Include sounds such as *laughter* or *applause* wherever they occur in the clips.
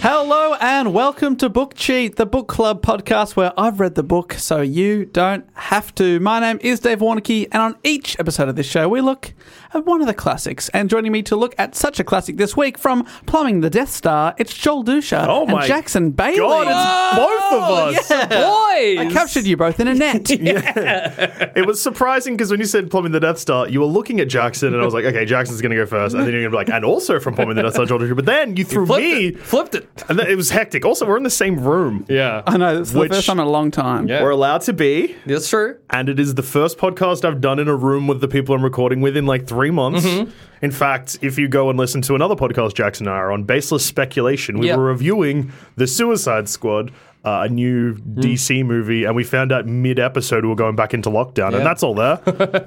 Hello and welcome to Book Cheat, the book club podcast where I've read the book so you don't have to. My name is Dave Warnocky, and on each episode of this show, we look at one of the classics. And joining me to look at such a classic this week from Plumbing the Death Star, it's Joel Dusha Oh and my Jackson Bailey. God, it's both of us. Oh, I captured you both in a *laughs* net. It was surprising because when you said Plumbing the Death Star, you were looking at Jackson, and I was like, okay, Jackson's going to go first. And then you're going to be like, and also from Plumbing the Death Star, George Lucas. But then you threw Flipped me, it. Flipped it. and then it was hectic. Also, we're in the same room. Yeah. I know, it's the Which- first time in a long time. Yeah. We're allowed to be, That's true. and it is the first podcast I've done in a room with the people I'm recording with in like three months. Mm-hmm. In fact, if you go and listen to another podcast Jackson and I are on, Baseless Speculation, we Yeah. were reviewing The Suicide Squad. Uh, a new Mm. DC movie, and we found out mid episode we were going back into lockdown, Yeah. and that's all *laughs* there.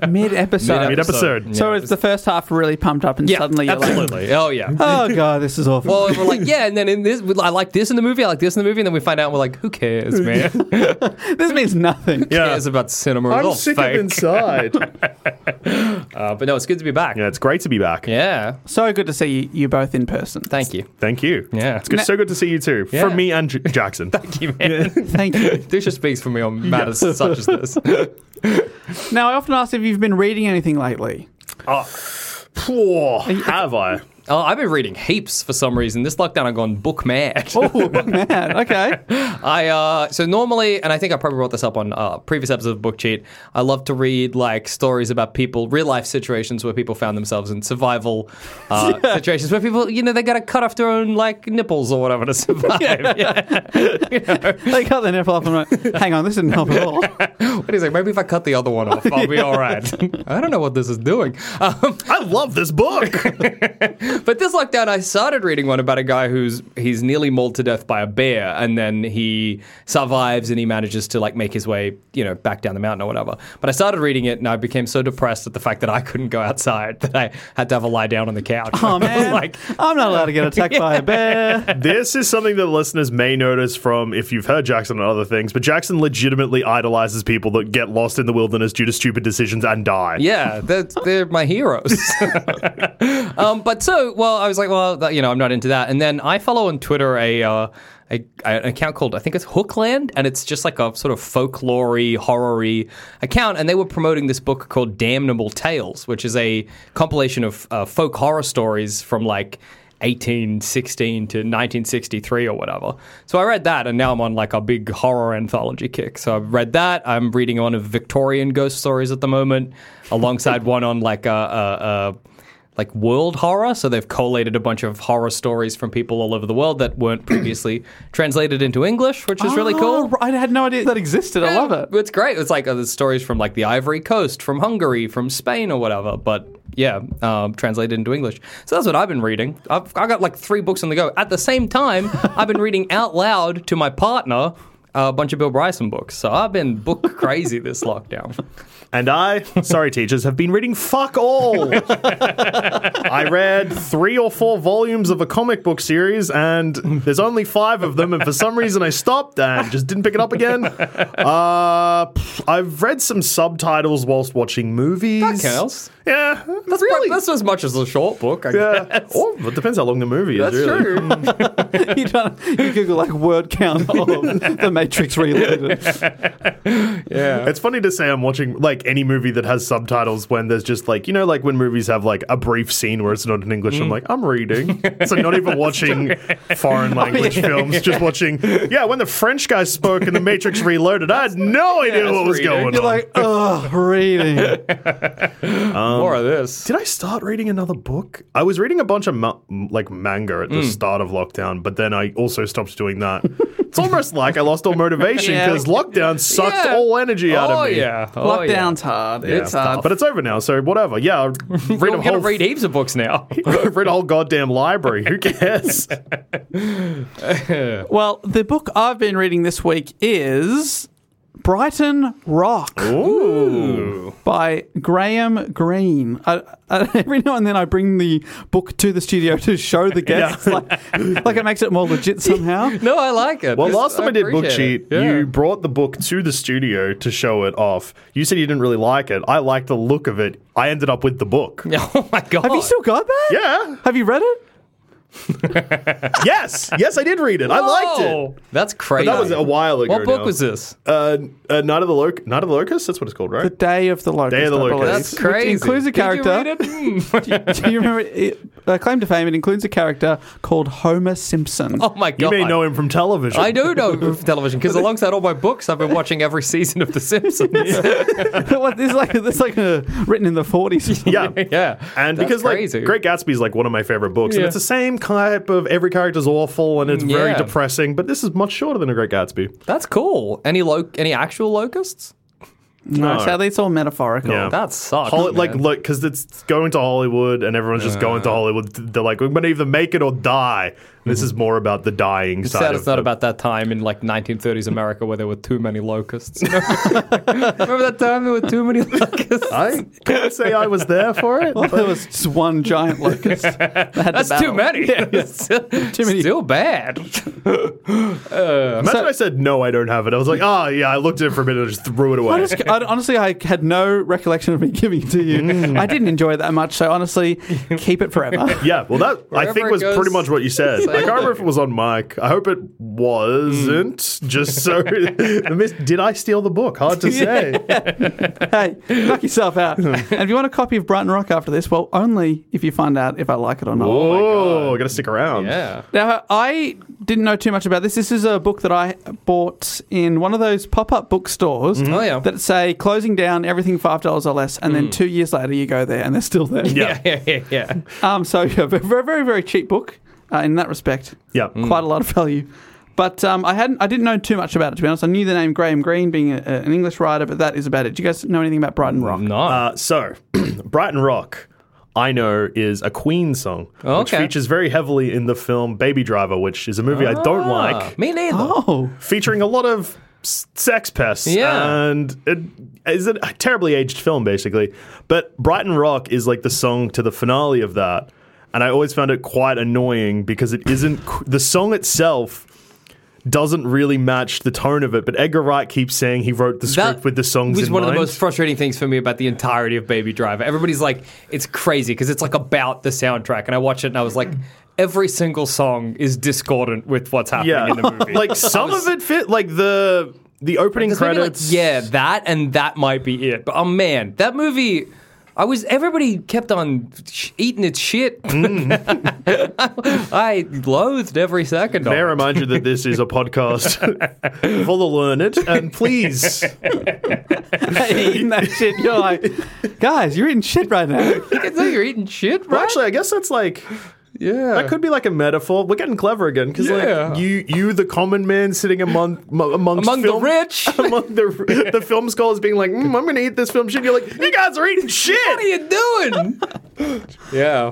Mid episode. Mid-episode. So it's the first half really pumped up, and suddenly you're like, absolutely. *laughs* oh yeah. oh God, this is awful. Well, and we're like, yeah, and then in this, I like this in the movie, I like this in the movie, and then we find out, we're like, who cares, man? Who *laughs* this means nothing. cares about cinema? It's all fake. inside. *laughs* Uh, but no, it's good to be back. yeah, it's great to be back. Yeah. So good to see you, you both in person. Thank you. Thank you. Yeah. It's good, so good to see you too. Yeah. From me and J- *laughs* Jackson. Thank You man. Thank you. Dusha speaks for me on matters such as this. now, I often ask if you've been reading anything lately. have I? Oh, I've been reading heaps for some reason. This lockdown, I've gone book mad. Oh, *laughs* man. Okay. I uh, so normally, and I think I probably brought this up on uh, previous episodes of Book Cheat. I love to read like stories about people, real life situations where people found themselves in survival uh, situations where people, you know, they got to cut off their own like nipples or whatever to survive. *laughs* They cut the nipple off and went, hang on, this didn't help at all. But he's like, maybe if I cut the other one off, I'll be all right. *laughs* I don't know what this is doing. Um, I love this book. *laughs* but this lockdown, I started reading one about a guy who's he's nearly mauled to death by a bear, and then he survives and he manages to like make his way, you know, back down the mountain or whatever. But I started reading it, and I became so depressed at the fact that I couldn't go outside *laughs* that I had to have a lie down on the couch. *laughs* Oh, man. like, I'm not allowed to get attacked by a bear. this is something that listeners may notice from if you've heard Jackson and other things, but Jackson legitimately idolizes people that get lost in the wilderness due to stupid decisions and die. yeah, they're, they're my heroes. *laughs* um, but so, well, I was like, well, that, you know, I'm not into that. And then I follow on Twitter a, uh, a, a- an account called I think it's Hookland, and it's just like a sort of folklory, horror-y account. And they were promoting this book called Damnable Tales, which is a compilation of uh, folk horror stories from like. 1816 to 1963 or whatever. So I read that and now I'm on like a big horror anthology kick. So I've read that. I'm reading one of Victorian ghost stories at the moment alongside *laughs* one on like a, a, a like world horror. So they've collated a bunch of horror stories from people all over the world *clears throat* that weren't previously translated into English, which is really cool. Oh, I had no idea that existed. I love it. *laughs* It's great. It's like other stories from like the Ivory Coast, from Hungary, from Spain, or whatever. But yeah, um, translated into English. So that's what I've been reading. I've I got like three books on the go at the *laughs* same time. I've been reading out loud to my partner. A bunch of Bill Bryson books, so I've been book *laughs* crazy this lockdown. And I, sorry teachers, have been reading fuck *laughs* all. I read three or four volumes of a comic book series, and there's only five of them. And for some reason, I stopped and just didn't pick it up again. Uh, pff, I've read some subtitles whilst watching movies. That counts. Yeah, That's really that's as much as a short book. I *laughs* guess. yeah. Oh, it *laughs* depends how long the movie is. really. you, don't, you Google like word count of the Matrix Reloaded. It's funny to say I'm watching like any movie that has subtitles when there's just like you know like when movies have like a brief scene where it's not in English. I'm Mm. like I'm *laughs* reading, so not even watching foreign language films, just watching. Yeah, when the French guy spoke in The Matrix Reloaded, I had no idea that's what was reading. going You're on. like, ugh, reading. Um, More of this. Did I start reading another book? I was reading a bunch of ma- m- like manga at Mm. the start of lockdown, but then I also stopped doing that. it's almost like I lost all *laughs* motivation Yeah. because lockdown sucked Yeah. all energy out Oh of me. yeah. Oh, yeah. Lockdown's hard. Yeah, It's hard. but it's over now, so whatever. Yeah, I'll read *laughs* You're a gonna whole read heaps of books now. *laughs* read a whole goddamn library. Who cares? Well, the book I've been reading this week is Brighton Rock by Graham Greene. I, I, *laughs* every now and then I bring the book to the studio to show *laughs* the guests, like, like it makes it more legit somehow. *laughs* no, I like it. Well, This- last time I, did book appreciate cheat, it. Yeah. you brought the book to the studio to show it off. You said you didn't really like it. I liked the look of it. I ended up with the book. *laughs* Oh my god. Have you still got that? Yeah. Have you read it? yes. Yes, I did read it. I liked it. Whoa. Oh. That's crazy. But that was a while ago. What book now. was this? Uh, uh, Night of the Loc- Night of the Locust. That's what it's called, The right? Day of the Locust. Day of the I Locust. Hmm. believe, That's which crazy. includes a Did you character. *laughs* read it? Mm. Do you remember? It, uh, claim to fame. It includes a character called Homer Simpson. oh my You god. may know him from television. I do know him from television because alongside all my books, I've been watching every season of *laughs* The *laughs* Simpsons. what, this is like this is like uh written in the forties. *laughs* Yeah. *laughs* *laughs* yeah. And That's because crazy. like Great Gatsby is like one of my favorite books, and Yeah. it's the same type of every character's awful and it's very Yeah. depressing, but this is much shorter than a Great Gatsby. That's cool. Any lo- any actual locusts? No, sadly, it's all metaphorical. Yeah. That sucks. Holly, like, man. Uh. look, because it's going to Hollywood and everyone's just going to Hollywood. They're like, we're going to either make it or die. This is more about the dying It's side. sad of Mm-hmm. it's not it. about that time in like 1930s America where there were too *laughs* many locusts. *laughs* Remember that time there were too many *laughs* locusts? I can't say I was there for it. *laughs* Well, *laughs* there was just one giant *laughs* locust. that had to That's battle. too many. too many. *laughs* Still bad. Imagine I said, no, I don't have it. I was like, oh, yeah, I looked at it for a minute and just threw it I away. just, I, honestly, I had no recollection of me *laughs* giving it to you. I didn't enjoy it that much, so honestly, keep it forever. Mm. *laughs* Yeah, well, that I Wherever think it was goes, pretty much what you said. I can't remember if it was on mic. I hope it wasn't. Just so, Oh did *laughs* I steal the book? Hard to *laughs* say. *laughs* hey, knock yourself *laughs* out. and if you want a copy of Brighton Rock after this, well, only if you find out if I like it or not. Oh, I gotta stick around. Yeah. Now, I didn't know too much about this. This is a book that I bought in one of those pop up bookstores Mm-hmm. Oh, yeah. that say closing down everything $5 or less. And then two years later, you go there and they're still there. Mm. Yeah. yeah, *laughs* yeah, yeah. Um, so, *laughs* yeah, very, very, very cheap book uh, in that respect. Yeah. Quite a lot of value. But um, I hadn't, I didn't know too much about it, to be honest. I knew the name Graham Greene being a, a- an English writer, but that is about it. Do you guys know anything about Brighton Rock? No. Uh, so, *clears throat* Brighton Rock, I know, is a Queen song, which Okay. features very heavily in the film Baby Driver, which is a movie I don't like, Me *laughs* neither. Oh, featuring a lot of s- sex pests. Yeah. And it is a terribly aged film, basically. But Brighton Rock is like the song to the finale of that. And I always found it quite annoying because it isn't, qu- the song itself. Doesn't really match the tone of it, but Edgar Wright keeps saying he wrote the script with the songs was in one mind. of the most frustrating things for me about the entirety of Baby Driver. Everybody's like, it's crazy because it's like about the soundtrack, and I watched it and I was like, every single song is discordant with what's happening yeah. in *laughs* the movie. like some of it fit like the the opening There's maybe, like, credits. yeah, that and that might be it. But oh man, that movie. I was. Everybody kept on sh- eating its shit. Mm. *laughs* I, loathed every second of May I it. remind you that this is a podcast *laughs* for the learned, and *laughs* please, eating that shit. You're like, guys, you're eating shit right now. Um, You can say you're eating shit, right? well, actually, I guess that's like yeah. that could be like a metaphor. We're getting clever again because Yeah. like you, you, the common man sitting among mo- amongst Among the film- rich. *laughs* among the the film scholars, being like, mm, I'm going to eat this film shit. You're like, you guys are eating shit. What are *laughs* you doing? *coughs* yeah.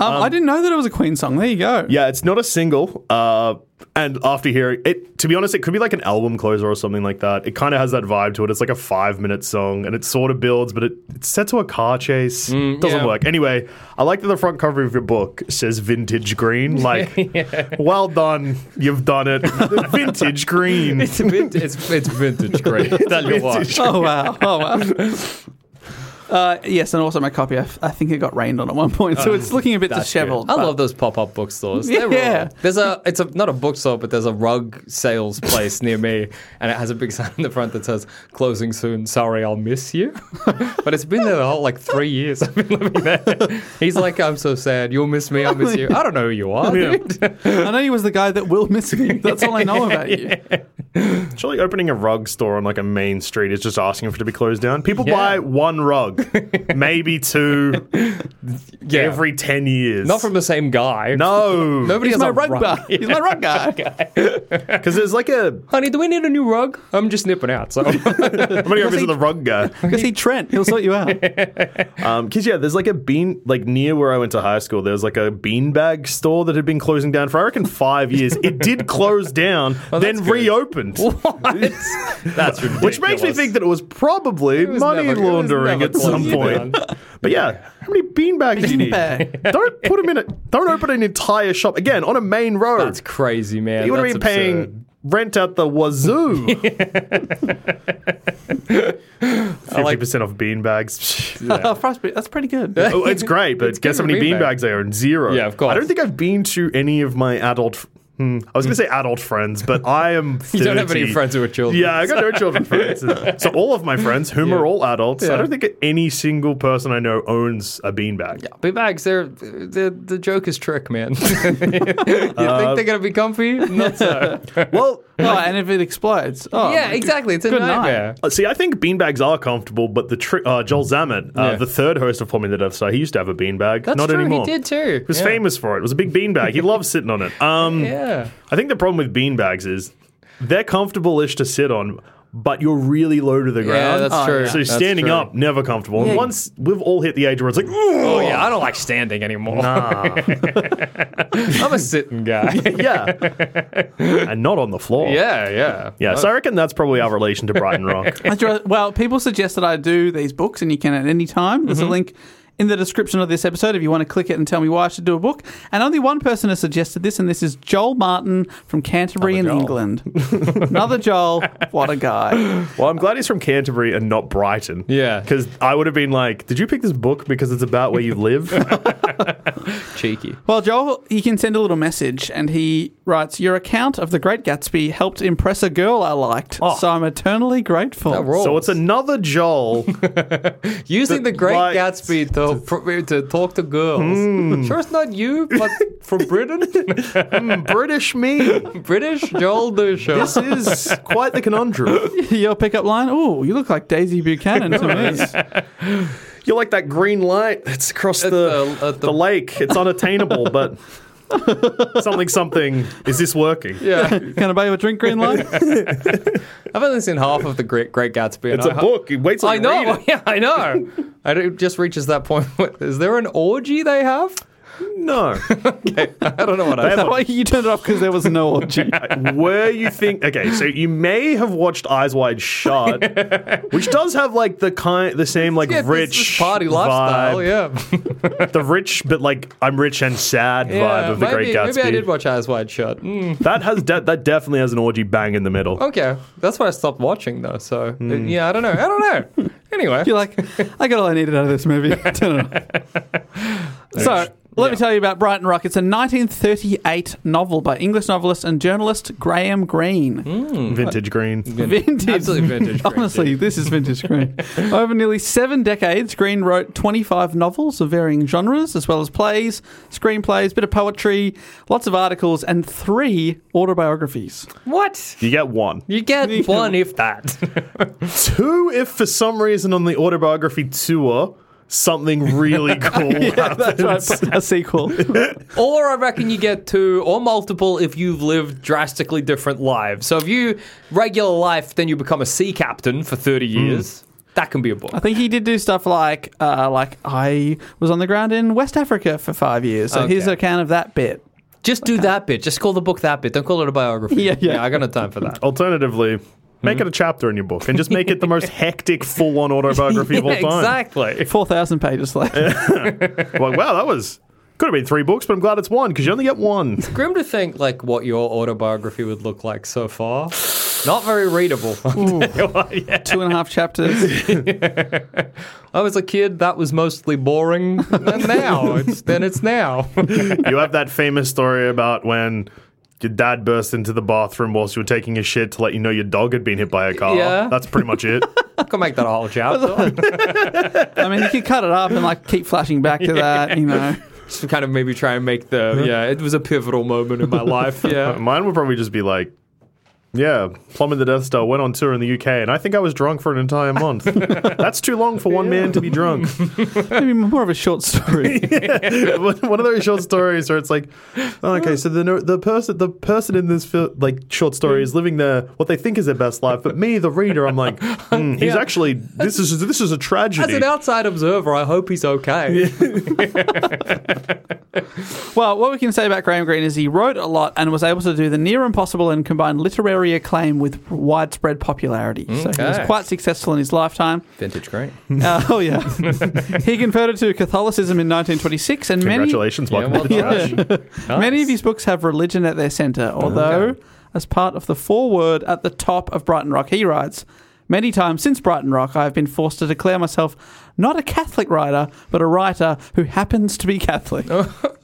Um, I didn't know that it was a Queen song. There you go. Yeah, it's not a single. Uh, and after hearing it, to be honest, it could be like an album closer or something like that. It kind of has that vibe to it. It's like a five minute song and it sort of builds, but it, it's set to a car chase. Doesn't Mm, yeah. work. Anyway, I like that the front cover of your book says vintage *laughs* green. Like, well done. You've done it. vintage green. *laughs* *laughs* It's vintage, it's, it's vintage great. Tell you what. Vintage- Oh wow. Oh wow. Uh, yes, and also my copy. I, I think it got rained on at one point, Oh, so it's looking a bit disheveled. I but- love those pop up bookstores. Yeah. They rule. There's a it's a not a bookstore, but there's a rug sales place near me, and it has a big *laughs* sign in the front that says "Closing soon. Sorry, I'll miss you." *laughs* but it's been there the whole like three years. *laughs* I've been living there. He's like, "I'm so sad. You'll miss me. I'll miss you." I don't know who you are. Dude. *laughs* I know you was the guy that will miss me. That's all I know about *laughs* you. Surely opening a rug store on like a main street is just asking for it to be closed down. People buy one rug, maybe *laughs* two, Yeah. every 10 years. not from the same guy. *laughs* No. Nobody He's has my a rug rug. guy. He's my rug *laughs* guy. Because there's like a. Honey, do we need a new rug? I'm just nipping out. So *laughs* I'm going to *laughs* go visit the rug guy. Because he Trent, he'll sort you out. *laughs* Because Um, yeah, there's like a bean like near where I went to high school. There was like a beanbag store that had been closing down for I reckon five years. It did close down, then that's good. reopened, that's ridiculous. which makes me think that it was probably was money never- it was laundering never at some closed point. But yeah, how many beanbags do you need? Beanbag. Don't put them in it. Don't open an entire shop again on a main road. that's crazy, man. you would have That's been paying absurd. rent at the *laughs* wazoo. *laughs* Fifty percent off beanbags. Frostbite, Oh, that's pretty good. *laughs* Oh, it's great, but guess how good many to be back. beanbags I own? Zero. Yeah, of course. I don't think I've been to any of my adult. Hmm, I was going to say adult friends, but I am. 30. *laughs* You don't have any friends who are children. Yeah, I got no children *laughs* friends. So all of my friends, whom are all adults, I Yeah. don't think any single person I know owns a beanbag. Be bags, they're, the the joke is trick, man. *laughs* you think they're gonna be comfy? Not *laughs* so. Well, Oh, and if it explodes, oh, yeah, exactly. It's a Good night. nightmare. uh, see, I think beanbags are comfortable, but the trick, uh, Joel Zammit, uh, Mm. Yeah. the third host of Formula Dev, so he used to have a beanbag. That's Not true. anymore. He did too. He was famous for it. It was a big beanbag. He loved sitting on *laughs* it. Um, Yeah. I think the problem with beanbags is they're comfortable-ish to sit on, but you're really low to the Yeah, ground. that's Oh, true. yeah. so That's standing true. up, never comfortable. And Yeah. once we've all hit the age where it's like, "Ooh, Oh yeah, I don't like standing anymore. Ah. nah, I'm a sitting guy. *laughs* *laughs* yeah, and not on the floor. yeah, yeah. yeah. So I reckon that's probably our relation to Brighton *laughs* Rock. I draw- well, people suggest that I do these books, and you can at any time. There's Mm-hmm. a link in the description of this episode if you want to click it and tell me why I should do a book. And only one person has suggested this, and this is Joel Martin from Canterbury in Another Joel. England. *laughs* Another Joel, what a guy. well, I'm glad he's from Canterbury and not Brighton. Yeah. because I would have been like, did you pick this book because it's about where you *laughs* live? Cheeky. Well, Joel, he can send a little message, and he writes, Your account of The Great Gatsby helped impress a girl I liked, Oh. so I'm eternally grateful. That rules. so it's another Joel. Using the, The- Great like- Gatsby to, pr- to talk to girls. Hmm. *laughs* Sure, it's not you, but from *laughs* Britain, British me. British Joel This Dusha. is quite the conundrum. Your pickup line? Oh, you look like Daisy Buchanan to me. You're like that green light that's across At the, the- the, at the- lake. It's unattainable, but something, something. Is this working? Yeah, Can I buy you a drink, Green Light? I've only seen half of the Great Great Gatsby. and It's a I ho- book. It waits till I you know. read it. *laughs* Yeah, I know. I don't- it just reaches that point. *laughs* where- Is there an orgy they have? No. I don't know what I have said. Why *laughs* you turned it off because there was no orgy. Were you think okay, so you may have watched Eyes Wide *laughs* Shut, which does have like the kind the same like *laughs* Yeah, this- rich this party vibe, lifestyle. Yeah, The rich but like I'm rich and sad *laughs* yeah vibe of the maybe, Great Gatsby. Hmm. Maybe I did watch Eyes Wide Shut. Mm, That has de- that definitely has an orgy bang in the middle. okay, that's why I stopped watching though. So uh, Hmm. yeah, I don't know. I *laughs* don't know. Anyway, You're like, I got all I needed out of this movie. Turn it off. So, let me tell you about Brighton Rock. It's a 1938 novel by English novelist and journalist Graham Greene. mm, Vintage green. Vintage. *laughs* Absolutely vintage Greene, Honestly, this is vintage *laughs* Green. Over nearly seven decades, Green wrote 25 novels of varying genres, as well as plays, screenplays, bit of poetry, lots of articles, and three *laughs* autobiographies. what? You get one. *laughs* You get one if that. *laughs* Two, if for some reason on the autobiography tour, something *laughs* really cool happens. That's right, a sequel. or I reckon you get two or multiple if you've lived drastically different lives. So if you regular life, then you become a sea captain for 30 Hmm. years. That can be a book. I think he did do stuff like, uh, like I was on the ground in West Africa for five years. So here's Okay. an account of that bit. Just do that bit. Just call the book that bit. Don't call it a biography. Yeah, yeah. I got no time for *laughs* that. Alternatively, Hmm? make it a chapter in your book and just make it the *laughs* most hectic, full on autobiography of all time. exactly. Four thousand pages *laughs* later. Like, wow, that was. Could have been three books, but I'm glad it's one because you only get one. Grim to think like what your autobiography would look like so far. Not very readable. *laughs* Two and a half chapters. I was a kid. That was mostly boring. And now, it's, then it's now. *laughs* you have that famous story about when your dad burst into the bathroom whilst you were taking a shit to let you know your dog had been hit by a car. Yeah. That's pretty much *laughs* it. Could make that a whole chapter. I mean, you can cut it up and like keep flashing back *laughs* to that. You know, Just kind of maybe try and *laughs* make the yeah. It was a pivotal moment in my life. Yeah. Uh, Mine would probably just be like, yeah, Plumbing the Death Star went on tour in the UK, and I think I was drunk for an entire *laughs* month. That's too long for one man to be drunk. maybe more of a short *laughs* story. one of those short stories where it's like, oh, okay, so the no- the person the person in this fil- like short story is living their what they think is their best life, but me, the reader, I'm like, hmm, he's Yeah. actually this is this is a As tragedy. an outside observer, I hope he's okay. Well, what we can say about Graham Greene is he wrote a lot and was able to do the near impossible and combine literary acclaim with widespread popularity. So he was Okay. quite successful in his lifetime. *laughs* *laughs* Vintage great. Uh, oh yeah, he converted to Catholicism in 1926, and many Congratulations, welcome Yeah, to the well trash. *laughs* Many of his books have religion at their centre, although, as part of the foreword at the top of Brighton Rock, he writes Many times since Brighton Rock, I have been forced to declare myself not a Catholic writer, but a writer who happens to be Catholic.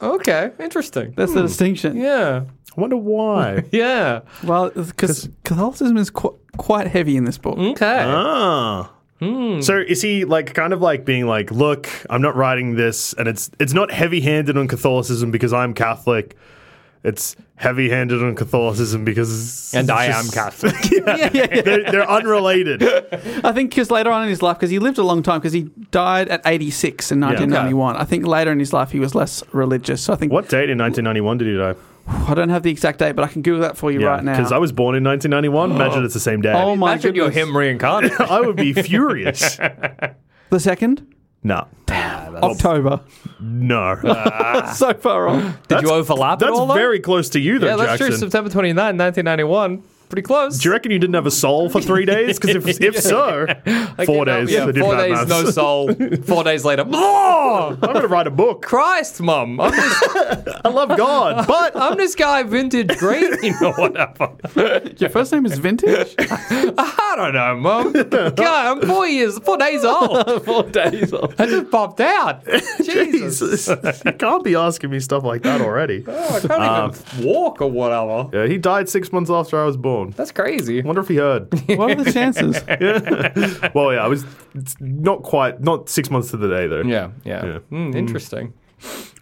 Okay, *laughs* interesting. That's the distinction. Yeah, I wonder why. yeah. Well, because Catholicism is qu- quite heavy in this book. Mm. Okay. *laughs* Ah. Hmm. So is he like kind of like being like, look, I'm not writing this, and it's it's not heavy-handed on Catholicism because I'm Catholic. It's heavy-handed on Catholicism because And I am just- Catholic. *laughs* yeah, yeah, yeah. *laughs* They're, they're unrelated. I think because later on in his life, because he lived a long time, because he died at 86 in 1991. I think later in his life, he was less religious. So I think, What date in 1991 did he die? I don't have the exact date, but I can Google that for you right now. Because I was born in 1991. Imagine it's the same day. Oh my Imagine you're goodness. him reincarnated. I *laughs* would be furious. The second? no. October. No. Ah. so far *laughs* off. Did you overlap at that's all? though? very close to you, though, yeah, that's true. Jackson. September 29, 1991. Pretty close. Do you reckon you didn't have a soul for three days? Because if, if so, *laughs* I four gave up- days. Yeah, I did four bad days, maths. no soul. Four days later, oh, I'm going to write a book. *laughs* Christ, mum. I'm this, I love God, *laughs* but I'm this guy, vintage green or whatever. Your first name is Vintage? I don't know, mum. God, I'm four years, four days old. Four days old. I just popped out. Jesus. Jesus, you can't be asking me stuff like that *laughs* already. Oh, I can't even walk or whatever. Yeah, he died six months after I was born. That's crazy. Wonder if he *laughs* heard. What are the chances? well, yeah, I was it's not quite, not six months to the day though. Yeah, yeah. Yeah. Mm, interesting.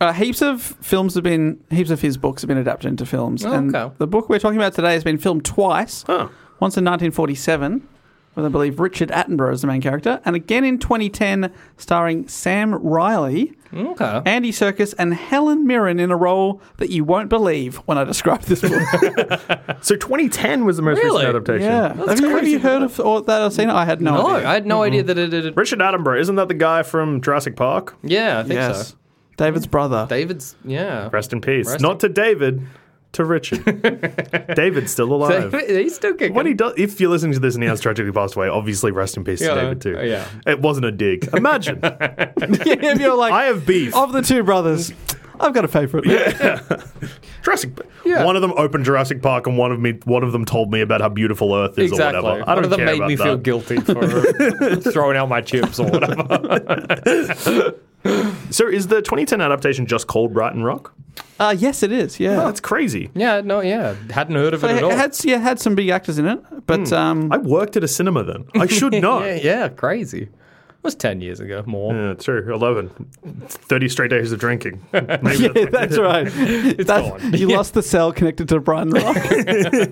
Uh, heaps of films have been, heaps of his books have been adapted into films. Oh, and okay. the book we're talking about today has been filmed twice. Huh. Once in 1947, with I believe Richard Attenborough is the main character, and again in 2010, starring Sam Riley, Okay. Andy Serkis, and Helen Mirren in a role that you won't believe when I describe this book. So 2010 was the most Really? recent adaptation. yeah. Have you, have you heard of or that or seen it? I had no, No, idea. Oh, I had no idea that it. it, it- Richard Attenborough, isn't that the guy from Jurassic Park? yeah, I think yes. so. David's brother. David's. Yeah. *laughs* Rest in peace. Rest Not to David, to Richard. *laughs* David's still alive. David, he's still kicking. When he does, if you're listening to this and he has tragically passed away, obviously rest in peace Yeah, to David too. uh, yeah. it wasn't a *laughs* dig. Imagine yeah, *laughs* if you're like, I have beef. of the two brothers, I've got a favourite. Jurassic. Park. Yeah. One of them opened Jurassic Park, and one of me, one of them told me about how beautiful Earth is, exactly. or whatever. I One don't of them care made about me that. feel guilty *laughs* for throwing out my chips or whatever. So, is the 2010 adaptation just called Brighton Rock? Uh, yes, it is. Oh, Yeah, that's crazy. *laughs* yeah, no, yeah, hadn't heard of But it at it, all. it had yeah it had some big actors in it, but um, *laughs* I worked at a cinema then. I should know. *laughs* yeah, yeah, crazy. It was ten years ago, more. Yeah, true. 11. 30 straight days of *laughs* drinking. Maybe yeah, that's right. That- gone. You lost the cell connected to Brian Rock. the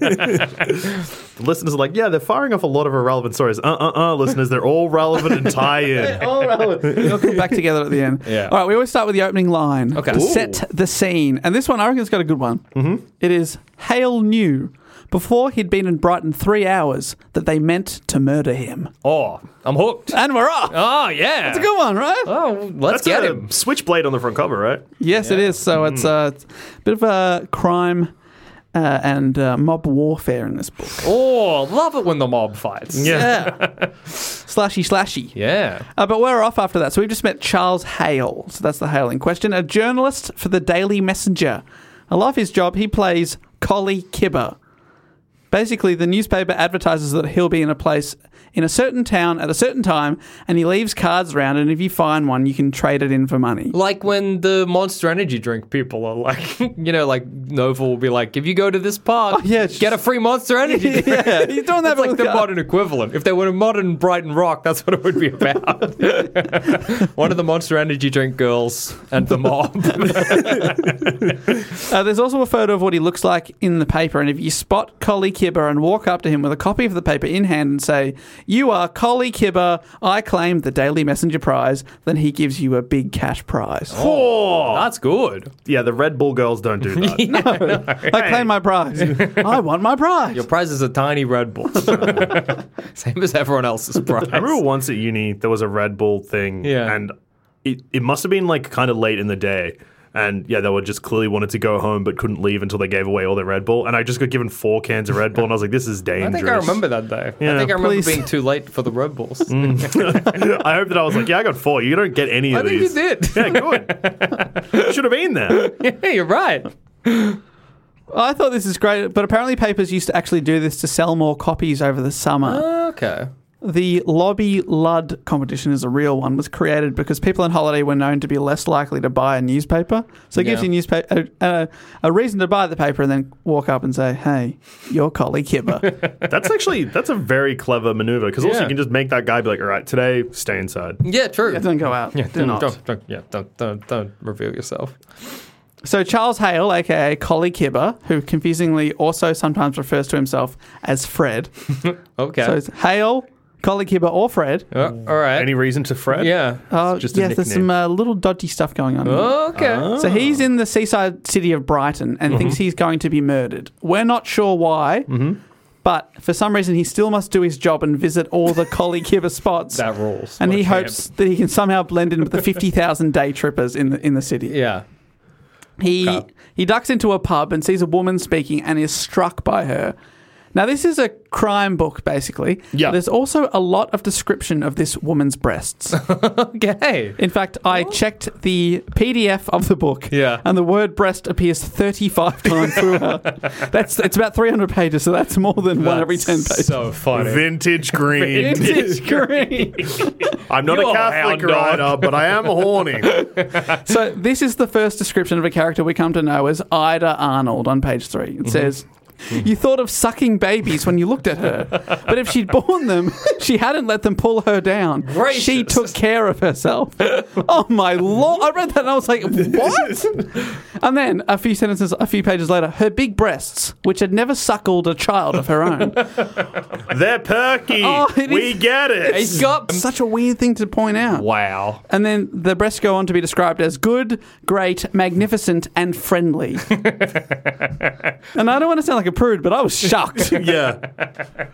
listeners are like, yeah, they're firing off a lot of irrelevant stories. Uh uh uh, listeners, they're all relevant and tie in. All right, Oh, we'll come back together at the end. Yeah. All right, we always start with the opening line Okay. to Ooh. set the scene, and this one I reckon's got a good one. Mm-hmm. is hail new. Before he'd been in Brighton three hours, that they meant to murder him, Oh, I'm *laughs* hooked. and we're off. Oh yeah, That's a good one, right? Oh, let's That's *laughs* get a him. switchblade on the front cover, right? Yes, it is. So it's Mm. uh, it's a bit of a crime uh, and uh, mob warfare in this book. Oh, love it when the mob fights. Yeah. slashy, slashy. yeah. Uh, but we're off after that. So we've just met Charles Hale. So that's the Hale in question, a journalist for the Daily Messenger. I love his job. He plays Collie Kibber. Basically, the newspaper advertises that he'll be in a place in a certain town at a certain time, and he leaves cards around. And if you find one, you can trade it in for money. Like when the Monster Energy drink people are like, *laughs* you know, like Nova will be like, if you go to this Oh, park, yeah, it's get a free *laughs* Monster Energy drink. Yeah, *laughs* he's doing that That's like with the God. modern equivalent. If they were a modern Brighton Rock, that's what it would be about. *laughs* One of the Monster Energy drink girls and the mob. Uh, there's also a photo of what he looks like in the paper, and if you spot Collie Kibber and walk up to him with a copy of the paper in hand and say, "You are Collie Kibber, I claim the Daily Messenger prize," then he gives you a big cash prize. Oh, that's good. yeah, the Red Bull girls don't do *laughs* that. I claim my prize. I want my prize. Your prize is a tiny Red Bull. Same as everyone else's prize. I remember once at uni there was a Red Bull thing, Yeah. and it, it must have been like kind of late in the day. And yeah, they were just clearly wanted to go home but couldn't leave until they gave away all their Red Bull. And I just got given four cans of Red Bull, and I was like, "This is I dangerous." think I remember that day. I Yeah, think I remember please. being too late for the Red Bulls. *laughs* I hope that I was like, "Yeah, I got four. You don't get any I of think you these." did. Yeah, good. *laughs* Should have been there. *laughs* yeah, you're right. I thought this is great, but apparently papers used to actually do this to sell more copies over the summer. Okay. The Lobby Lud competition is a real one, was created because people on holiday were known to be less likely to buy a newspaper. So it gives Yeah. you newspaper, a, a, a reason to buy the paper and then walk up and say, hey, you're Collie Kibber. That's actually that's a very clever maneuver because also Yeah. you can just make that guy be like, "All right, today stay inside." Yeah, true. don't go out. Yeah, do don't, not. Don't, don't, yeah, don't, don't, don't reveal yourself. So Charles Hale, aka Collie Kibber, who confusingly also sometimes refers to himself as Fred. Okay. So it's Hale, Collie Kibber, or Fred. Uh, all right. Any reason to fret? yeah. Uh, just a yes, there's nickname. some uh, little dodgy stuff going on. here. Okay. So he's Oh. in the seaside city of Brighton and thinks Mm-hmm. he's going to be murdered. We're not sure why, but for some reason he still must do his job and visit all the collie kibber spots. *laughs* that rules. and What he a champ. hopes that he can somehow blend in *laughs* with the 50,000 day trippers in the, in the city. Yeah. He Okay. he ducks into a pub and sees a woman speaking and is struck by her. Now this is a crime book basically. Yeah. There's also a lot of description of this woman's breasts. Okay. In fact, I checked the PDF of the book. Yeah. And the word breast appears 35 *laughs* times throughout. that's it's about 300 pages, so that's more than one every 10 pages. So funny. *laughs* Vintage green. Vintage green. I'm not You're a a Catholic hound dog. rider, but I am horny. *laughs* so this is the first description of a character we come to know as Ida Arnold on page three. It says. You thought of sucking babies when you looked at her, but if she'd born them, *laughs* she hadn't let them pull her down. She Gracious. took care of herself. Oh my lord! I read that and I was like, "What?" And then a few sentences, a few pages later, her big breasts, which had never suckled a child of her own. They're perky. Oh, it we is- get it. He's got. Such a weird thing to point out. Wow. And then the breasts go on to be described as good, great, magnificent, and *laughs* friendly. and I don't want to sound like a prude, but I was shocked. *laughs* and yeah.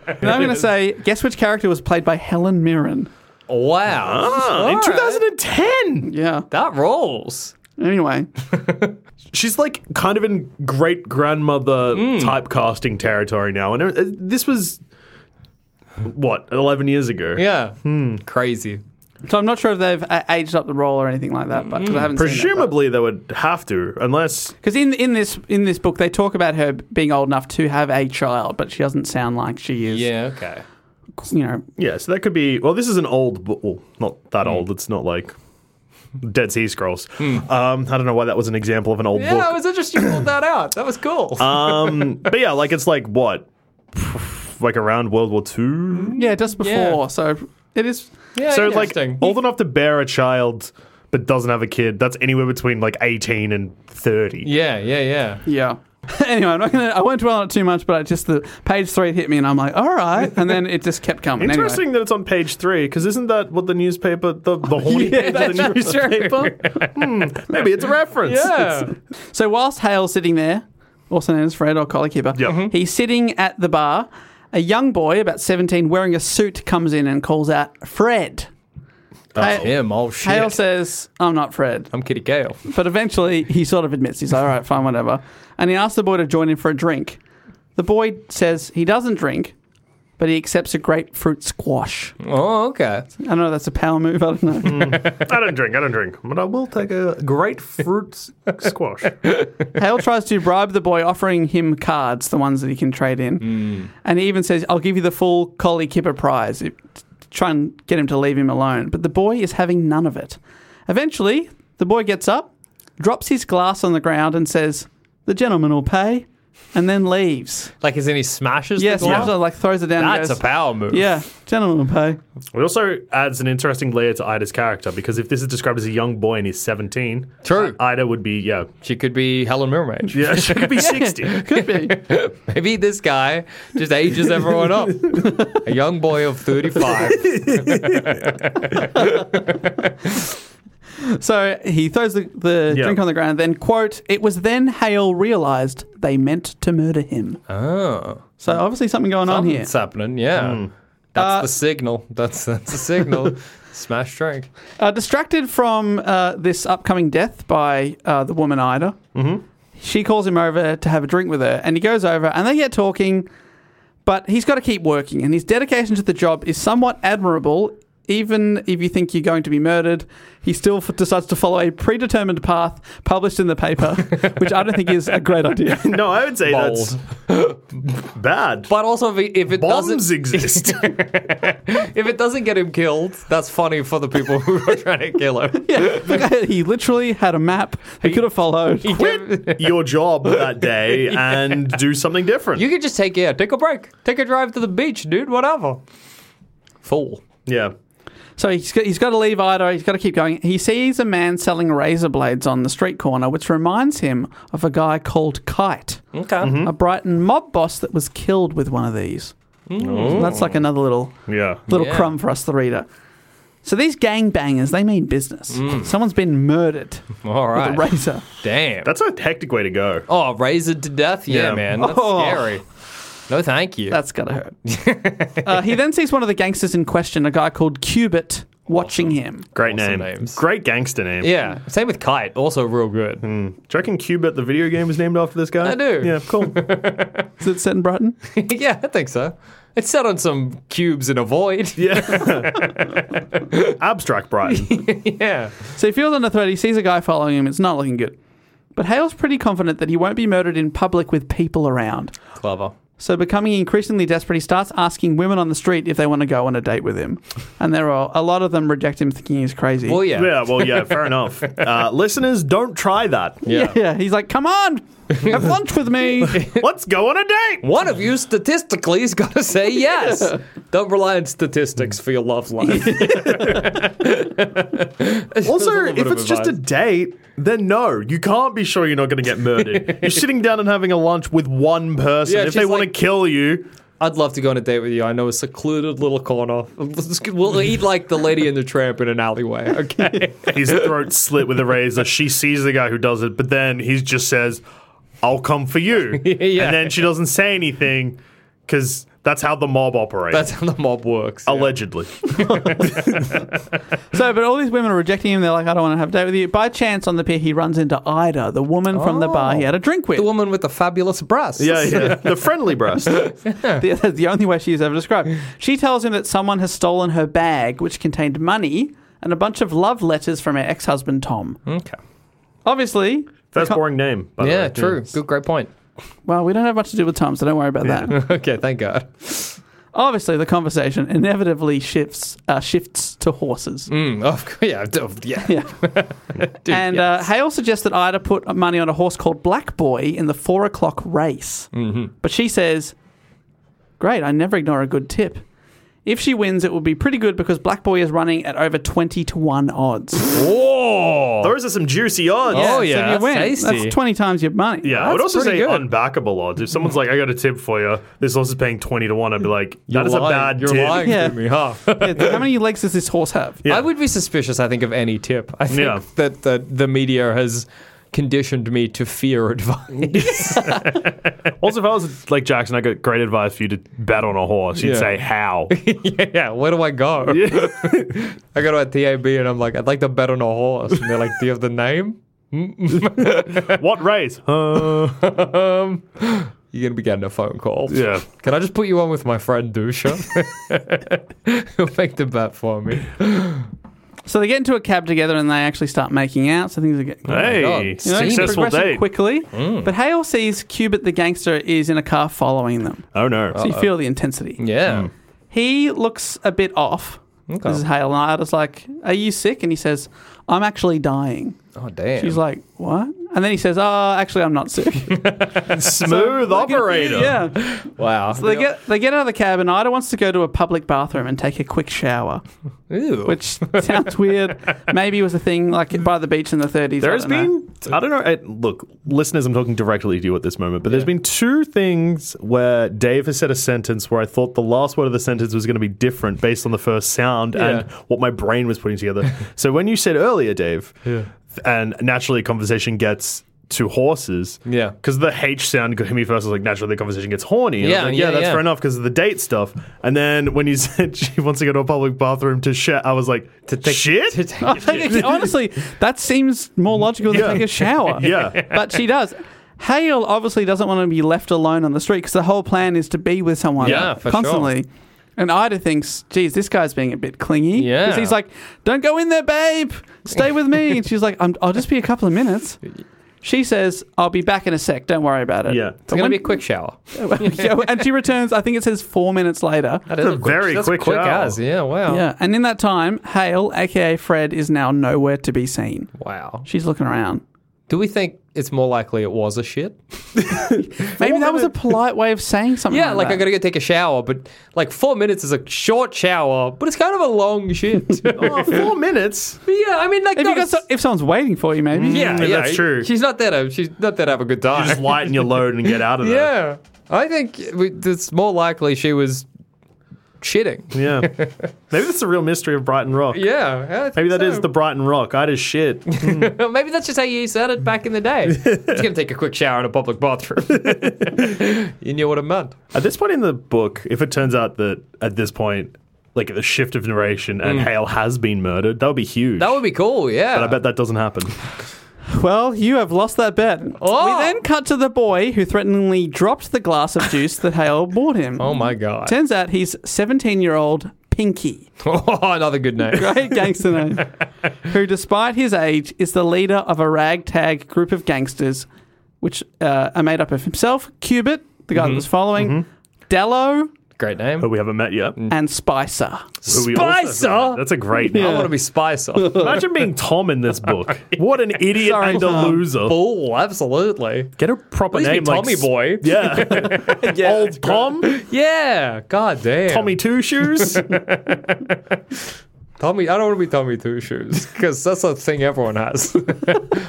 I'm going to say, guess which character was played by Helen Mirren? Ah. Wow. All in right. 2010. Yeah. That rules. Anyway, She's like kind of in great grandmother Mm. typecasting territory now. And uh, this was, what, 11 years ago? Yeah. Hmm. Crazy. so I'm not sure if they've uh, aged up the role or anything like that, but because I haven't seen it. Presumably they would have to, unless. Because in in this in this book, they talk about her being old enough to have a child, but she doesn't sound like she is. Yeah. Okay. You know, Yeah, so that could be. Well, this is an old. bo- Well, not Hmm. that old. It's not like Dead Sea Scrolls. Um, I don't know why that was an example of an old Yeah, book. it was interesting you pulled that out. That was cool. Um, but yeah, like it's like what, like around World War Two. yeah, just before. Yeah. So it is. yeah, so like interesting. old enough to bear a child, but doesn't have a kid. That's anywhere between like eighteen and thirty. yeah, yeah, yeah. Yeah. *laughs* Anyway, I'm not gonna. I won't dwell on it too much, but I just the page three hit me, and I'm like, all right, and then it just kept coming. Interesting that it's on page three, because isn't that what the newspaper, the, *laughs* the horny Anyway. page of the newspaper? Hmm, Maybe it's a reference. Yeah. So whilst Hale's sitting there, also known as Fred or Collie Kipper, Yep. Mhm. he's sitting at the bar. A young boy, about 17, wearing a suit, comes in and calls out Fred. Hale- Him, oh shit. Hale says, "I'm not Fred." I'm Kitty Gale. But eventually, he sort of admits he's like, all right, fine, whatever. And he asks the boy to join him for a drink. The boy says he doesn't drink, but he accepts a grapefruit squash. Oh, okay. I don't know. if That's a power move. I don't know. I don't drink. I don't drink, but I will take a grapefruit s- squash. Hale tries to bribe the boy, offering him cards, the ones that he can trade in. Hmm. And he even says, I'll give you the full Collie Kipper prize. It- Try and get him to leave him alone. But the boy is having none of it. Eventually, the boy gets up, drops his glass on the ground, and says, The gentleman will pay, and then leaves. Like, is any smashes? Yes, the glass? Angela, like throws it down. and that's goes, a power move. Yeah, gentleman will *laughs* pay. It also adds an interesting layer to Ida's character because if this is described as a young boy and he's 17, True. Ida would be, yeah. She could be Helen Mirrenmaid. Yeah, she could *laughs* be 60. *laughs* Could be. Maybe this guy just ages everyone *laughs* up. a young boy of 35. So he throws the, the Yeah. drink on the ground, then, quote, It was then Hale realized they meant to murder him. oh. So obviously something going on here. Something's happening, yeah. That's Uh, the signal. That's that's the *laughs* signal. Smash drink. Uh, distracted from uh, this upcoming death by uh, the woman Ida, mm-hmm. she calls him over to have a drink with her, and he goes over, and they get talking. But he's got to keep working, and his dedication to the job is somewhat admirable. Even if you think you're going to be murdered, he still f- decides to follow a predetermined path published in the *laughs* paper, which I don't think is a great idea. *laughs* No, I would say that's *laughs* bad. But also, if, if it Bombs doesn't, *laughs* exist. if it doesn't get him killed, that's funny for the people who are trying to kill *laughs* him. Yeah, he literally had a map he could have followed. Quit. Your job that day and do something different. You could just take yeah, take a break, take a drive to the beach, dude. Whatever. Fool. yeah. So he's got, he's got to leave Idaho. He's got to keep going. He sees a man selling razor blades on the street corner, which reminds him of a guy called Kite, Okay. a Brighton mob boss that was killed with one of these. So that's like another little Yeah. little Hmm. Yeah. crumb for us, the reader. So these gangbangers, they mean business. Someone's been murdered All with a Hmm. right. razor. Damn. That's a hectic way to go. oh, razored to death. Yeah, Yeah. man. That's Oh. scary. No, thank you. That's gotta hurt. uh, he then sees one of the gangsters in question, a guy called Cubit, watching him. Great Awesome name. names. Great gangster name. yeah. Same with kite. Also, real good. Do you reckon Cubit, the video game, is named after this guy? I do. Yeah, *laughs* cool. Is it set in Brighton? *laughs* yeah, I think so. It's set on some cubes in a void. Abstract Brighton. yeah. So he feels under threat. He sees a guy following him. It's not looking good. But Hale's pretty confident that he won't be murdered in public with people around. Clever. So, becoming increasingly desperate, he starts asking women on the street if they want to go on a date with him. And there are a lot of them reject him, thinking he's crazy. Well, yeah. yeah, well, yeah, fair enough. Uh, listeners, don't try that. yeah. yeah. yeah. He's like, come on, *laughs* have lunch with me. Let's go on a date. One of you statistically has got to *laughs* say yes. Don't rely on statistics for your *laughs* love life. Also, if it's just a date, then no, you can't be sure you're not going to get *laughs* murdered. you're sitting down and having a lunch with one person. Yeah, if they she's want to like- kill you, *laughs* I'd love to go on a date with you. I know a secluded little corner. *laughs* We'll eat like the lady in the tramp in an alleyway. *laughs* Okay. his throat slit with a razor. She sees the guy who does it, but then he just says, "I'll come for you," *laughs* Yeah. and then she doesn't say anything because that's how the mob operates. That's how the mob works. Oh. *laughs* yeah. *laughs* Allegedly, so, but all these women are rejecting him. They're like, I don't want to have a date with you. By chance, on the pier, he runs into Ida, the woman from the bar he had a drink with. Oh. The woman with the fabulous breasts. yeah, *laughs* yeah. The friendly *laughs* breast. *laughs* the, that's the only way she is ever described. She tells him that someone has stolen her bag, which contained money and a bunch of love letters from her ex husband, Tom. Okay. Obviously, First boring name. By the Yeah, way. true. Good, great point. *laughs* well, we don't have much to do with Tom, so don't worry about that. Okay, thank God. Obviously, the conversation inevitably shifts uh, shifts to horses. Mm, oh, yeah, d- yeah. Yeah. Dude, and yeah. uh, Hale suggests that Ida put money on a horse called Black Boy in the four o'clock race. Mm-hmm. But she says, Great, I never ignore a good tip. If she wins, it will be pretty good because Black Boy is running at over 20 to 1 odds. Whoa. Those are some juicy odds. Yeah. Oh, So if you that's win, tasty. That's 20 times your money. Yeah, I would That's also say pretty good. unbackable odds. If someone's like, "I got a tip for you," this horse is paying twenty to one. I'd be like, "That is a bad *laughs* You're tip." lying Yeah. to me, huh? Yeah, *laughs* How many legs does this horse have? Yeah. I would be suspicious, I think, of any tip. I think Yeah. that the, the media has conditioned me to fear *laughs* advice. *laughs* Also, if I was like Jackson, I got great advice for you to bet on a horse. You'd Yeah. say, "How?" *laughs* yeah, yeah, where do I go? *laughs* I go to a TAB and I'm like, I'd like to bet on a horse. And they're like, do you *laughs* have the name? *laughs* what race? Uh, Um, you're going to be getting a phone call. Yeah. Can I just put you on with my friend Dusha? *laughs* He'll make the bet for me. So they get into a cab together and they actually start making out. So things are getting Oh God. Hey, You know, it's successful progressing date. quickly. But Hale sees Cubit the gangster is in a car following them. Oh no. So you feel the intensity. Yeah. He looks a bit off. This is Hale. And Ida's like, Are you sick? And he says, I'm actually dying. Oh damn. She's like, What? And then he says, Oh, actually, I'm not sick. *laughs* *laughs* Smooth operator. yeah. wow. So they get they get out of the cab, and Ida wants to go to a public bathroom and take a quick shower, Ew. which sounds weird. Maybe it was a thing like by the beach in the 30s. There I has don't know. *laughs* been, I don't know. it- look, listeners, I'm talking directly to you at this moment, but there's been two things where Dave has said a sentence where I thought the last word of the sentence was going to be different based on the first sound and Yeah. what my brain was putting *laughs* together. so when you said earlier, Dave, and naturally conversation gets to horses, Yeah. because the H sound got hit me first. I was like, naturally the conversation gets horny. And I was Yeah, like, yeah, that's yeah. fair enough because of the date stuff. And then when you *laughs* said she wants to go to a public bathroom to shit, I was like, to take shit. To take- I think- Honestly, that seems more logical than Yeah. take a shower. Yeah. But she does. Hale obviously doesn't want to be left alone on the street because the whole plan is to be with someone Yeah, for constantly. And Ida thinks, geez, this guy's being a bit clingy. Yeah. Because he's like, don't go in there, babe. Stay with me. and she's like, I'm, I'll just be a couple of minutes. She says, I'll be back in a sec. Don't worry about it. Yeah. it's *laughs* gonna be a quick shower. Yeah, and she returns, I think it says four minutes later. That is a very that's quick quick shower. as. Yeah. Wow. Yeah. And in that time, Hale, aka Fred, is now nowhere to be seen. Wow. She's looking around. Do we think it's more likely it was a shit? Maybe that was a polite way of saying something. Yeah, like that. I gotta go take a shower, but like four minutes is a short shower, but it's kind of a long shit. *laughs* but Oh, *laughs* four minutes. yeah, I mean, like If, you not got a- so, if someone's waiting for you, maybe. yeah, Mm, yeah, that's true. She's not there. To, she's not there to have a good time. just lighten your load and get out of there. yeah, I think we, it's more likely she was shitting. *laughs* Yeah. Maybe that's the real mystery of Brighton Rock. Yeah, Maybe that is the Brighton Rock. I just shit. the. *laughs* Maybe that's just how you said it back in *laughs* the day. it's gonna take a quick shower in a public bathroom. you knew what it meant. at this point in the book, if it turns out that at this point, like the shift of narration and Hale has been murdered, that would be huge. Mm. That would be cool. Yeah, but I bet that doesn't happen. Well, you have lost that bet. Oh. We then cut to the boy who threateningly dropped the glass of juice that Hale bought him. Oh my god! Turns out he's 17 year old Pinky, *laughs* Oh, another good *laughs* name. *laughs* great gangster name, who, despite his age, is the leader of a ragtag group of gangsters, which uh, are made up of himself, Cubit, the Mm-hmm. guy that was following, Dallo, Great name. But we haven't met yet. and Spicer. Who we also haven't Spicer? met. That's a great I name. want to be *laughs* Spicer. Imagine being Tom in this book. What an idiot Sorry, and a Tom. loser. Bull, absolutely. Get a proper Please be name like Tommy s- Boy. Yeah. *laughs* Old *laughs* Tom, Yeah, god damn. Tommy Two *laughs* Shoes. Tommy, I don't want to be Tommy Two Shoes *laughs* because that's a thing everyone has. *laughs*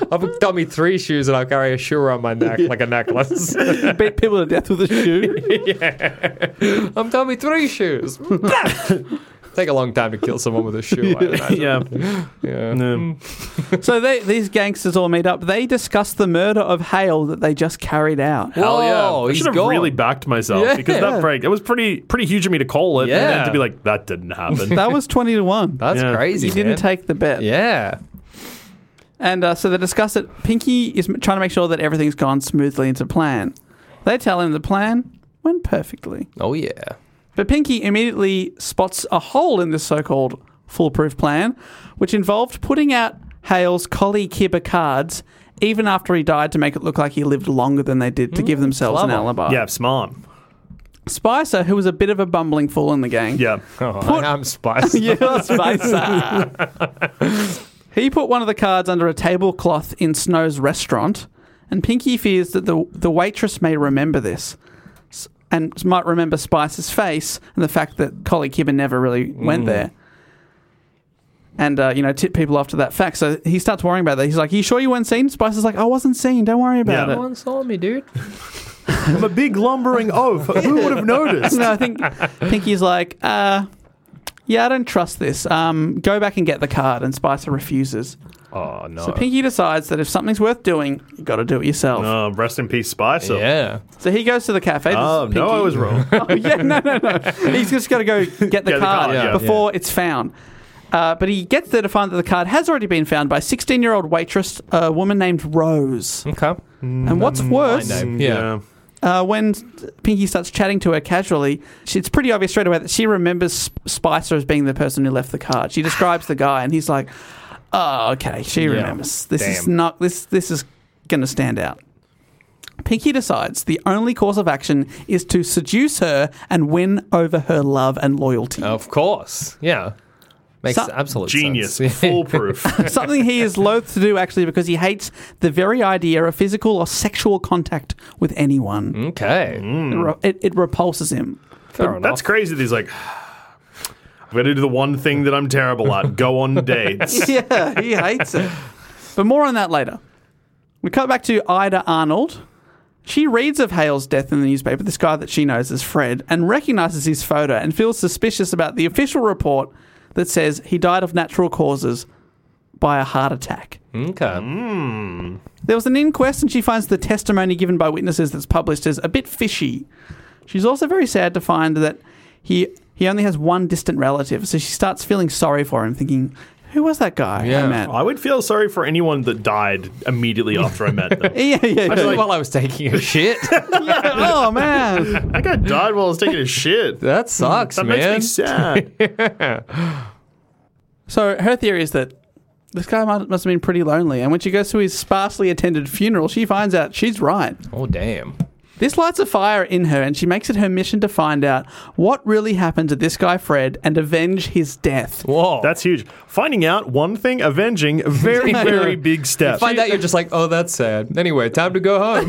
I'm a Tommy Three Shoes and I carry a shoe around my neck like a necklace. Beat people to death with a shoe. *laughs* I'm Tommy Three Shoes. *laughs* Take a long time to kill someone with a shoe. I imagine. yeah. Mm. Yeah. No. So they, these gangsters all meet up. They discuss the murder of Hale that they just carried out. Hell Oh, yeah. Whoa, I Oh, he's should have gone. really backed myself Yeah. because that break, it was pretty pretty huge of me to call it and Yeah. then to be like, that didn't *laughs* happen. That was twenty to one. That's Yeah. crazy. you didn't man. take the bet. Yeah. And uh, so they discuss it. Pinky is m- trying to make sure that everything's gone smoothly into plan. They tell him the plan went perfectly, Oh yeah. but Pinky immediately spots a hole in this so-called foolproof plan, which involved putting out Hale's collie Kibber cards even after he died to make it look like he lived longer than they did to give themselves an clever. alibi. yeah, smart. Spicer, who was a bit of a bumbling fool in the gang, Yeah. Oh, I am *laughs* Spice. Yeah, *laughs* Spicer. he put one of the cards under a tablecloth in Snow's restaurant, and Pinky fears that the, the waitress may remember this s- and might remember Spicer's face and the fact that Collie Kibben never really went there. And, uh, you know, tip people off to that fact. So he starts worrying about that. He's like, You sure you weren't seen? Spicer's like, I wasn't seen. Don't worry about Yeah. it. No one saw me, dude. I'm a big *laughs* lumbering oaf. Who would have noticed? *laughs* no, I think Pinky's like, uh, yeah, I don't trust this. Um, go back and get the card, and Spicer refuses. Oh, no. So Pinky decides that if something's worth doing, you got to do it yourself. Uh, rest in peace, Spicer. Yeah. So he goes to the cafe. This is Oh, no, Pinky. I was wrong. *laughs* Oh, yeah, no, no, no. He's just got to *laughs* go get the the card card, yeah. before it's found. Uh, but he gets there to find that the card has already been found by 16 year old waitress, a woman named Rose. Okay. And what's worse, Mm, name. *laughs* Yeah. uh, when Pinky starts chatting to her casually, she, it's pretty obvious straight away that she remembers Sp- Spicer as being the person who left the card. She describes the guy, and he's like, "Oh, okay, she remembers. This is Damn. not this. This is going to stand out." Pinky decides the only course of action is to seduce her and win over her love and loyalty. Of course. Yeah. Makes So- absolute Genius, sense. *laughs* foolproof. *laughs* Something he is loath to do, actually, because he hates the very idea of physical or sexual contact with anyone. Okay. It re- It, it repulses him. Fair enough. That's crazy. That he's like, I'm gonna do the one thing that I'm terrible at: go *laughs* on *laughs* dates. yeah, he hates it. But more on that later. We cut back to Ida Arnold. She reads of Hale's death in the newspaper, this guy that she knows as Fred, and recognizes his photo and feels suspicious about the official report that says he died of natural causes by a heart attack. Okay. There was an inquest, and she finds the testimony given by witnesses that's published as a bit fishy. She's also very sad to find that he he only has one distant relative, so she starts feeling sorry for him, thinking, "Who was that guy I Yeah. met?" I would feel sorry for anyone that died immediately after I met *laughs* them. *laughs* Yeah, yeah, yeah. like- While I was taking a shit. Yeah, *laughs* oh man, That guy died while I was taking a shit. That *laughs* that sucks, man. makes me sad. So her theory is that this guy mu- must have been pretty lonely, and when she goes to his sparsely attended funeral, she finds out she's right. oh, damn. This lights a fire in her, and she makes it her mission to find out what really happened to this guy Fred and avenge his death. *laughs* Whoa. Oh. That's huge. Finding out one thing, avenging, *laughs* very, very big step. Find out you're just like, oh, that's sad. Anyway, time to go *laughs* home.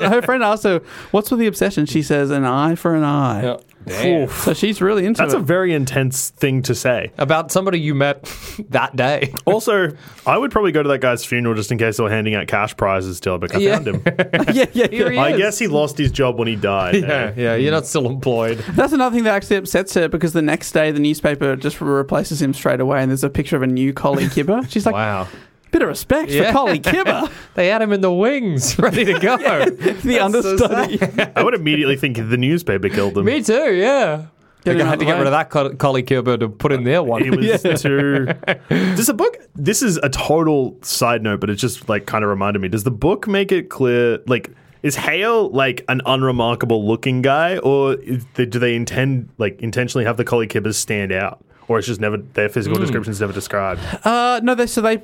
her friend asks her, "What's with the obsession?" She says, "An eye for an eye." Yeah. Damn. Oof. So she's really into That's it. a very intense thing to *laughs* say. About somebody you met *laughs* that day. Also, I would probably go to that guy's funeral just in case they were handing out cash prizes still, but I Yeah. found him. *laughs* yeah, yeah, yeah. Here *laughs* he I is. guess he lost his job when he died. *laughs* Yeah, yeah, you're not still employed. That's another thing that actually upsets her because the next day the newspaper just replaces him straight away, and there's a picture of a new Collie Kibber. She's like, Wow. "Bit of respect for Yeah. Collie *laughs* Kibber." They had him in the wings, *laughs* ready to go. *laughs* the understudy. eh? I would immediately think the newspaper killed him. Me too, yeah. Get Think him I out had to the get way. rid of that co- collie Kilbur to put in their *laughs* one. It was too. Does the book? This is a total side note, but it just like kind of reminded me. Does the book make it clear? Like, is Hale like an unremarkable looking guy, or is they, do they intend like intentionally have the collie kibbers stand out, or it's just never their physical description's never described? Uh, no, they so they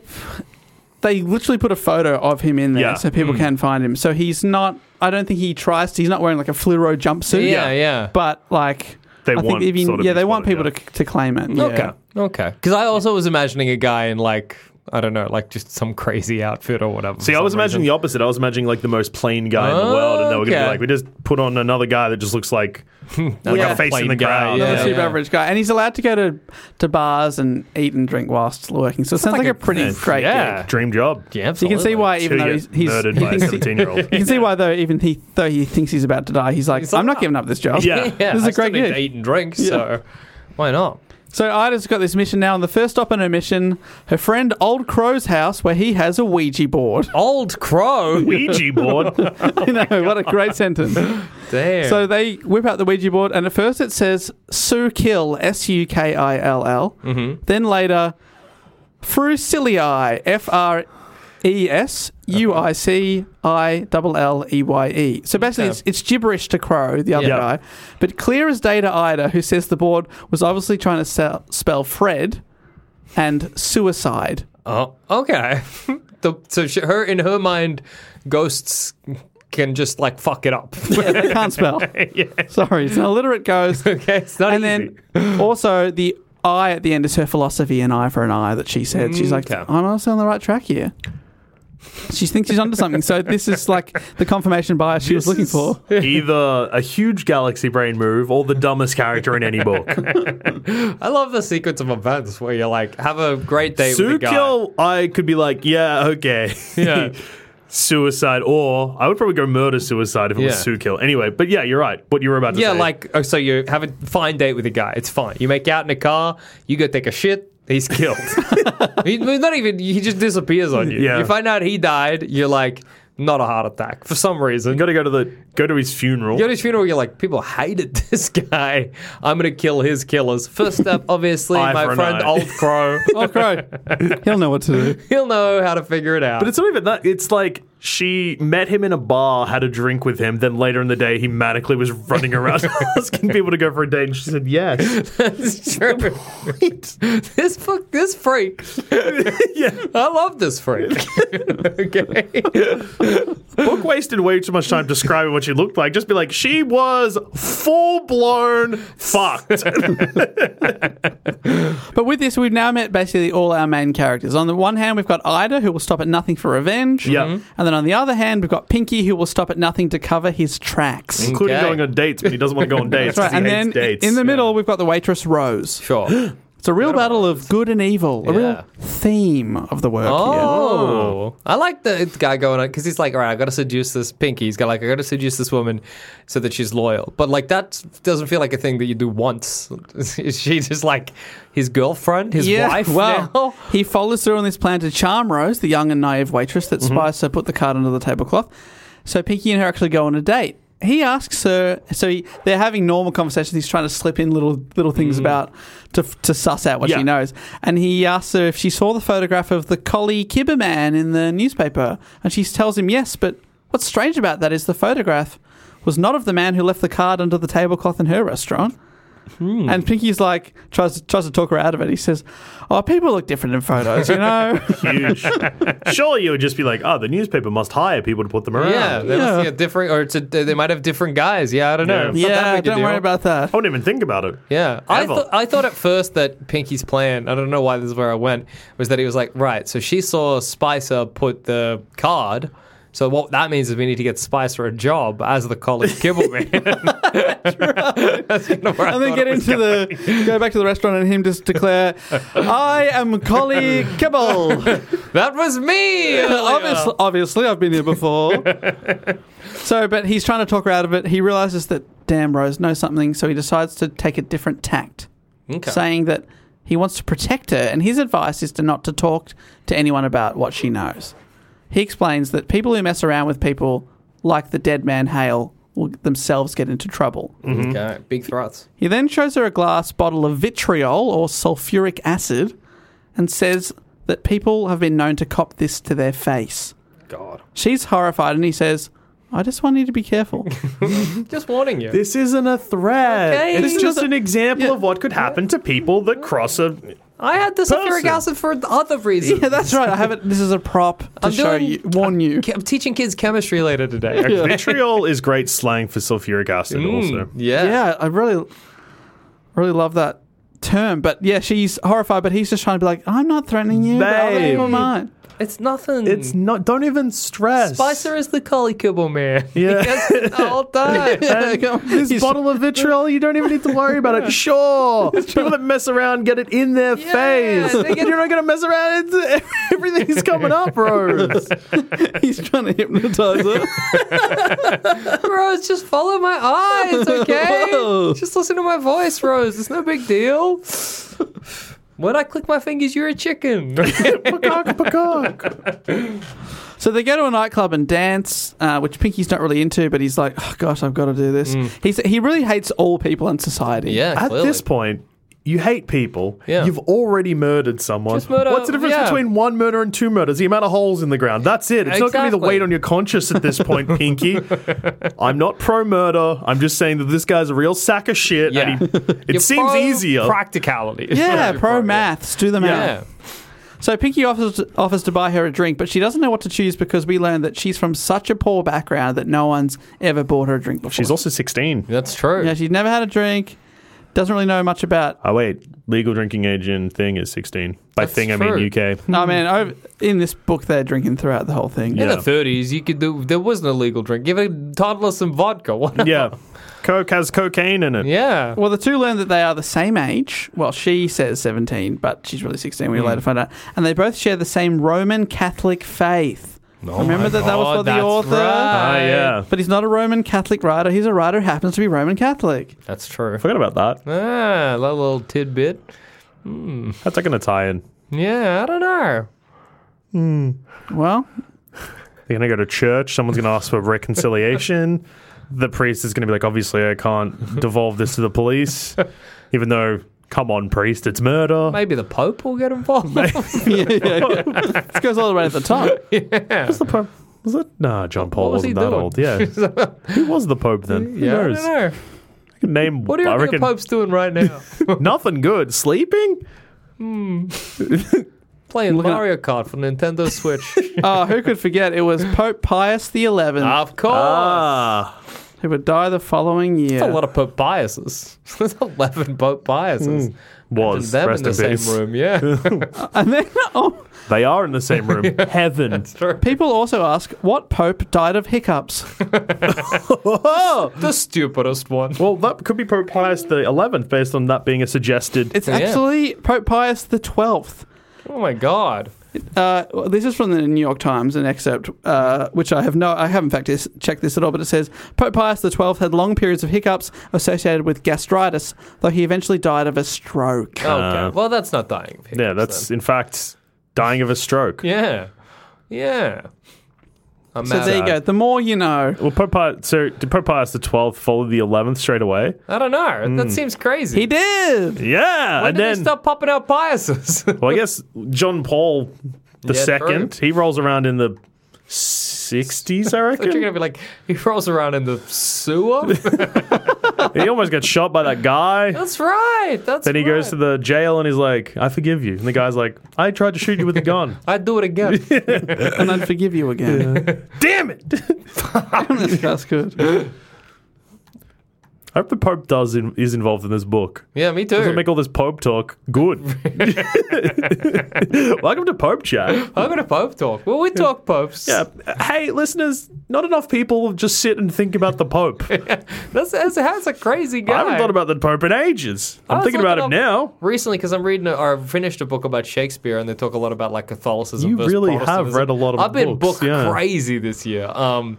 they literally put a photo of him in there Yeah. so Hmm. people can find him. So he's not. I don't think he tries to. He's not wearing like a fluoro jumpsuit. Yeah, yeah. But like, They I think want even- sort of yeah, be they want spotted, people to, to claim it. yeah. Okay, okay. Because I also was imagining a guy in like I don't know, like just some crazy outfit or whatever. See, I was imagining the opposite. I was imagining like the most plain guy in the world, and they were going to Okay. be like, we just put on another guy that just looks like like Yeah. a face in Plain the guy, crowd. Another Yeah, super yeah. average guy, and he's allowed to go to, to bars and eat and drink whilst working. So it sounds like, like a pretty a- great yeah. gig. Dream job. Yeah, So you can see absolutely. *laughs* why, even Two though get he's, he's murdered he by a thinks he, you seventeen year old. can see why though even he though he thinks he's about to die, he's like, He's like, I'm not "Ah." giving up this job. Yeah. Yeah, this is I a great still need gig. to eat and drink, so why not? So Ida's got this mission now, and the first stop on her mission, her friend Old Crow's house, where he has a Ouija board. *laughs* Old crow. Ouija board. you know, what a great sentence. Damn. So they whip out the Ouija board, and at first it says Sue Kill, S U K I L L. Mm-hmm. Then later, Frucilii, F R E S U I C I L L E Y E. So basically, Okay. it's, it's gibberish to Crow, the other Yeah. guy, but clear as day to Ida, who says the board was obviously trying to sell, spell Fred and *laughs* suicide. oh, okay. *laughs* the, so she, her in her mind, ghosts can just like fuck it up. *laughs* Yeah, they can't spell. Sorry, it's an illiterate ghost. okay, it's not and easy. *laughs* then also the I at the end is her philosophy, an eye for an eye that she said. Mm, She's like, Okay. I'm also on the right track here. She thinks she's onto something. So this is like the confirmation bias she was looking *laughs* for. *laughs* Either a huge galaxy brain move or the dumbest character in any *laughs* book. I love the sequence of events where you're like, have a great day with the guy. Sukyo, I could be like, yeah, okay. Yeah. *laughs* suicide, or I would probably go murder suicide if it was Yeah. Sukyo. Anyway, but yeah, you're right. What you were about to Yeah, say. *laughs* like oh, so you have a fine date with a guy. It's fine. You make out in a car. You go take a shit. He's killed. *laughs* he, well, not even. He just *laughs* disappears on you. Yeah. You find out he died. You're like, not a heart attack for some reason. You gotta go to the go to his funeral. You go to his funeral. You're like, people hated *laughs* this guy. I'm gonna kill his killers. *laughs* First step, obviously, Eye for my an friend eye. Old Crow. *laughs* Oh, Crow. He'll know what to do. He'll know how to figure it out. But it's not even that. It's like She met him in a bar, had a drink with him. Then later in the day, he manically was running *laughs* around *laughs* asking people to go for a date. And she said, yes. *laughs* That's true. *laughs* this fuck, *laughs* this freak. I love this freak. *laughs* okay. Book wasted way too much time describing what she looked like. Just be like, she was full blown fucked. *laughs* But with this, we've now met basically all our main characters. On the one hand, we've got Ida, who will stop at nothing for revenge. Yeah. Mhm. And then on the other hand, we've got Pinky, who will stop at nothing to cover his tracks. Including Okay. going on dates, but he doesn't want to go on dates. That's right. And 'cause he then hates Mm. dates. in the middle, we've got the waitress Rose. Sure. It's a real battle of good and evil, a Yeah. real theme of the work here. Oh, I like the guy going on because he's like, all right, I got to seduce this pinky. He's got like, I got to seduce this woman so that she's loyal. But like, that doesn't feel like a thing that you do once. *laughs* Is she just like his girlfriend, his wife well, now? he follows through on this plan to charm Rose, the young and naive waitress that Mm-hmm. Spicer put the card under the tablecloth. So Pinky and her actually go on a date. He asks her, so he, they're having normal conversations. He's trying to slip in little little things Mm-hmm. about to, to suss out what Yeah. she knows. And he asks her if she saw the photograph of the collie Kibber man in the newspaper. And she tells him yes, but what's strange about that is the photograph was not of the man who left the card under the tablecloth in her restaurant. And Pinky's like tries to, tries to talk her out of it. He says, "Oh, people look different in photos, you *laughs* know." huge. Surely you would just be like, oh, the newspaper must hire people to put them around. Yeah, they must Yeah. be a different, or it's a, they might have different guys. Yeah, I don't Yeah. know. It's not that yeah, big a don't deal. worry about that. I wouldn't even think about it. Yeah, I, Ever. th- uh, I thought at first that Pinky's plan, I don't know why this is where I went, was that he was like, right, so she saw Spicer put the card. So what that means is we need to get Spicer a job as the college kibble man. That's kind of where I And then thought it get was into *laughs* the go back to the restaurant and him just declare, "I am Collie *laughs* Kibble." going. That was me. obviously, obviously, I've been here *laughs* before. so, but he's trying to talk her out of it. He realizes that damn Rose knows something, so he decides to take a different tact, Okay. saying that he wants to protect her, and his advice is to not to talk to anyone about what she knows. He explains that people who mess around with people like the dead man Hale will themselves get into trouble. Okay, big threats. He then shows her a glass bottle of vitriol or sulfuric acid and says that people have been known to cop this to their face. God. She's horrified and he says, I just want you to be careful. *laughs* Just warning you. This isn't a threat. Okay. It's This just is a- an example Yeah. of what could happen to people that cross a. I had the sulfuric Person. acid for other reasons. yeah, that's right. I have it. This is a prop to I'm show doing- you, warn you. Ke- I'm teaching kids chemistry later today. Vitriol is great slang for sulfuric acid, Mm. also. Yeah. Yeah, I really, really love that term. But yeah, she's horrified, but he's just trying to be like, I'm not threatening you, but other Babe. people might. It's nothing. It's not. Don't even stress. Spicer is the collie kibble man. *laughs* Yeah. He gets it the whole time. *laughs* This bottle of vitriol, you don't even need to worry *laughs* about it. Sure. People that mess around get it in their Yeah, face. they *laughs* get- You're not going to mess around. It's, everything's coming *laughs* up, Rose. *laughs* He's trying to hypnotize her. *laughs* Rose, just follow my eyes, okay? *laughs* Whoa. just listen to my voice, Rose. It's no big deal. When I click my fingers, you're a *laughs* chicken. *laughs* Peacock, peacock. So they go to a nightclub and dance, uh, which Pinky's not really into, but he's like, oh gosh, I've got to do this. Mm. He's, he really hates all people in society. *laughs* At this point, you hate people. Yeah. You've already murdered someone. Just murder- What's the difference yeah. between one murder and two murders? The amount of holes in the ground. That's it. It's not going to be the Exactly. weight on your conscience at this *laughs* point, Pinky. I'm not pro murder. I'm just saying that this guy's a real sack of shit. Yeah. And he, *laughs* it seems easier. Practicality. Yeah, pro maths, do the Yeah. math. So Pinky offers offers to buy her a drink, but she doesn't know what to choose because we learned that she's from such a poor background that no one's ever bought her a drink before. She's also 16. That's true. yeah, she's never had a drink, doesn't really know much about. Oh wait, legal drinking age in thing is 16. By That's thing I true. mean UK. I mean, over, in this book, they're drinking throughout the whole thing. In Yeah. the 30s, you could do, there wasn't a legal drink. Give a toddler some vodka. *laughs* What a- yeah. Coke has cocaine in it. yeah. Well, the two learn that they are the same age. Well, she says 17, but she's really 16. Hmm. We later find out. And they both share the same Roman Catholic faith. Remember that that was Oh God, for the that's author? right. Ah, yeah. But he's not a Roman Catholic writer. He's a writer who happens to be Roman Catholic. That's true. Forgot about that. Ah, that little tidbit. How's that going to tie in? Yeah, I don't know. Well, They're going to go to church. Someone's going to ask for reconciliation. *laughs* the priest is going to be like, obviously, I can't devolve this to the police, even though, come on, priest, it's murder. Maybe *laughs* the *laughs* Pope will get *laughs* involved. yeah, yeah, yeah. this goes all the way at the top. What's the pro- Was that? Nah, John Paul was he wasn't that doing? old. *laughs* Yeah. Who was the Pope then? Who Yeah, I knows? don't know. I can name. What do you I think reckon the Pope's doing *laughs* right now? nothing good. Sleeping? Playing Looking at- Mario Kart for Nintendo Switch. *laughs* Oh, who could forget? It was Pope Pius XI of course. Ah. who would die the following year. That's a lot of Pope biases. *laughs* There's 11 Pope biases. Hmm. Was. them Rest in the in same peace. room, yeah. *laughs* *laughs* and then *laughs* oh, They are in the same room. Heaven. people also ask what Pope died of hiccups. the stupidest one. Well, that could be Pope Pius the Eleventh, based on that being a suggested. It's Yeah. actually Pope Pius the Twelfth. Oh my god. Uh, this is from the New York Times, an excerpt uh, which I have no, I haven't in fact is- checked this at all, but it says Pope Pius XII had long periods of hiccups associated with gastritis, though he eventually died of a stroke. Okay. well, that's not dying. of hiccups Uh, Yeah, that's in fact dying of a stroke. then. Yeah. Yeah. I'm So mad there you at- go. The more you know. Well, Pope Pius, so did Pope Pius the Twelfth follow the Eleventh straight away? I don't know. That seems crazy. He did. Yeah, When Hmm. and did then they stop popping out biases? *laughs* well, I guess John Paul the Yeah, Second. He rolls around in the *laughs* sixties, I You're gonna reckon. be like, he rolls around in the *laughs* sewer. he almost got shot by that guy. *laughs* that's right. That's Then he goes to right. the jail and he's like, "I forgive you." And the guy's like, "I tried to shoot you with a *laughs* gun. I'd do *laughs* it again. And I'd forgive you again. Damn it!" *laughs* That's good. *laughs* I hope the Pope does in, is involved in this book. yeah, me That's too. what make all this Pope talk *laughs* good. Welcome to Pope Chat. I'm gonna Pope talk. Well, we talk popes. Yeah. Hey, listeners, not enough people just sit and think about the *laughs* Pope. That's, that's, that's a crazy guy. I haven't thought about the Pope in ages. I I'm was thinking about him looking now. recently because I'm reading a, or I've finished a book about Shakespeare and they talk a lot about like Catholicism. You versus really have Protestantism. read a lot of I've been books, book yeah. crazy this year. Um,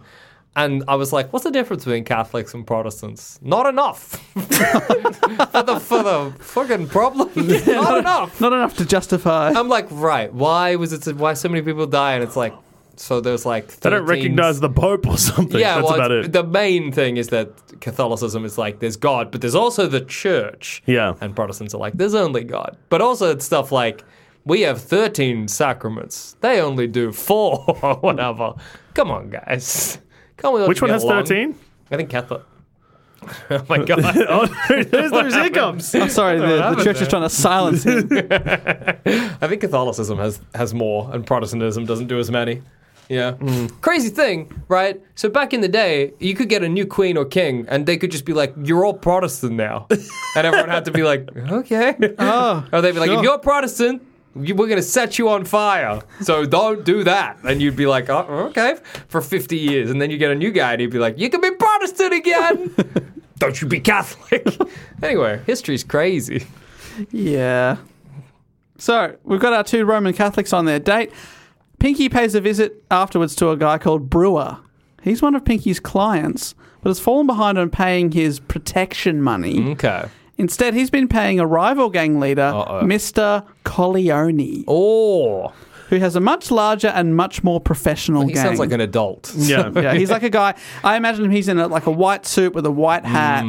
and I was like, what's the difference between Catholics and Protestants? Not enough *laughs* for the for the fucking problem. *laughs* Not enough. Not enough to justify. I'm like, right? Why was it? Why so many people die? And it's like, so there's like They don't recognize the Pope or something. yeah, That's well, about it's- it. the main thing is that Catholicism is like there's God, but there's also the church. Yeah. And Protestants are like there's only God. But also it's stuff like we have 13 sacraments. They only do 4 *laughs* or whatever. Come on, guys. Can't we all Which just one get has along? *laughs* 13? I think Catholic. *laughs* oh my god. *laughs* Oh, there's *laughs* those hiccups. I'm sorry, the, the happened church is trying to silence him. I think Catholicism has has more, and Protestantism doesn't do as many. Yeah, crazy thing, right? So back in the day, you could get a new queen or king, and they could just be like, "You're all Protestant *laughs* now," and everyone had to be like, *laughs* "Okay," Oh, or they'd be like, sure. "If you're Protestant." you- We're going to set you on fire, so don't do that. And you'd be like, oh, okay, for 50 years. And then you get a new guy and he'd be like, you can be Protestant again. *laughs* don't you be Catholic. *laughs* anyway, history's crazy. Yeah. So we've got our two Roman Catholics on their date. Pinky pays a visit afterwards to a guy called Brewer. He's one of Pinky's clients, but has fallen behind on paying his protection money. Okay. Instead, he's been paying a rival gang leader, Mr. Colleoni, Oh. who has a much larger and much more professional He gang. sounds like an adult. Yeah. *laughs* yeah, he's like a guy. I imagine him. He's in a, like a white suit with a white hat,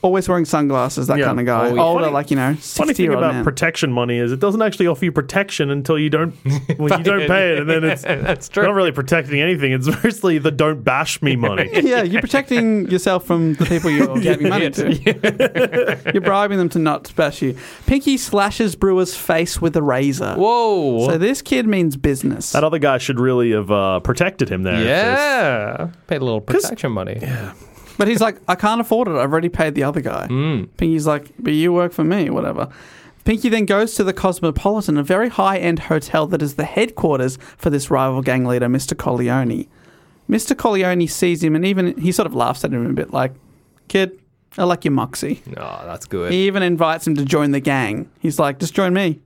always wearing sunglasses. That Hmm. Yeah. kind of guy, Oh, yeah. older, Funny- like you know, Funny sixty thing year old about man. protection money is it doesn't actually offer you protection until you *laughs* don't when you don't pay it, and then *laughs* it's That's you're not true. really protecting anything. It's *laughs* mostly the don't bash *laughs* me money. *laughs* yeah, you're protecting yourself from the people *laughs* you're giving money to. you're bribing them to not bash you. Pinky slashes Brewer's face with a razor. Whoa. So this kid means business. that other guy should really have uh, protected him there. if there's- yeah. Paid a little protection money. But he's like, I can't afford it. I've already paid the other guy. Pinky's like, but you work for me, whatever. Pinky then goes to the Cosmopolitan, a very high end hotel that is the headquarters for this rival gang leader, Mr. Colleoni. Mr. Colleoni sees him and even he sort of laughs at him a bit, like, kid, I like your moxie. Oh, that's good. He even invites him to join the gang. He's like, just join me.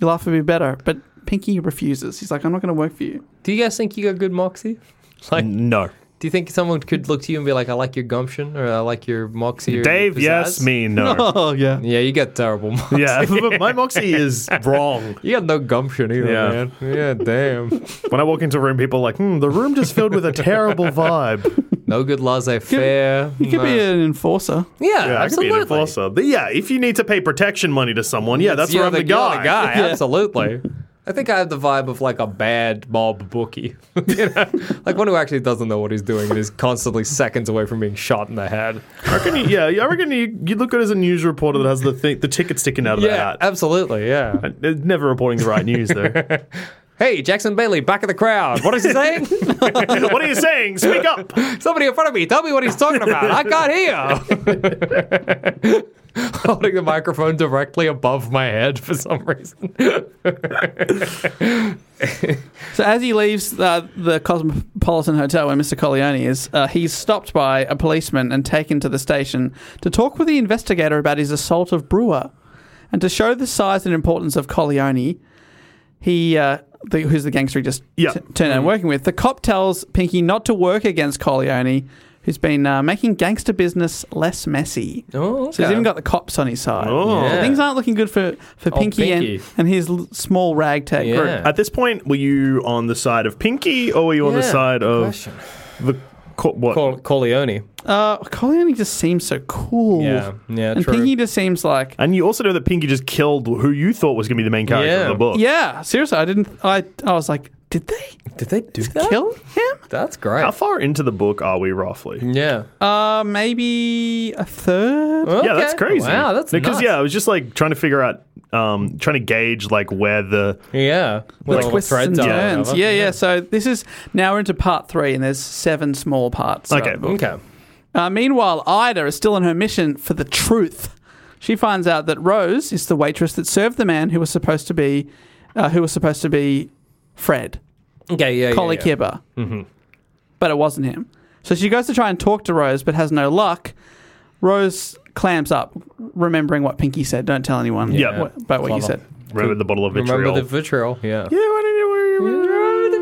Your life will be better. But Pinky refuses. He's like, I'm not going to work for you. Do you guys think you got good moxie? Like, No. do you think someone could look to you and be like, I like your gumption or I like your moxie? Or Dave, your yes. pizzazz?" Me, *laughs* no. *laughs* Oh, yeah. Yeah, you got terrible moxie. yeah, but my moxie is wrong. *laughs* You got no gumption either, Yeah. man. *laughs* Yeah, damn. When I walk into a room, people are like, hmm, the room just filled with a terrible vibe. *laughs* No good laissez faire. He could be an enforcer. yeah, Yeah, I could be absolutely. an enforcer. But yeah, if you need to pay protection money to someone, yeah, that's You're where I'm the, the *laughs* you're the guy. guy. Absolutely. *laughs* I think I have the vibe of like a bad mob bookie, *laughs* You know? like one who actually doesn't know what he's doing and is constantly seconds away from being shot in the head. I reckon you, yeah, I reckon you, you look good as a news reporter that has the thi- the ticket sticking out of their Yeah, hat. absolutely. Yeah. And they're Never reporting the right news *laughs* though. *laughs* Hey, Jackson Bailey, back of the crowd. What is he *laughs* saying? what are you saying? Speak *laughs* up. Somebody in front of me, tell me what he's talking about. I *laughs* can't hear. Holding the microphone directly above my head for some reason. So as he leaves uh, the Cosmopolitan Hotel where Mr. Colleoni is, uh, he's stopped by a policeman and taken to the station to talk with the investigator about his assault of Brewer. And to show the size and importance of Colleoni, he, uh, the, who's the gangster he just Yeah. t- turned out working with, the cop tells Pinky not to work against Colleoni, who's been uh, making gangster business less messy. Oh, So he's okay. even got the cops on his side. Oh. So things aren't looking good for, for Old Pinky, and, Pinky. and his l- small ragtag Yeah. group. At this point, were you on the side of Pinky or were you on the Yeah, side good of question. the co- what? Cor- Corleone. Uh, Colleoni just seems so cool. Yeah, yeah, And true. Pinky just seems like And you also know that Pinky just killed who you thought was going to be the main character Yeah. of the book. yeah. Seriously, I didn't. I I was like, did they Did they do that? kill him? That's great. How far into the book are we roughly? yeah. Uh, maybe a Oh, third. Yeah, that's Okay. crazy. Wow, that's because nuts. yeah, I was just like trying to figure out, um, trying to gauge like where the Yeah. With all the twists and threads on it or turns. whatever. Yeah, yeah. So this is now we're into part three, and there's seven small parts. throughout Okay. the book. Okay. Uh, meanwhile, Ida is still on her mission for the truth. She finds out that Rose is the waitress that served the man who was supposed to be, uh, who was supposed to be Fred. Okay, yeah, yeah. Collie yeah. Kibber. Mm-hmm. But it wasn't him. So she goes to try and talk to Rose, but has no luck. Rose clamps up, remembering what Pinky said. Don't tell anyone Yeah. what, about what you Clever. said. remember the bottle of vitriol. Remember the vitriol? Yeah. yeah, why didn't you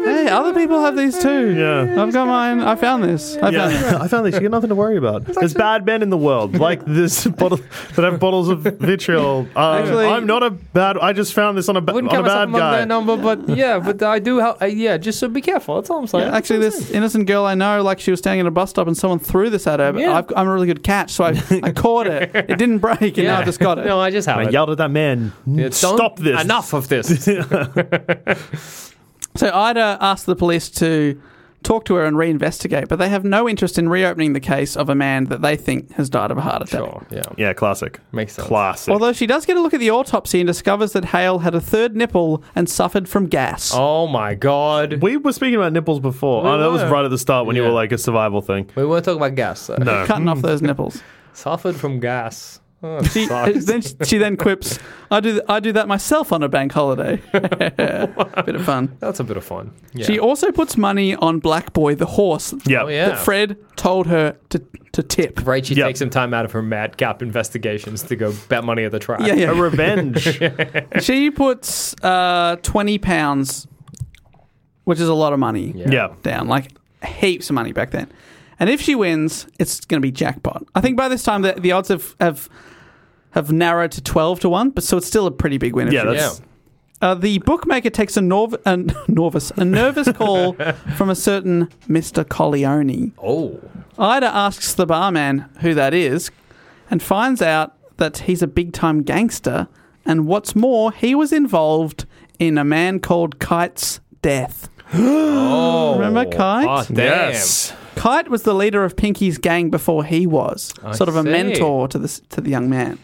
Hey, other people have these too. Yeah. I've got mine. I found this. I found this. Yeah, *laughs* I found this. You got nothing to worry about. There's bad men in the *laughs* world like this bottle that have bottles of vitriol. Um, Actually- I'm not a bad. I just found this on a, ba- on Wouldn't a count myself bad among guy. that number, but yeah, but I do. Help, uh, yeah, just so be careful. That's all I'm saying. Actually, this innocent girl I know, like she was standing at a bus stop and someone threw this at her. But Yeah. I've, I'm a really good catch, so I, I caught it. It didn't break, and now I just got *laughs* it. No, I just have I it. yelled at that man. Yeah, don't- Stop this! Enough of this. So Ida asks the police to talk to her and reinvestigate, but they have no interest in reopening the case of a man that they think has died of a heart attack. sure. Oh, Yeah. Yeah, classic. Makes sense. Classic. Although she does get a look at the autopsy and discovers that Hale had a third nipple and suffered from gas. Oh my god. we were speaking about nipples before. We oh, that was were. right at the start when you Yeah. were like a survival *laughs* thing. We weren't talking about gas. Though. No. Cutting off those *laughs* nipples. Suffered from gas. Oh, She, sucks. then she then quips, "I do I do that myself on a bank holiday." *laughs* Bit of fun. *laughs* That's a bit of fun. Yeah. She also puts money on Black Boy the horse Yeah. Oh, yeah. that Fred told her to to tip. Right, she Yeah. takes some time out of her madcap investigations to go bet money at the track. Yeah, A yeah. *laughs* revenge. She puts uh, twenty pounds, which is a lot of money, yeah. down like heaps of money back then. And if she wins, it's going to be jackpot. I think by this time the, the odds have, have have narrowed to twelve to one, but so it's still a pretty big win. if Yeah, she- that's- uh, the bookmaker takes a, norv- a *laughs* nervous a nervous call *laughs* from a certain Mister Colleoni. Oh. Ida asks the barman who that is and finds out that he's a big time gangster. And what's more, he was involved in a man called Kite's death. Oh. Remember Kite? Oh, damn. Yes. Kite was the leader of Pinky's gang before he was, sort of a see. mentor to the, to the young man.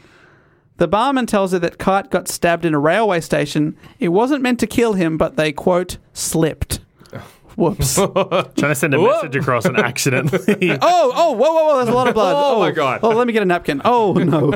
The barman tells her that Kite got stabbed in a railway station. It wasn't meant to kill him, but they, quote, *laughs* slipped. Whoops. oh, Trying to send a Whoa. message across *laughs* and accidentally. oh, whoa, whoa, whoa, there's a lot of blood. Oh, my God. Oh, let me get a napkin. *laughs* Oh, no.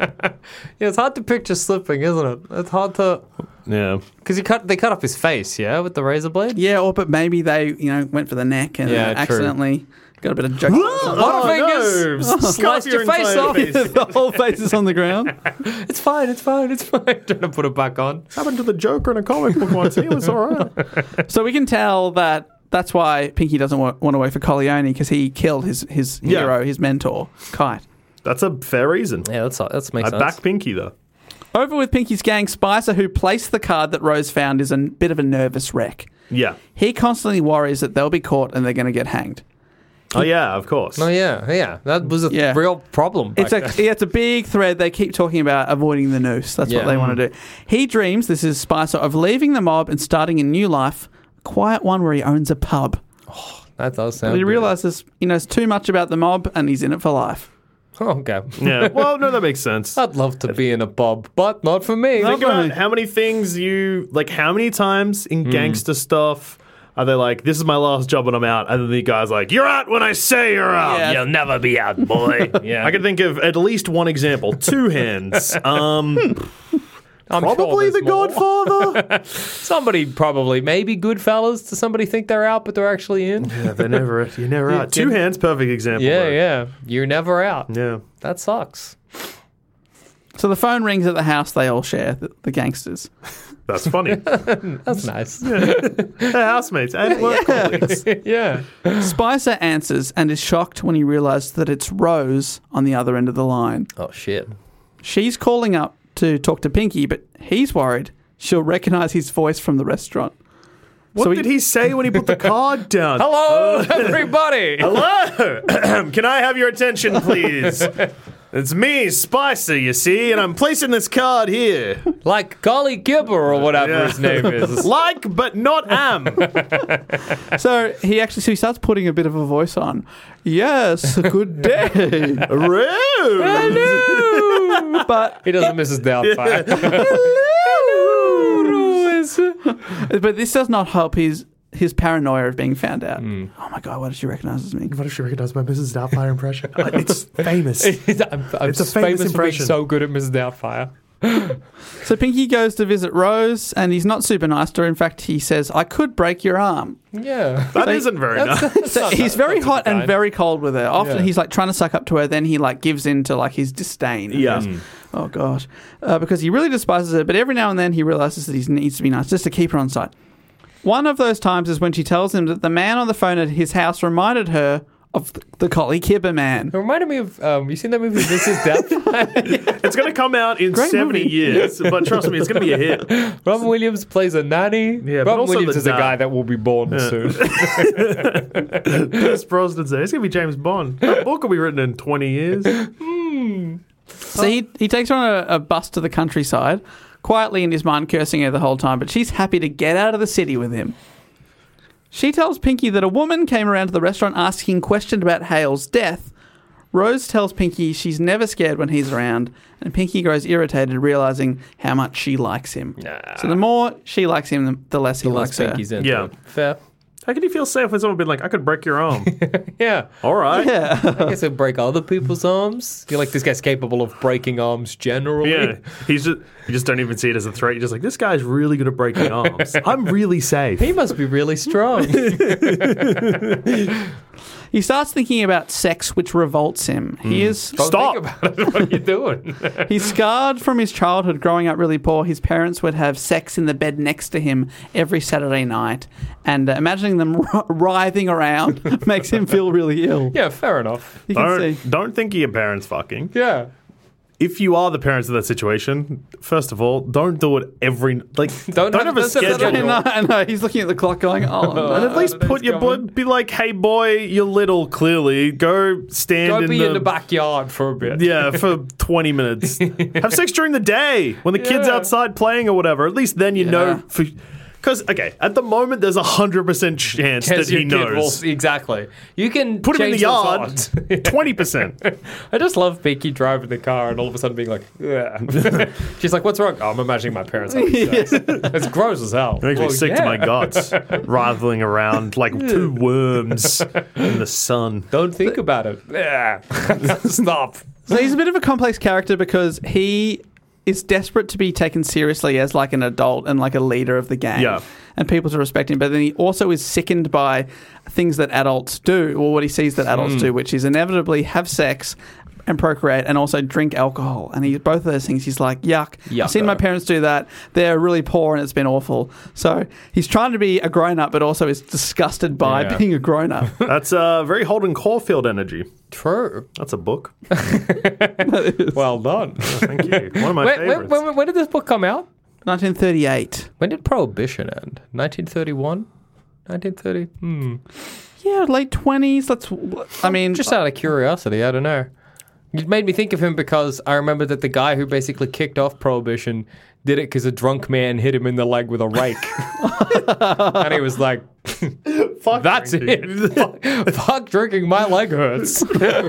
Yeah, it's hard to picture slipping, isn't it? It's hard to *laughs* yeah. because you cut they cut off his face, yeah, with the razor blade. yeah, or but maybe they, you know, went for the neck and Yeah, uh, true. accidentally got a bit of *laughs* joke. Oh, *laughs* Butterfingers! no. Sliced your entire face off. *laughs* the whole face is on the ground. *laughs* It's fine, it's fine, it's fine. *laughs* Trying to put it back on. Happened to the Joker in a comic book once. He was all right. So we can tell that that's why Pinky doesn't wa- want to work for Corleone because he killed his, his Yeah. hero, his mentor, Kite. That's a fair reason. Yeah, that's that's makes I sense. back Pinky though. Over with Pinky's gang, Spicer, who placed the card that Rose found, is a n- bit of a nervous wreck. Yeah. He constantly worries that they'll be caught and they're going to get hanged. Oh yeah, of course. Oh yeah, yeah. That was a Yeah. real problem. It's back a, yeah, it's a big thread. They keep talking about avoiding the noose. That's what Yeah. they want to do. He dreams, this is Spicer, of leaving the mob and starting a new life, a quiet one where he owns a pub. then. that does sound. But he good. realizes he knows too much about the mob and he's in it for life. Oh, okay. Yeah. Well, no, that makes *laughs* sense. I'd love to be in a bob, but not for me. Think about how many things you like. How many times in gangster stuff are they like, "This is my last job and I'm out," and then the guy's like, "You're out when I say you're out. Yeah. You'll never be out, *laughs* boy." yeah. I can think of at least one example. Two *laughs* hands. Um, I'm sure probably there's the more. Godfather. *laughs* Somebody probably, maybe Goodfellas. Does somebody think they're out, but they're actually in? yeah, they're never. You're never out. Two hands. Perfect example. Yeah, though. yeah. You're never out. Yeah. That sucks. So the phone rings at the house they all share, the, the gangsters. That's *laughs* funny. They're That's nice. housemates and work colleagues. *laughs* yeah. Spicer answers and is shocked when he realizes that it's Rose on the other end of the line. Oh shit. She's calling up to talk to Pinky, but he's worried she'll recognize his voice from the restaurant. What So he- did he say when he *laughs* put the card down? Hello, *laughs* everybody. Oh. Hello! *clears throat* Can I have your attention, please? it's me, Spicer, you see, and I'm placing this card here. Like Golly Gibber or whatever Yeah. his name *laughs* is. Like, but not am. So he actually so he starts putting a bit of a voice on. Yes, good day. Rude! but he doesn't miss his downfire. *laughs* but this does not help his his paranoia of being found out. Oh my god, why does she recognize as me? What if she recognized my Mrs. Doubtfire impression? Uh, It's famous. *laughs* I'm, I'm It's a famous just famous, for being impression. so good at Mrs. Doubtfire. So Pinky goes to visit Rose and he's not super nice to her. In fact, he says, I could break your arm. Yeah. *laughs* *laughs* That isn't very nice. So he's very hot and very cold with her. Often Yeah. he's like trying to suck up to her, then he like gives in to like his disdain. Yeah. Goes, oh gosh, uh, because he really despises her. But every now and then he realizes that he needs to be nice just to keep her on side. One of those times is when she tells him that the man on the phone at his house reminded her of th- the Collie Kibber man. It reminded me of um, you seen that movie Mrs. *laughs* Doubtfire? It's going to come out in Great 70 movie. years, but trust me, it's going to be a hit. Robin Williams plays a nanny. Yeah, but Robin also Williams the is a dad. guy that will be *laughs* born soon. Pierce Brosnan's there. It's going to be James Bond. That book will be written in 20 years. So he, he takes her on a, a bus to the countryside, quietly in his mind cursing her the whole time, but she's happy to get out of the city with him. She tells Pinky that a woman came around to the restaurant asking questions about Hale's death. Rose tells Pinky she's never scared when he's around, and Pinky grows irritated, realizing how much she likes him. So the more she likes him, the, the less he likes her. into Yeah. it. Fair. How can you feel safe when someone been like, I could break your arm? Yeah. All right. *laughs* I guess it'll break other people's arms. You're like, this guy's capable of breaking arms generally. Yeah, he's just you just don't even see it as a threat. You're just like, this guy's really good at breaking arms. I'm really safe. He must be *laughs* really strong. He starts thinking about sex, which revolts him. He is Stop. Think about it. What are *laughs* you doing? He's scarred from his childhood growing up really poor. His parents would have sex in the bed next to him every Saturday night, and uh, imagining them *laughs* wr- writhing around *laughs* makes him feel really ill. yeah, fair enough. You can see. Don't, don't think of your parents fucking. Yeah. If you are the parents of that situation, first of all, don't do it every like. Don't, have- have a *laughs* don't set *laughs* a schedule. I schedule. know, I know. He's looking at the clock going, oh, And no. at least put your boy, be like, hey boy, you're little. Clearly, go stand Go in, be the, in the backyard for a *laughs* bit. Yeah, for 20 *laughs* minutes. Have sex during the day when the kid's Yeah. outside playing or whatever. At least then you know. For, because okay, at the moment there's a hundred percent chance that Yes, he your kid will- knows. exactly. You can Put him in the change yard. odds. *laughs* *laughs* Twenty percent. I just love Pinky driving the car and all of a sudden being like, *laughs* yeah. She's like, what's wrong? Oh, I'm imagining my parents having sex. It's gross as hell. Makes me Well, sick to yeah. my *laughs* guts, writhing around like two worms in the sun. Don't think about it. Yeah. *laughs* Stop. So he's a bit of a complex character because he is desperate to be taken seriously as like an adult and like a leader of the gang. Yeah. And people to respect him, but then he also is sickened by things that adults do, or what he sees that adults Hmm. do, which is inevitably have sex and procreate and also drink alcohol. And he both of those things, he's like, yuck. I've seen Yucko. my parents do that. They're really poor and it's been awful. So he's trying to be a grown up, but also is disgusted by Yeah. being a grown *laughs* up. That's uh, very Holden Caulfield energy. True. That's a book. *laughs* Well done. Thank *laughs* you. One of my Wait, when, favorites. when, when did this book come out? 1938. When did Prohibition end? 1931? 1930? Hmm. Yeah, late twenties. That's. I mean, Just out of curiosity, I don't know. It made me think of him because I remember that the guy who basically kicked off prohibition did it because a drunk man hit him in the leg with *laughs* a rake, and he was like, Fuck "That's drinking. it. *laughs* Fuck- Fuck drinking. My *laughs* leg hurts." uh,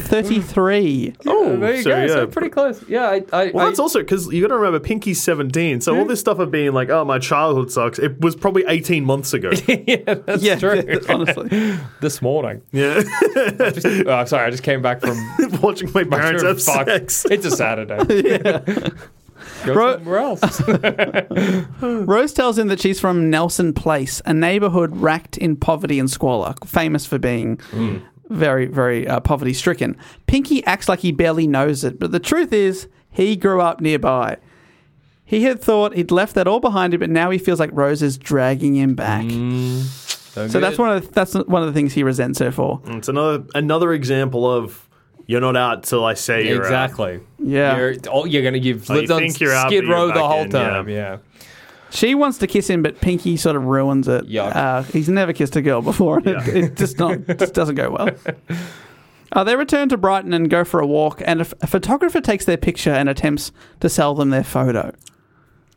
1933. Oh, there you so go. yeah. So pretty close. Yeah, I. I Well, I- Hmm? that's also because you got to remember Pinky's 17. So all this stuff of being like, oh, my childhood sucks, it was probably 18 months *laughs* ago. yeah, that's yeah, true. yeah, *laughs* *laughs* honestly. this morning. yeah. *laughs* Oh, sorry, I just came back from Watching my *laughs* my parents trip. have Fuck. sex. *laughs* It's *laughs* a Saturday. *laughs* Go Bro- somewhere else. Rose tells him that she's from Nelson Place, a neighborhood racked in poverty and squalor, famous for being Hmm. very, very uh, poverty stricken. Pinky acts like he barely knows it, but the truth is, he grew up nearby. He had thought he'd left that all behind him, but now he feels like Rose is dragging him back. Mm. So that's one of the, that's one of the things he resents her for. Mm. It's another another example of you're not out till I say you're uh, out. Exactly. Yeah. You're, oh, you're going to give. Oh, lived you on think you're out, Skid but you're Row the back whole in, yeah. time. Yeah. She wants to kiss him, but Pinky sort of ruins it. Yuck. Uh, he's never kissed a girl before, and *laughs* it, it just not just doesn't go well. Uh, they return to Brighton and go for a walk, and a, ph- a photographer takes their picture and attempts to sell them their photo.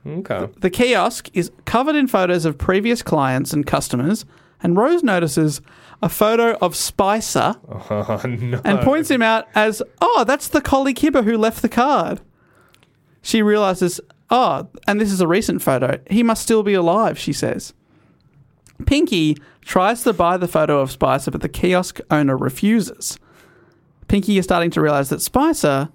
Okay. The kiosk is covered in photos of previous clients and customers, and Rose notices a photo of Spicer Oh, no. and points him out as, "Oh, that's the collie kibber who left the card." She realizes, "Oh, and this is a recent photo. He must still be alive," she says. Pinky tries to buy the photo of Spicer, but the kiosk owner refuses. Pinky is starting to realize that Spicer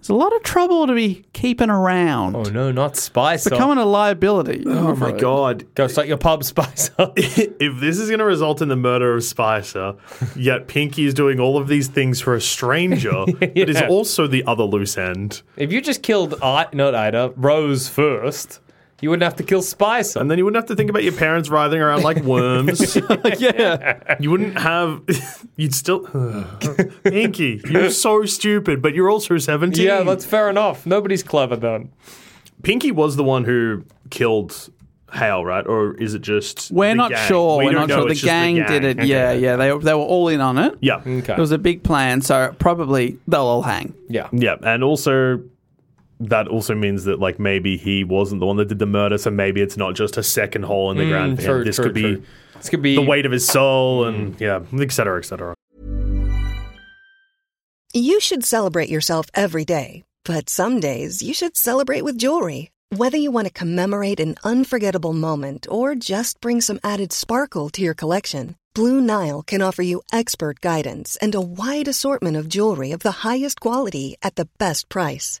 is a lot of trouble to be keeping around, oh no, not Spicer. becoming a liability. Oh my god. Go start your pub, *laughs* Spicer. If this is going to result in the murder of Spicer, yet Pinky is doing all of these things for *laughs* a stranger, it is also the other loose end. if you just killed I, not Ida Rose first, you wouldn't have to kill Spicer. And then you wouldn't have to think about your parents writhing around like worms. *laughs* yeah, You wouldn't have. *laughs* You'd still. *sighs* Pinky, you're so stupid, but you're also 17. yeah, that's fair enough. Nobody's clever then. Pinky was the one who killed Hale, right? Or is it just. we're the not gang? sure. We We're don't not know, sure. The it's just gang, did it. *laughs* Okay. Yeah, yeah. They they were all in on it. Yeah. Okay. It was a big plan, so probably they'll all hang. yeah. Yeah. And also. That also means that, like, maybe he wasn't the one that did the murder, so maybe it's not just a second hole in the ground. for him. True, this true, could be true. This could be the weight of his soul, and yeah, et cetera, et cetera. You should celebrate yourself every day, but some days you should celebrate with jewelry. Whether you want to commemorate an unforgettable moment or just bring some added sparkle to your collection, Blue Nile can offer you expert guidance and a wide assortment of jewelry of the highest quality at the best price.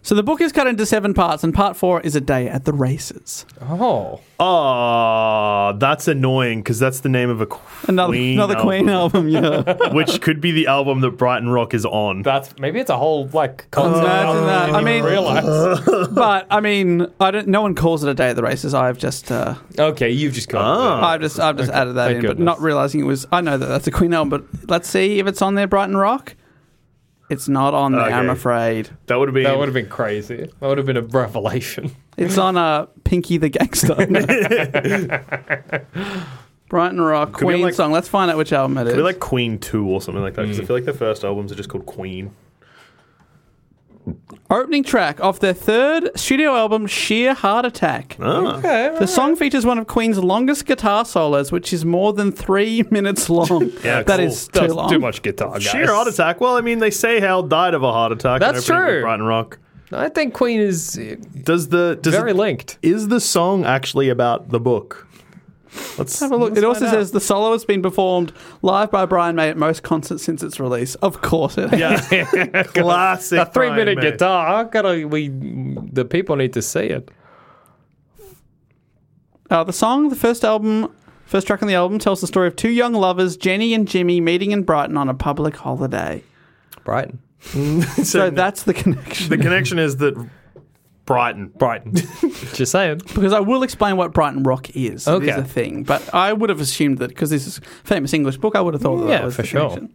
So the book is cut into seven parts, and part four is a day at the races. Oh. Oh, that's annoying because that's the name of a queen Another another Queen album, yeah. *laughs* which could be the album that Brighton Rock is on. That's maybe it's a whole like concept. Imagine that. I I mean, *laughs* mean, realize. but I mean, I don't. No one calls it a day at the races. I've just, uh, okay, you've just got. Ah. Oh, I've just, I've just added that Thank in, but goodness. not realizing it was. I know that that's a Queen album, but let's see if it's on there. Brighton Rock. It's not on there. I'm Okay. afraid *laughs* that would have been. That would have been crazy. That would have been a revelation. it's on uh, Pinky the *laughs* Gangster. Brighton Rock be Queen like- song. Let's find out which album it is. It'd be like Queen 2 or something like that because I feel like their first albums are just called Queen. Opening track off their third studio album, Sheer Heart Attack. The song features one of Queen's longest guitar solos, which is more than three *laughs* minutes long. Yeah, that cool. is too long. guitar, guys. Sheer heart attack. Well, I mean, they say Hal died of a heart attack. in That's opening with true. Brighton Rock. I think Queen is uh, Does the does very it- linked. is the song actually about the book? Let's Have a look. it also find out. says the solo has been performed live by Brian May at most concerts since its release. Of course, it. Yeah. *laughs* Classic. A three minute Brian May. guitar. Gotta we the people need to see it. Uh, the song, the first album, first track on the album, tells the story of two young lovers, Jenny and Jimmy, meeting in Brighton on a public holiday. Brighton. So that's the connection. The connection is that Brighton. Brighton. Just saying. Because I will explain what Brighton Rock is. It is Okay. a thing. But I would have assumed that because this is a famous English book, I would have thought that, that Yeah, was for the sure. connection.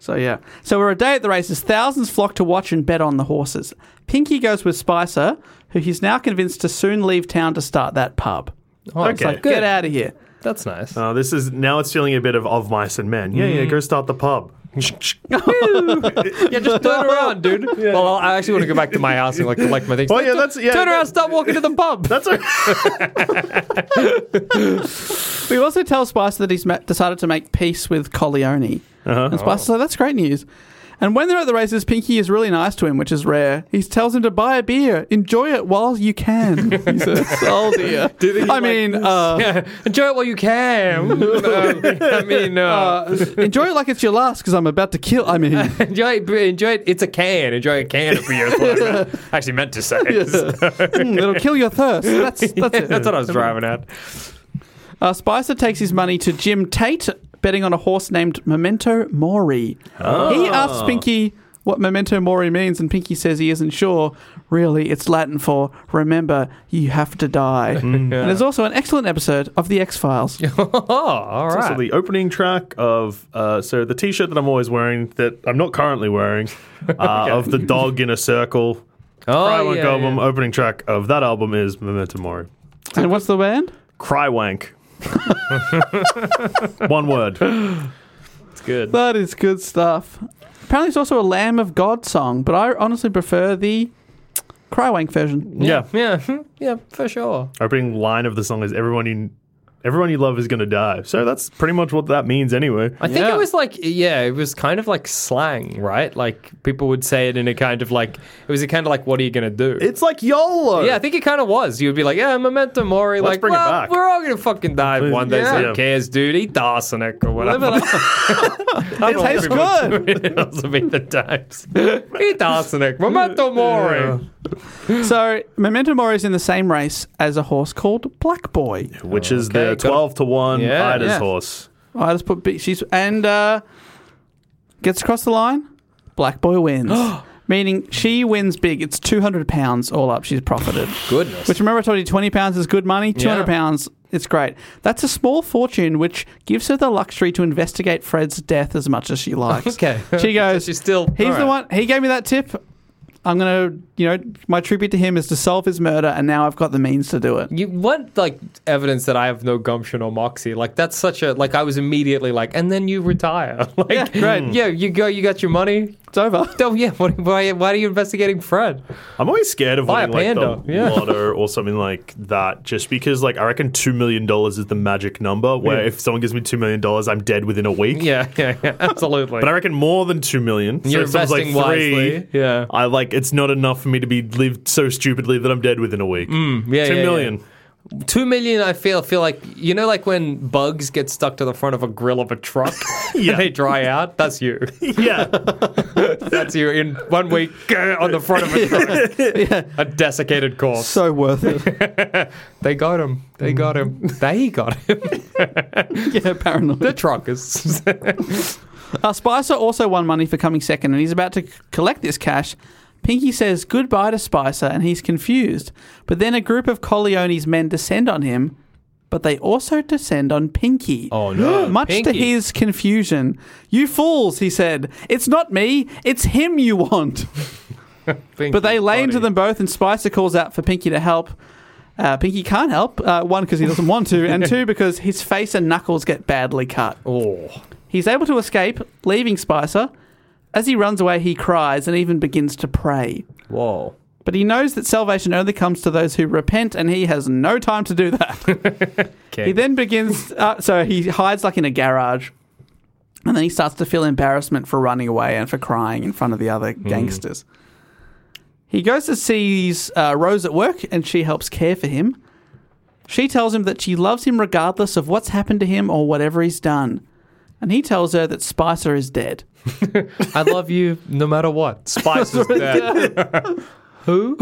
So yeah. So we're a day at the races. Thousands flock to watch and bet on the horses. Pinky goes with Spicer, who he's now convinced to soon leave town to start that pub. Oh, it's Okay. like, Get good. out of here. That's nice. Uh, this is now it's feeling a bit of of mice and men. Yeah, Mm-hmm. yeah. Go start the *laughs* pub. yeah, just turn around, *laughs* dude. Well, I actually want to go back to my house and like collect my things. Oh, yeah, that's- yeah, Turn around, that- stop walking to the *laughs* pub. That's a- We also tell Spicer that he's ma- decided to make peace with Colleone. And Spicer's like, that's great news. And when they're at the races, Pinky is really nice to him, which is rare. He tells him to buy a beer, enjoy it while you can. He says, oh dear. I mean, uh, *laughs* Yeah, enjoy it while *laughs* you can. Um, I mean, uh, uh, enjoy it like it's your last because I'm about to kill. I mean, *laughs* enjoy, it, enjoy it. It's a can. Enjoy a can of *laughs* beer. is what I meant- actually meant to say. *laughs* mm, it'll kill your thirst. That's, that's it. That's what I was driving at. Uh, Spicer takes his money to Jim Tate, betting on a horse named Memento Mori. He asks Pinky what Memento Mori means, and Pinky says he isn't sure. Really, it's Latin for remember, you have to die. And there's also an excellent episode of The X Files. Oh, all It's also right. the opening track of uh, so the T-shirt that I'm always wearing that I'm not currently *laughs* wearing uh, of the dog in a circle. Oh, Crywank yeah, album yeah. opening track of that album is Memento Mori. and what's the band? Crywank. *laughs* One word. It's good. That is good stuff. Apparently, it's also a Lamb of God song, but I honestly prefer the Crywank *laughs* version. Yeah. Yeah, hmm, yeah, for sure. Opening line of the song is everyone you everyone you love is gonna die. So that's pretty much what that means anyway. I think Yeah. it was like, yeah, it was kind of like slang, right? Like people would say it in a kind of like, it was a kind of like, what are you going to do? It's like YOLO. yeah, I think it kind of was. You'd be like, yeah, memento mori. Let's like, bring it well, back. we're all going to fucking die one day. Yeah. So who cares, dude? Eat the arsenic or whatever. *laughs* It tastes good. Those will be the times. Eat the *laughs* arsenic. Memento mori. so, Memento Mori is in the same race as a horse called Black Boy. Which is Okay, the gotta- twelve to one Yeah. Ida's Yeah. horse. Oh, I just put B. She's and uh, gets across the line. Black boy *gasps* wins, meaning she wins big. It's two hundred pounds all up. She's *laughs* profited. Goodness. Which remember I told you twenty pounds is good money. Two hundred Yeah. pounds, it's great. That's a small fortune, which gives her the luxury to investigate Fred's death as much as she likes. *laughs* Okay. she goes. She's still- He's all the right." one. He gave me that tip. I'm gonna, you know, my tribute to him is to solve his murder, and now I've got the means to do it. You want like evidence that I have no gumption or moxie? Like that's such a like I was immediately like, and then you retire. *laughs* Like, Yeah, right. yeah, you go, you got your money. It's over. *laughs* *laughs* Don't yeah. Why, why, why are you investigating Fred? I'm always scared of Buy a winning like the panda, yeah. lotto or something like that, just because like I reckon two million dollars is the magic number. Where if someone gives me two million dollars, I'm dead within a week. *laughs* Yeah, yeah, yeah absolutely. But I reckon more than two million. So You're if someone's investing like three, wisely. Yeah. I like it's not enough for me to be lived so stupidly that I'm dead within a week. Mm. yeah, Two yeah, yeah. million. *laughs* Two million. I feel feel like you know, like when bugs get stuck to the front of a grill of a *laughs* truck Yeah. and they dry out. That's *laughs* you. Yeah. That's you in one week on the front of a *laughs* truck. A desiccated corpse. So worth it. *laughs* They got him. They got *laughs* him. They got him. yeah, paranoid. The truckers. Uh, Spicer also won money for coming second, and he's about to c- collect this cash. Pinky says goodbye to Spicer, and he's confused. But then a group of Colleone's men descend on him, but they also descend on Pinky. *gasps* Oh, *gasps* no. Much to Pinky. his confusion. You fools, he said. It's not me, it's him you *laughs* want. But they lay into them both, and Spicer calls out for Pinky to help. Uh, Pinky can't help, uh, one, because he doesn't want to, *laughs* and two, because his face and knuckles get badly cut. Oh. He's able to escape, leaving Spicer. As he runs away, he cries and even begins to pray. Whoa. But he knows that salvation only comes to those who repent, and he has no time to do that. Okay. he then begins, uh, so he hides like in a garage, and then he starts to feel embarrassment for running away and for crying in front of the other gangsters. He goes to sees uh, Rose at work, and she helps care for him. She tells him that she loves him regardless of what's happened to him or whatever he's done. And he tells her that Spicer is dead. *laughs* I love you no matter what. *laughs* Spice is dead. Who?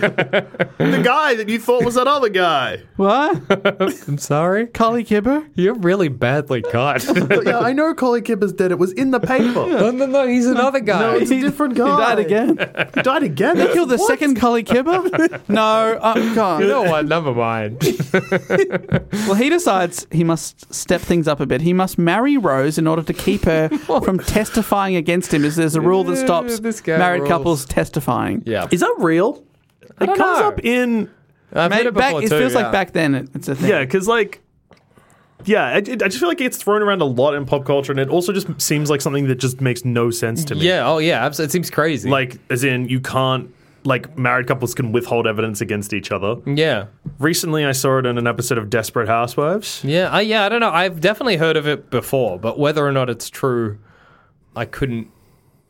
The guy that you thought was that other guy. What? I'm sorry. Carly *laughs* Kibber? You're really *laughs* badly caught. yeah, I know Colin Kibber's dead. It was in the paper. no, no, no. He's another guy. *laughs* It's a different guy. He died again. He died again. They killed the second Carly Kibber? *laughs* No, uh, God. you know what? *laughs* Never mind. Well, he decides he must step things up a bit. He must marry Rose in order to keep *laughs* her from testifying against him, as there's a rule that stops This guy married rules. couples testifying. yeah. Is that real? It comes know. up in I've Mate, heard it back- before it too, feels yeah. like back then it- it's a thing. yeah, because like. Yeah, I, it- I just feel like it gets thrown around a lot in pop culture, and it also just seems like something that just makes no sense to me. Yeah. Oh, yeah. abso- It seems crazy. Like, as in, you can't, like, married couples can withhold evidence against each other. Yeah. Recently, I saw it in an episode of Desperate Housewives. Yeah. I, yeah. I don't know. I've definitely heard of it before, but whether or not it's true, I couldn't.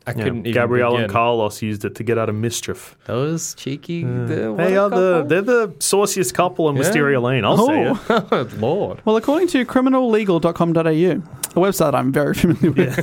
I couldn't even. Gabrielle and begin. Carlos used it to get out of mischief. Those cheeky. the- what They a are the couple. they're the sauciest couple in Wisteria Lane. I'll say it. Oh, *laughs* Lord. Well, according to criminallegal.com.au, a website I'm very *laughs* familiar with,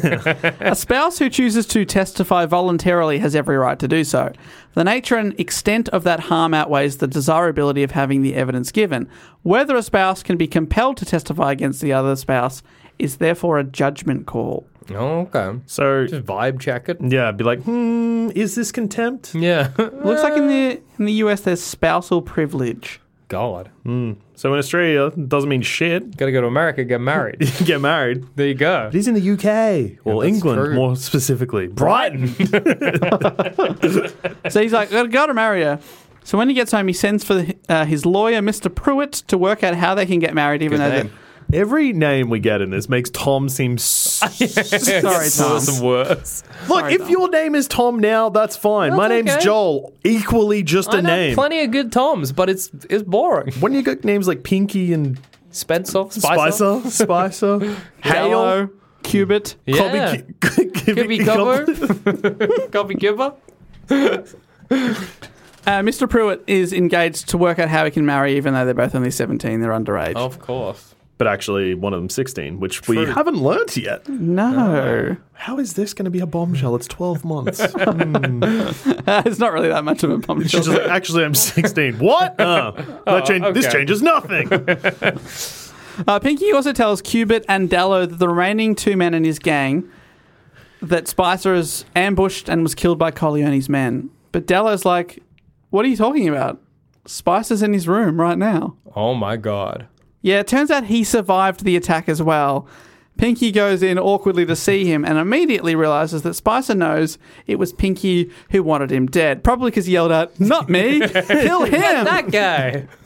a spouse who chooses to testify voluntarily has every right to do so. The nature and extent of that harm outweighs the desirability of having the evidence given. Whether a spouse can be compelled to testify against the other spouse is therefore a judgment call. Oh, okay. *laughs* So Just vibe check it. yeah, be like, hmm, is this contempt? Yeah. *laughs* Looks like in the in the US there's spousal privilege. God. So in Australia, it doesn't mean shit. *laughs* Gotta go to America, get married. You can get married. there you go. It is in the UK or that's England, true. more specifically, *laughs* Brighton. So he's like, gotta go to marry her. So when he gets home, he sends for the, uh, his lawyer, Mr. Pruitt, to work out how they can get married, even Good though. name. Every name we get in this makes Tom *laughs* seem. S- the- Sorry, Tom. Some worse. Look, if your name is Tom now, that's fine. My That's name's okay. Joel. Equally, just a I know name. plenty of good Toms, but it's it's boring. when you got names like Pinky and Spencer, Spicer, Spicer, *laughs* Spicer, Halo, Cubit. yeah, *laughs* Gibby Gubbo, *laughs* Gubby Gibber. Uh, Mr. Pruitt is engaged to work out how he can marry, even though they're both only 17, they're underage. Of course. But actually, one of them 16, which we True. haven't learnt yet. No. How is this going to be a bombshell? It's 12 *laughs* months. Hmm. *laughs* it's not really that much of a bombshell. She's just like, actually, I'm 16. *laughs* What? Uh, that change- This Oh, okay. changes nothing. *laughs* Uh, Pinky also tells Cubit and Dallo that the remaining two men in his gang that Spicer is ambushed and was killed by Corleone's men. But Dallo's like, what are you talking about? Spicer's in his room right now. Oh my god. Yeah, it turns out he survived the attack as well. Pinky goes in awkwardly to see him and immediately realizes that Spicer knows it was Pinky who wanted him dead. Probably because he yelled out, Not me! Kill him! That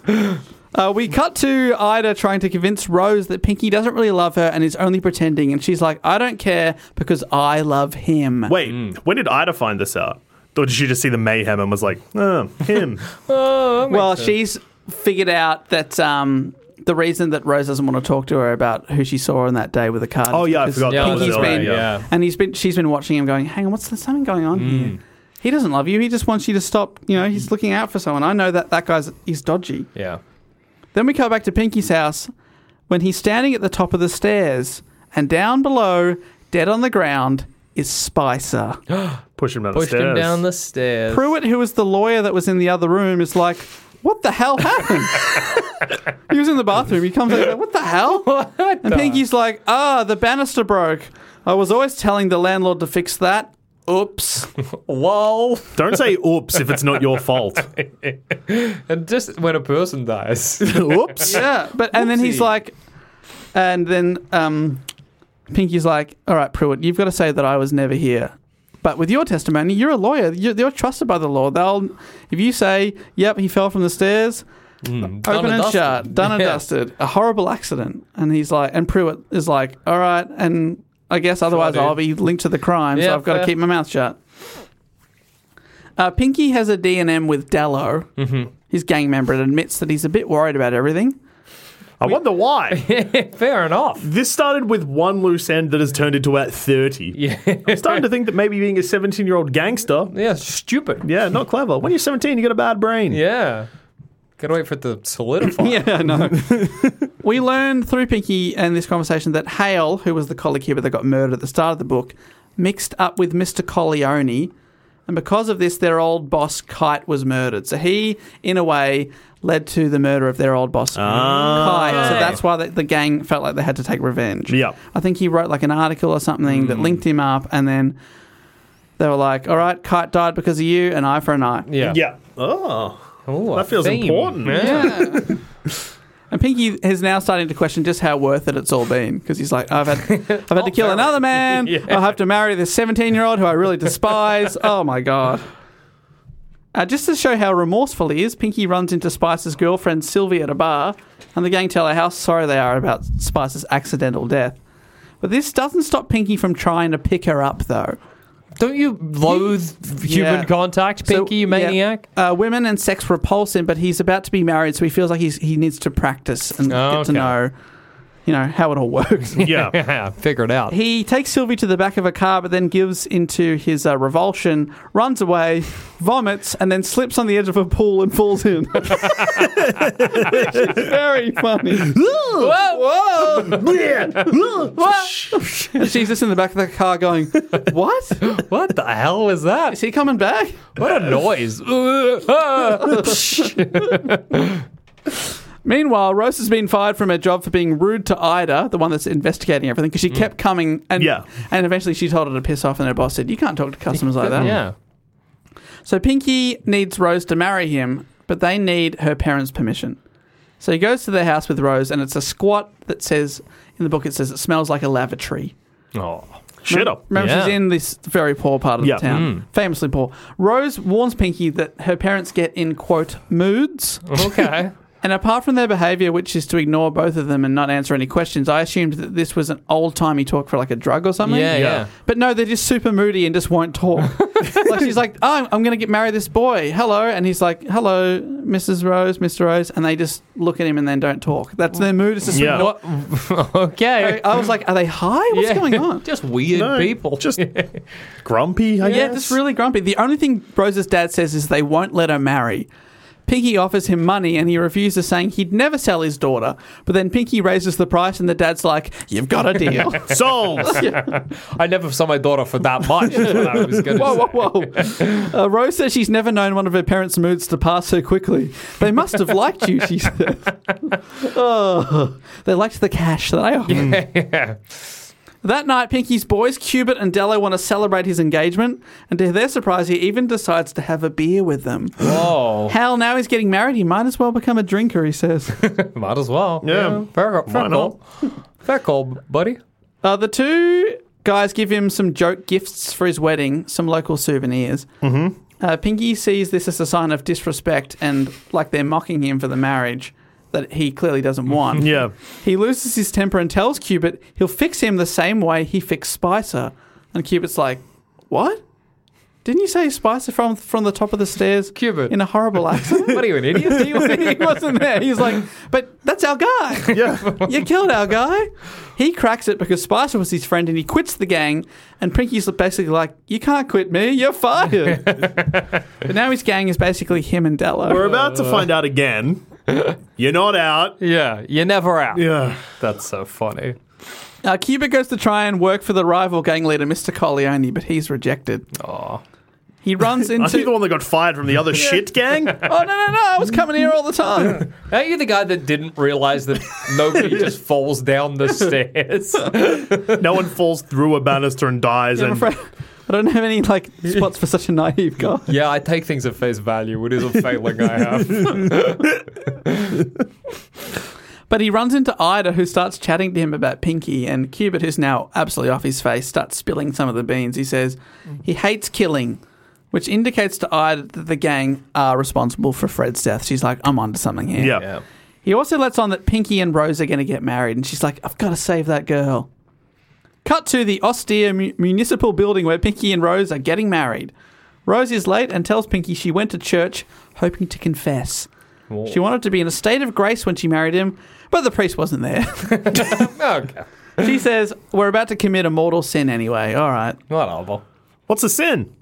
*laughs* guy. Uh, we cut to Ida trying to convince Rose that Pinky doesn't really love her and is only pretending. And she's like, I don't care because I love him. Wait, Hmm. when did Ida find this out? Or did she just see the mayhem and was like, oh, *laughs* him? Oh, well, she's figured out that um, the reason that Rose doesn't want to talk to her about who she saw on that day with the card. Oh, is yeah, I because forgot that was Pinky's it, been, right, yeah. and he's been, she's been watching him, going, "Hang on, what's there's something going on Mm. here? He doesn't love you. He just wants you to stop. You know, he's looking out for someone. I know that that guy's he's dodgy." Yeah. Then we go back to Pinky's house when he's standing at the top of the stairs, and down below, dead on the ground, is Spicer. Push him down Pushed the stairs. him down the stairs. Pruitt, who was the lawyer that was in the other room, is like, "What the hell happened?" *laughs* he was in the bathroom. He comes out, like, *laughs* "What the hell?" and Pinky's like, "Ah, the banister broke. I was always telling the landlord to fix that. Oops." Lol. Don't say oops if it's not your fault. And just when a person dies. oops. yeah, but and then he's Whoopsie. like, and then um, Pinky's like, "All right, Pruitt, you've got to say that I was never here." But with your testimony, you're a lawyer. You're, you're trusted by the law. They'll, if you say, "Yep, he fell from the stairs," *laughs* done open and and, dusted. shut, done and Yeah. dusted, a horrible accident. And he's like, and Pruitt is like, "All right," and I guess otherwise dude. I'll be linked to the crime, so Yeah, I've got fair. to keep my mouth shut. Uh, Pinky has a D&M with Dallo, Mm-hmm. his gang member, and admits that he's a bit worried about everything. I wonder why. Fair enough. This started with one loose end that has turned into about 30. Yeah. I'm starting to think that maybe being a 17 year old gangster, Yeah, stupid. yeah, not clever. When you're 17, you got a bad brain. Yeah. Gotta wait for it to solidify. *laughs* Yeah, I know. we learned through Pinky and this conversation that Hale, who was the collie keeper that got murdered at the start of the book, mixed up with Mr. Colleone And because of this, their old boss, Kite, was murdered. So he, in a way, led to the murder of their old boss, Kite. So that's why the, the gang felt like they had to take revenge. Yeah. I think he wrote like an article or something that linked him up, and then they were like, all right, Kite died because of you, an eye for an eye. Yeah. Yeah. Oh. Ooh, a That feels theme. important. *laughs* Yeah. And Pinky is now starting to question just how worth it it's all been because he's like, I've had, I've had to kill another man. I have to marry this seventeen-year-old who I really despise. oh my god! Uh, just to show how remorseful he is, Pinky runs into Spice's girlfriend Sylvie at a bar, and the gang tell her how sorry they are about Spice's accidental death. But this doesn't stop Pinky from trying to pick her up, though. Don't you loathe human Yeah. contact, So, Pinky, you maniac? yeah, uh, women and sex repulse him, but he's about to be married, so he feels like he's, he needs to practice and Oh, get to okay. know, you know, how it all works. *laughs* Yeah. Yeah, figure it out. He takes Sylvie to the back of a car, but then gives into his uh, revulsion, runs away, *laughs* vomits, and then slips on the edge of a pool and falls in. *laughs* Which is very funny. Whoa! Whoa! And *laughs* she's just in the back of the car going, What? what the hell was that? Is he coming back? *laughs* What a noise. Ah. Meanwhile, Rose has been fired from her job for being rude to Ida, the one that's investigating everything, because she kept coming and Mm. Yeah. and eventually she told her to piss off, and her boss said, You can't talk to customers like that. yeah. So Pinky needs Rose to marry him, but they need her parents' permission. So he goes to their house with Rose, and it's a squat that says in the book it says it smells like a lavatory. Oh. Shut up. Remember, she's Yeah. Mm. in this very poor part of Yeah. the town, famously poor. Rose warns Pinky that her parents get in quote moods, Okay. and apart from their behaviour, which is to ignore both of them and not answer any questions, I assumed that this was an old timey talk for like a drug or something. Yeah, yeah. But no, they're just super moody and just won't *laughs* talk. like she's like, oh, I'm, I'm going to get married this boy. Hello. And he's like, hello, Mrs. Rose, Mr. Rose. And they just look at him and then don't talk. That's their mood. It's just Yeah. not- *laughs* okay. I was like, are they high? uh, What's Yeah. going on? *laughs* Just weird No, people. Just grumpy, I Yeah, guess. just really grumpy. The only thing Rose's dad says is they won't let her marry. Pinky offers him money and he refuses, saying he'd never sell his daughter. But then Pinky raises the price and the dad's like, You've got a deal. Souls. I never saw my daughter for that much. is what I was *laughs* gonna Whoa, say. whoa, whoa. Uh, Rose says she's never known one of her parents' moods to pass so quickly. They must have liked you, she says. *laughs* oh, they liked the cash that I offered. That night, Pinky's boys, Cubit and Dello, want to celebrate his engagement, and to their surprise, he even decides to have a beer with them. Whoa. Hell, now he's getting married, he might as well become a drinker, he says. Might as well. Yeah. Fair, fair Why not? call. Fair call, buddy. Uh, the two guys give him some joke gifts for his wedding, some local souvenirs. Mm-hmm. Uh, Pinky sees this as a sign of disrespect and like they're mocking him for the marriage that he clearly doesn't want. Yeah. He loses his temper and tells Cupid he'll fix him the same way he fixed Spicer. And Cupid's like, What? Didn't you say Spicer from from the top of the stairs? Cupid. In a horrible accent. What are you, an *laughs* idiot? he, he wasn't there. He's like, But that's our guy. *laughs* Yeah. You killed our guy. He cracks it because Spicer was his friend and he quits the gang. And Pinky's basically like, You can't quit me. You're *laughs* fired. but now his gang is basically him and Dello. We're about to find out again. You're not out. yeah, you're never out. Yeah. That's so funny. Uh, Cuba goes to try and work for the rival gang leader, Mr. Corleone, but he's rejected. Oh. He *laughs* runs Aren't you the into. one that got fired from the other shit gang? *laughs* Oh, no, no, no. I was coming here all the *laughs* time. Aren't you the guy that didn't realize that *laughs* nobody just falls down the stairs? No one falls through a banister and dies. I'm And afraid. *laughs* I don't have any *laughs* like spots for such a naive guy. *laughs* yeah, I take things at face value. It is a failing I have. But he runs into Ida, who starts chatting to him about Pinky, and Cubit, who's now absolutely off his face, starts spilling some of the beans. He says he hates killing, which indicates to Ida that the gang are responsible for Fred's death. She's like, I'm onto something here. yeah. *laughs* Yeah. He also lets on that Pinky and Rose are going to get married, and she's like, I've got to save that girl. Cut to the austere mu- municipal building where Pinky and Rose are getting married. Rose is late and tells Pinky she went to church hoping to confess. She wanted to be in a state of grace when she married him, but the priest wasn't there. Okay. she says, We're about to commit a mortal sin anyway. All right. Whatever. What's a sin?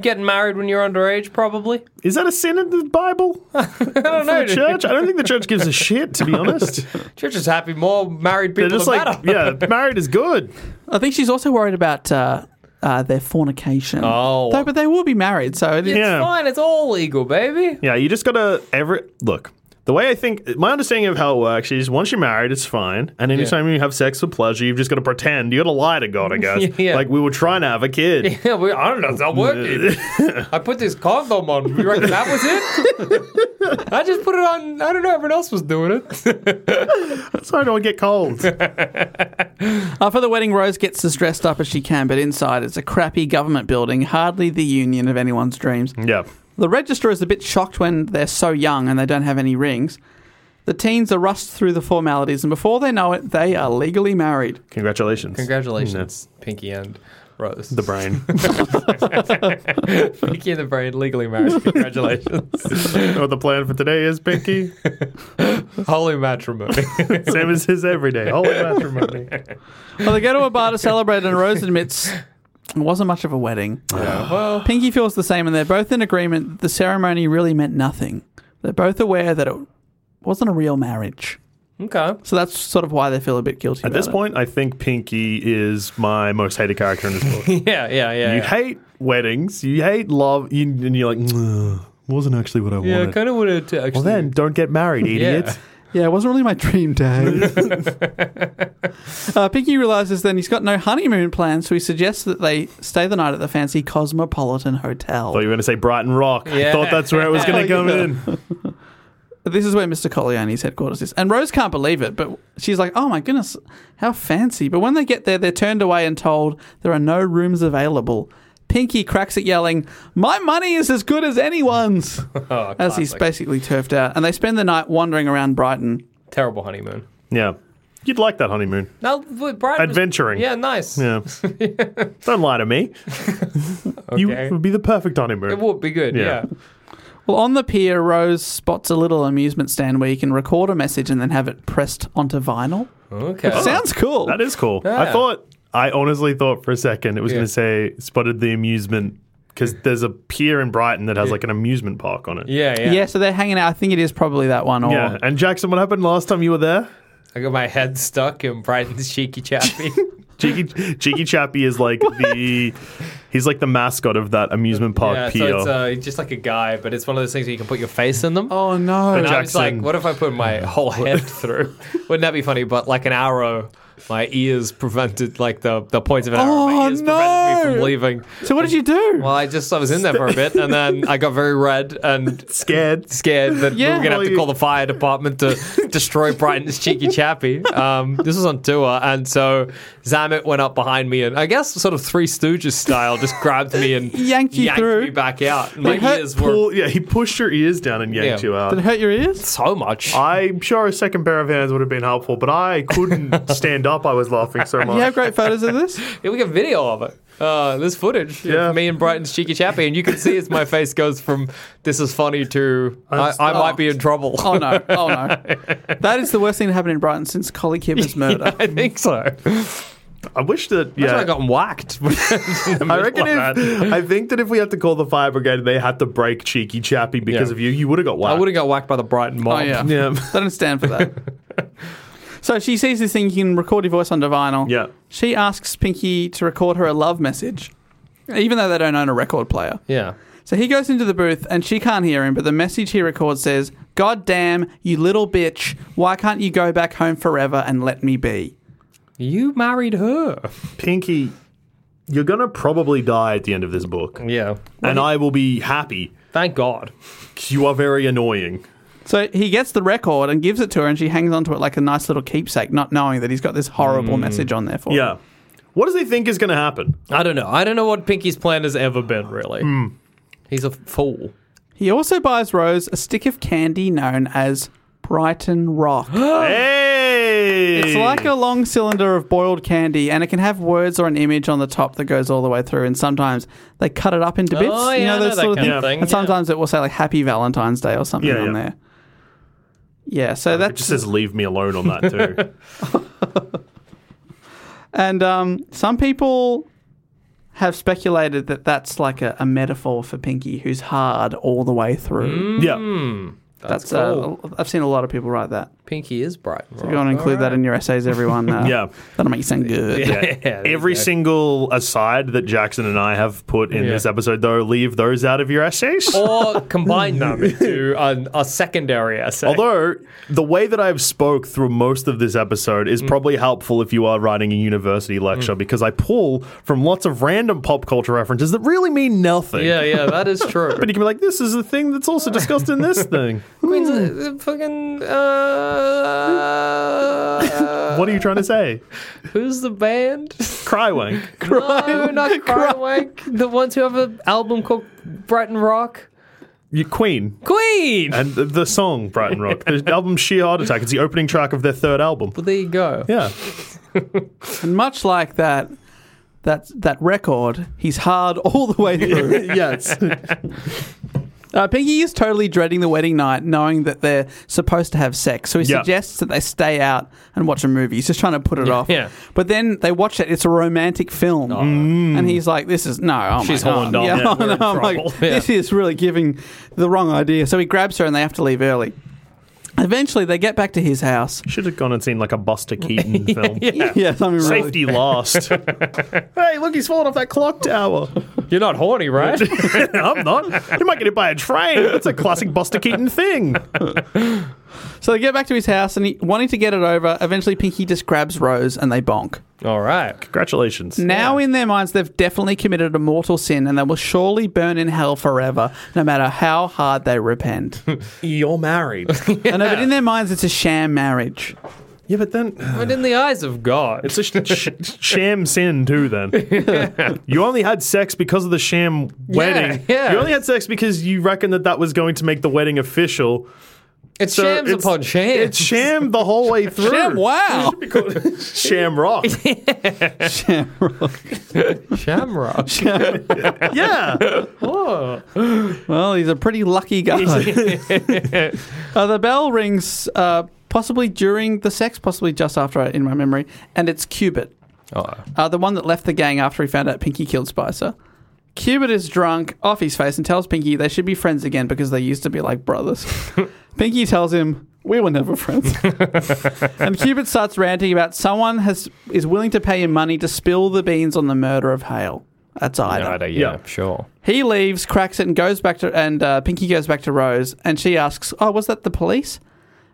Getting married when you're underage, probably. Is that a sin in the Bible? *laughs* I don't know, The dude. church? I don't think the church gives a shit, *laughs* to be honest. Church is happy. More married They're people just the like, better. yeah, married is good. I think she's also worried about uh, uh, their fornication. Oh. Though, but they will be married, so it is- Yeah. *laughs* It's fine. It's all legal, baby. Yeah, you just gotta every look. The way I think, my understanding of how it works is once you're married, it's fine. And anytime you have sex for pleasure, you've just got to pretend. You got to lie to *laughs* God, I guess. Yeah. Like, we were trying to have a kid. Yeah, we, I don't know. It's not working. *laughs* I put this condom on. You reckon that was it? I just put it on. I don't know. Everyone else was doing it. so I don't get *laughs* cold. Uh, for the wedding, Rose gets as dressed up as she can, but inside it's a crappy government building, hardly the union of anyone's dreams. yeah. The registrar is a bit shocked when they're so young and they don't have any rings. The teens are rushed through the formalities, and before they know it, they are legally married. Congratulations. Congratulations, Pinky and Rose. The brain. Pinky and the Brain, legally married. *laughs* Congratulations. *laughs* what the plan for today is, Pinky? Holy *laughs* matrimony. Same as his everyday. Holy matrimony. Well, they go to a bar to celebrate, and Rose admits it wasn't much of a wedding. *laughs* Pinky feels the same, and they're both in agreement that the ceremony really meant nothing. They're both aware that it wasn't a real marriage. okay. So that's sort of why they feel a bit guilty. At about this it. point, I think Pinky is my most hated character in this book. Yeah, yeah, *laughs* yeah. You yeah. hate weddings, you hate love, you, and you're like, "Ugh, wasn't actually what I yeah, I wanted. kind of wanted to actually. well, then don't get married, idiot. *laughs* yeah. Yeah, it wasn't really my dream day. *laughs* uh, Pinky realizes then he's got no honeymoon plans, so he suggests that they stay the night at the fancy Cosmopolitan Hotel. Thought you were going to say Brighton Rock. I *laughs* Yeah. thought that's where it was going to come in. This is where Mr. Colliani's headquarters is. And Rose can't believe it, but she's like, oh my goodness, how fancy. But when they get there, they're turned away and told there are no rooms available. Pinky cracks at yelling, My money is as good as anyone's! Oh, as he's basically turfed out. And they spend the night wandering around Brighton. Terrible honeymoon. Yeah. You'd like that honeymoon. No, but Brian. was- Adventuring. yeah, nice. *laughs* Yeah. Don't lie to me. You Okay. would be the perfect honeymoon. It would be good. Yeah. Yeah. Well, on the pier, Rose spots a little amusement stand where you can record a message and then have it pressed onto vinyl. Okay. Sounds cool. Oh, That is cool. I Yeah. thought, I honestly thought for a second it was Yeah. going to say spotted the amusement because there's a pier in Brighton that has like an amusement park on it. yeah, yeah. yeah. so they're hanging out. I think it is probably that one. Or Yeah. Oh. And Jackson, what happened last time you were there? I got my head stuck in Brighton's *laughs* cheeky chappy. *laughs* Cheeky, Cheeky Chappie is like the, he's like the mascot of that amusement park yeah, pier. so it's uh, just like a guy, but it's one of those things where you can put your face in them. Oh no! and I was Jackson. like, what if I put my *laughs* whole head through? Wouldn't that be funny? But like an arrow, my ears prevented, like the, the points of an arrow, Oh, my ears prevented me no. from leaving. So what did you do? Well, I just, I was in there for a bit and then I got very red and Scared. scared that we Yeah. were going to have Well, you- to call the fire department *laughs* to destroy Brighton's cheeky chappy. Um, this was on tour, and so Zamet went up behind me and I guess sort of Three Stooges style just grabbed me and *laughs* Yanked you through. me back out. And my hurt ears were Pull, yeah, he pushed your ears down and yanked Yeah. you out. did it hurt your ears? so much. Ah. I'm sure a second pair of hands would have been helpful, but I *laughs* couldn't stand up. I was laughing so much. You have great photos of this. Yeah, we got video of it. Uh, this footage Yeah. of me and Brighton's cheeky chappy, and you can see as my face goes from "this is funny" to "I, I might be in trouble." Oh no! Oh *laughs* no! That is the worst thing to happen in Brighton since Collie Kibber's murder. *laughs* I think so. That's I wish that. Yeah, why I got whacked. *laughs* I reckon like if, I think that if we had to call the fire brigade, and they had to break cheeky chappy because Yeah. of you. You would have got I whacked. would have got whacked by the Brighton mob. Oh yeah. Yeah. They don't stand for that. *laughs* so she sees this thing. You can record your voice onto vinyl. Yeah. She asks Pinky to record her a love message, even though they don't own a record player. *laughs* Yeah. So he goes into the booth and she can't hear him, but the message he records says, God damn, you little bitch. Why can't you go back home forever and let me be? You married her. Pinky, you're gonna probably die at the end of this book, Yeah. and I will be happy. Thank God. 'cause You are very annoying. So he gets the record and gives it to her, and she hangs onto it like a nice little keepsake, not knowing that he's got this horrible message on there for her. Yeah. What does he think is gonna happen? *gasps* I don't know. I don't know what Pinky's plan has ever been, really. He's a fool. He also buys Rose a stick of candy known as Brighton Rock. Oh. hey, It's like a long cylinder of boiled candy, and it can have words or an image on the top that goes all the way through. And sometimes they cut it up into bits. Oh, you yeah, know, I know those that sort of kind thing. of thing, And yeah. sometimes it will say like "Happy Valentine's Day" or something Yeah, on yeah. there. Yeah. So It that's just says leave me alone on that too. *laughs* and um, some people have Mm, speculated that that's like a, a metaphor for Pinky, who's hard all the way through. yeah. That's, uh, I've seen a lot of people write that. Pinky is bright. If you want to include that in your essays, everyone. Uh, *laughs* Yeah. that'll make you sound good. Yeah. there you Every go. single aside that Jackson and I have put in Yeah. Oh. this episode, though, leave those out of your essays. or combine them into an, a secondary essay. Although the way that I've spoke through most of this episode Mm. is probably helpful if you are writing a university lecture because I pull from lots of random pop culture references that really mean nothing. *laughs* yeah, yeah, that is true. But you can be like, this is a thing that's also discussed in this *laughs* thing. Queen's uh, uh, fucking. Uh, Hmm, What are you trying to say? who's the *laughs* band? Crywank. no, not Crywank. The ones who have an album called Brighton Rock. You Queen. *laughs* Queen. And the, the song Brighton Rock. *laughs* The album Sheer Heart Attack. It's the opening track of their third album. well, there you go. Yeah. And much like that, that that record, he's hard *laughs* all the way through. yes. Uh, Pinky is totally dreading the wedding night, knowing that they're supposed to have sex. So he Yeah. suggests that they stay out and watch a movie. He's just trying to put it off. yeah. Oh. But then they watch it. It's a romantic film, and he's like, "This is no." Oh She's my God. horned up. *laughs* Yeah, Yeah, oh, we're in no, I'm trouble. like, Yeah. this is really giving the wrong idea. So he grabs her, and they have to leave early. Eventually, they get back to his house. Should have gone and seen like a Buster Keaton film. *laughs* Yeah, something really- *laughs* Safety last. hey, look, he's falling off that clock tower. *laughs* You're not *laughs* horny, right? I'm not. You might get hit by a train. That's a classic Buster Keaton thing. So they get back to his house, and he, wanting to get it over, eventually Pinky just grabs Rose, and they bonk. All right. Congratulations. Now, in their minds, they've definitely committed a mortal sin and they will surely burn in hell forever, no matter how hard they repent. You're married. I know, but in their minds, it's a sham marriage. yeah, but then But in the eyes of God, it's a sh- sh- sham sin too. Then you only had sex because of the sham wedding. yeah. You only had sex because you reckoned that that was going to make the wedding official. it's So shams it's- upon shams. It's sham the whole way through. Sham, wow. *laughs* Sham rock. *laughs* sham, *laughs* shamrock. sham. yeah. Oh. Well, he's a pretty lucky guy. *laughs* uh, the bell rings, uh, possibly during the sex, possibly just after, in my memory, and it's Cubit. Uh, the one that left the gang after he found out Pinky killed Spicer. Cubit is drunk, off his face, and tells Pinky they should be friends again because they used to be like brothers. Pinky tells him, We were never friends. and Cubit starts ranting about someone has is willing to pay him money to spill the beans on the murder of Hale. That's Ida. yeah, sure. He leaves, cracks it, and goes back to and uh, Pinky goes back to Rose, and she asks, "Oh, was that the police?"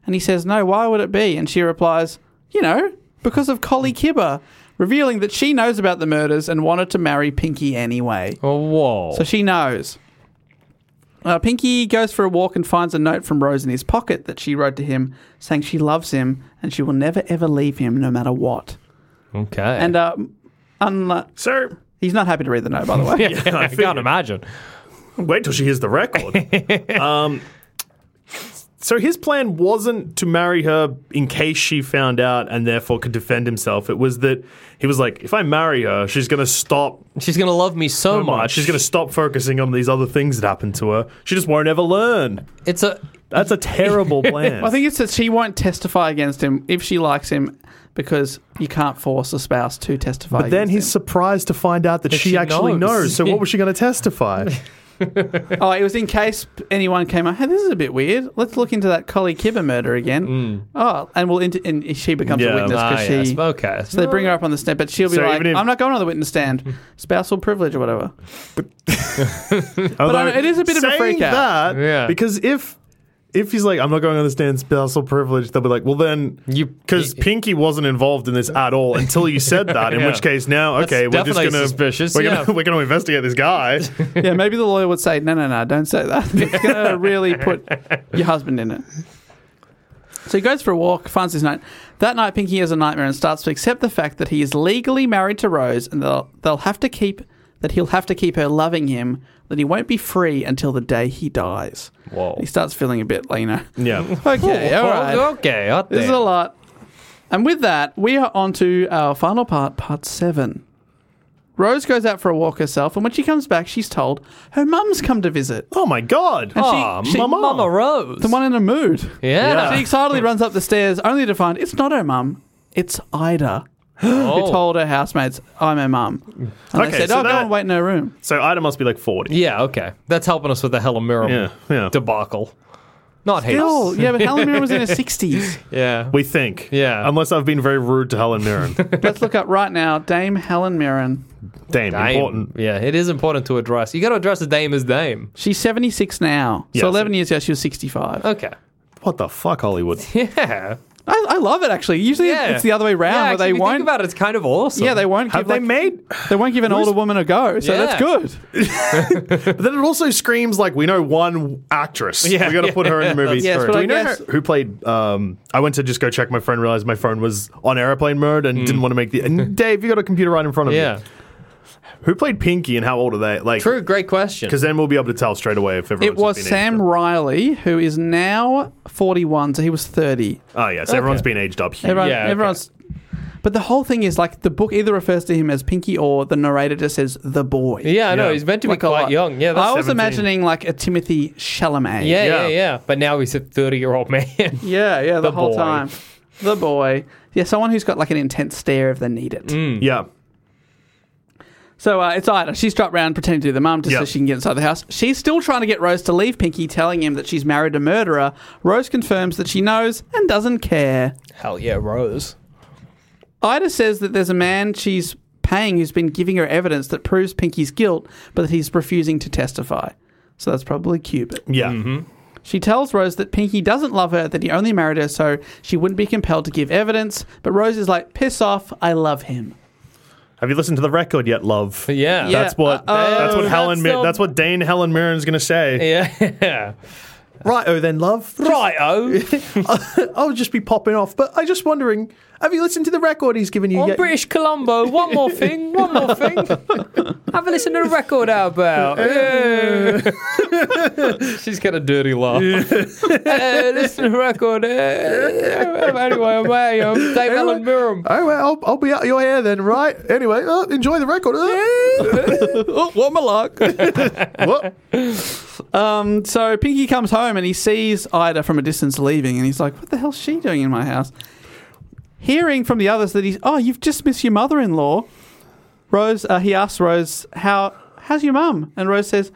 And he says, "No. Why would it be?" And she replies, "You know, because of Collie Kibber." Revealing that she knows about the murders and wanted to marry Pinky anyway. Oh, whoa. So she knows. Uh, Pinky goes for a walk and finds a note from Rose in his pocket that she wrote to him saying she loves him and she will never ever leave him no matter what. okay. *laughs* And uh, unla- Sir, he's not happy to read the note, by the way. *laughs* I can't imagine. Wait till she hears the record. um, so his plan wasn't to marry her in case she found out and therefore could defend himself. It was that he was like, if I marry her, she's going to stop She's gonna love me so so much. much. She's going to stop focusing on these other things that happened to her. She just won't ever learn. It's a That's a terrible *laughs* plan. I think it's that she won't testify against him if she likes him because you can't force a spouse to testify. but then he's against surprised to find out that, she, she actually knows. knows. So what was she going *laughs* to testify? him. oh, it was in case anyone came up. Hey, this is a bit weird. Let's look into that Collie Kibber murder again. Oh, and we'll inter- and she becomes Mm. Yeah, a witness ah, because she. yes. okay. So they bring her up on the stand, but she'll be So like, even if- "I'm not going on the witness *laughs* stand, spousal privilege or whatever." I know, it is a bit of a saying freak out. that Yeah. because if if he's like, I'm not going to understand spousal privilege, they'll be like, well then, *laughs* You- because Pinky wasn't involved in this at all until *laughs* you said that. In Yeah. which case, now okay, we're just definitely gonna suspicious, We're gonna yeah. *laughs* we're gonna investigate *laughs* this guy. yeah, maybe the lawyer would say, "No, no, no, don't say that. *laughs* It's going to really put your husband in it." So he goes for a walk, finds his note. That night, Pinky has a nightmare and starts to accept the fact that he is legally married to Rose, and they'll they'll have to keep that he'll have to keep her loving him. That he won't be free until the day he dies. *laughs* Whoa. He starts feeling a bit, like, you know. yeah, Okay, all right. Okay. hot This is damn. a lot. And with that, we are on to our final part, part seven. Rose goes out for a walk herself, and when she comes back, she's told her mum's come to visit. oh my god, Ah, Aw, she- Ah, Mama. Mama Rose. The one in a mood. yeah. She excitedly runs up the stairs, only to find it's not her mum, it's Ida, Oh. who told her housemates, I'm her mum. And Oh. Okay, they said, so oh, go that- and wait in her room. so Ida must be like forty. Yeah. Okay. That's helping us with the Hella Mirror Yeah, yeah. debacle. Not hate. Still, yeah, but Helen Mirren was in her *laughs* 60s. Yeah. We think. Yeah. Unless I've been very rude to Helen *laughs* Mirren. Let's look up right now Dame Helen Mirren. Damn, Dame. important. Yeah, it is important to address. You got to address the name as name. She's 76 now. Yeah, so so- 11 years ago, she was 65. Okay. What the *laughs* fuck, Hollywood? Yeah. I, I love it, actually. Usually yeah. it's the other way around Yeah, where actually, they if you won't. Think about it, it's kind of awesome. yeah, they won't Have give, they like- made? they won't give an older woman a go, so Yeah. that's good. But then it also screams like we know one actress. Yeah, we got to put *laughs* her in the movie. Yes, too. but Do I we know guess- her- who played? Um, I went to just go check my phone, realized my phone was on airplane mode, Hmm. and didn't want to make *laughs* the. And Dave, you got a computer right in front of Yeah. you. Who played Pinky and how old are they? Like, True. Great question. Because then we'll be able to tell straight away if everyone's It was been Sam Aged up. Riley, who is now 41, so he was 30. Oh yes, everyone's been aged up. Here. Everyone, Yeah, okay. everyone's. But the whole thing is like the book either refers to him as Pinky or the narrator just says the boy. yeah, I know. Yeah. He's meant to be Like a quite lot. young. Yeah. I That's, was 17. imagining like a Timothy Chalamet. yeah, yeah, yeah. yeah, But now he's a 30 year old man. *laughs* yeah, yeah. The, whole boy. time, the boy. Yeah, someone who's got like an intense stare if they need it. Yeah. So uh, it's Ida. She's dropped round pretending to be the mum just so Yep. she can get inside the house. She's still trying to get Rose to leave Pinky, telling him that she's married a murderer. Rose confirms that she knows and doesn't care. Hell yeah, Rose. Ida says that there's a man she's paying who's been giving her evidence that proves Pinky's guilt, but that he's refusing to testify. So that's probably Cupid. Yeah. Mm-hmm. She tells Rose that Pinky doesn't love her, that he only married her so she wouldn't be compelled to give evidence. But Rose is like, piss off, I love him. Have you listened to the record yet, love? Yeah. Uh, Yeah. oh, That's what. Uh-oh. that's what Helen. That's Mir- not- that's what Dane Helen Mirren's gonna say. Yeah. Right. Oh, then, love. right, oh. *laughs* I'll just be popping off. But I'm just wondering, have you listened to the record he's given you On British Columbo, one more thing, one more thing. Have a listen to the record out *laughs* about. Yeah. She's got a dirty laugh. *laughs* Eh, Uh, listen to the record. eh. anyway, I'm out here. I'm Dave Allen Mirren. Oh well, I'll, I'll be out your hair then, right? Anyway, uh, enjoy the record. Uh. oh, what my luck. *laughs* What? Um, so Pinky comes home and he sees Ida from a distance leaving, and he's like, "What the hell's she doing in my house?" Hearing from the others that he's, "Oh, you've just missed your mother-in-law." Rose, uh, he asks Rose, "How how's your mum?" And Rose says,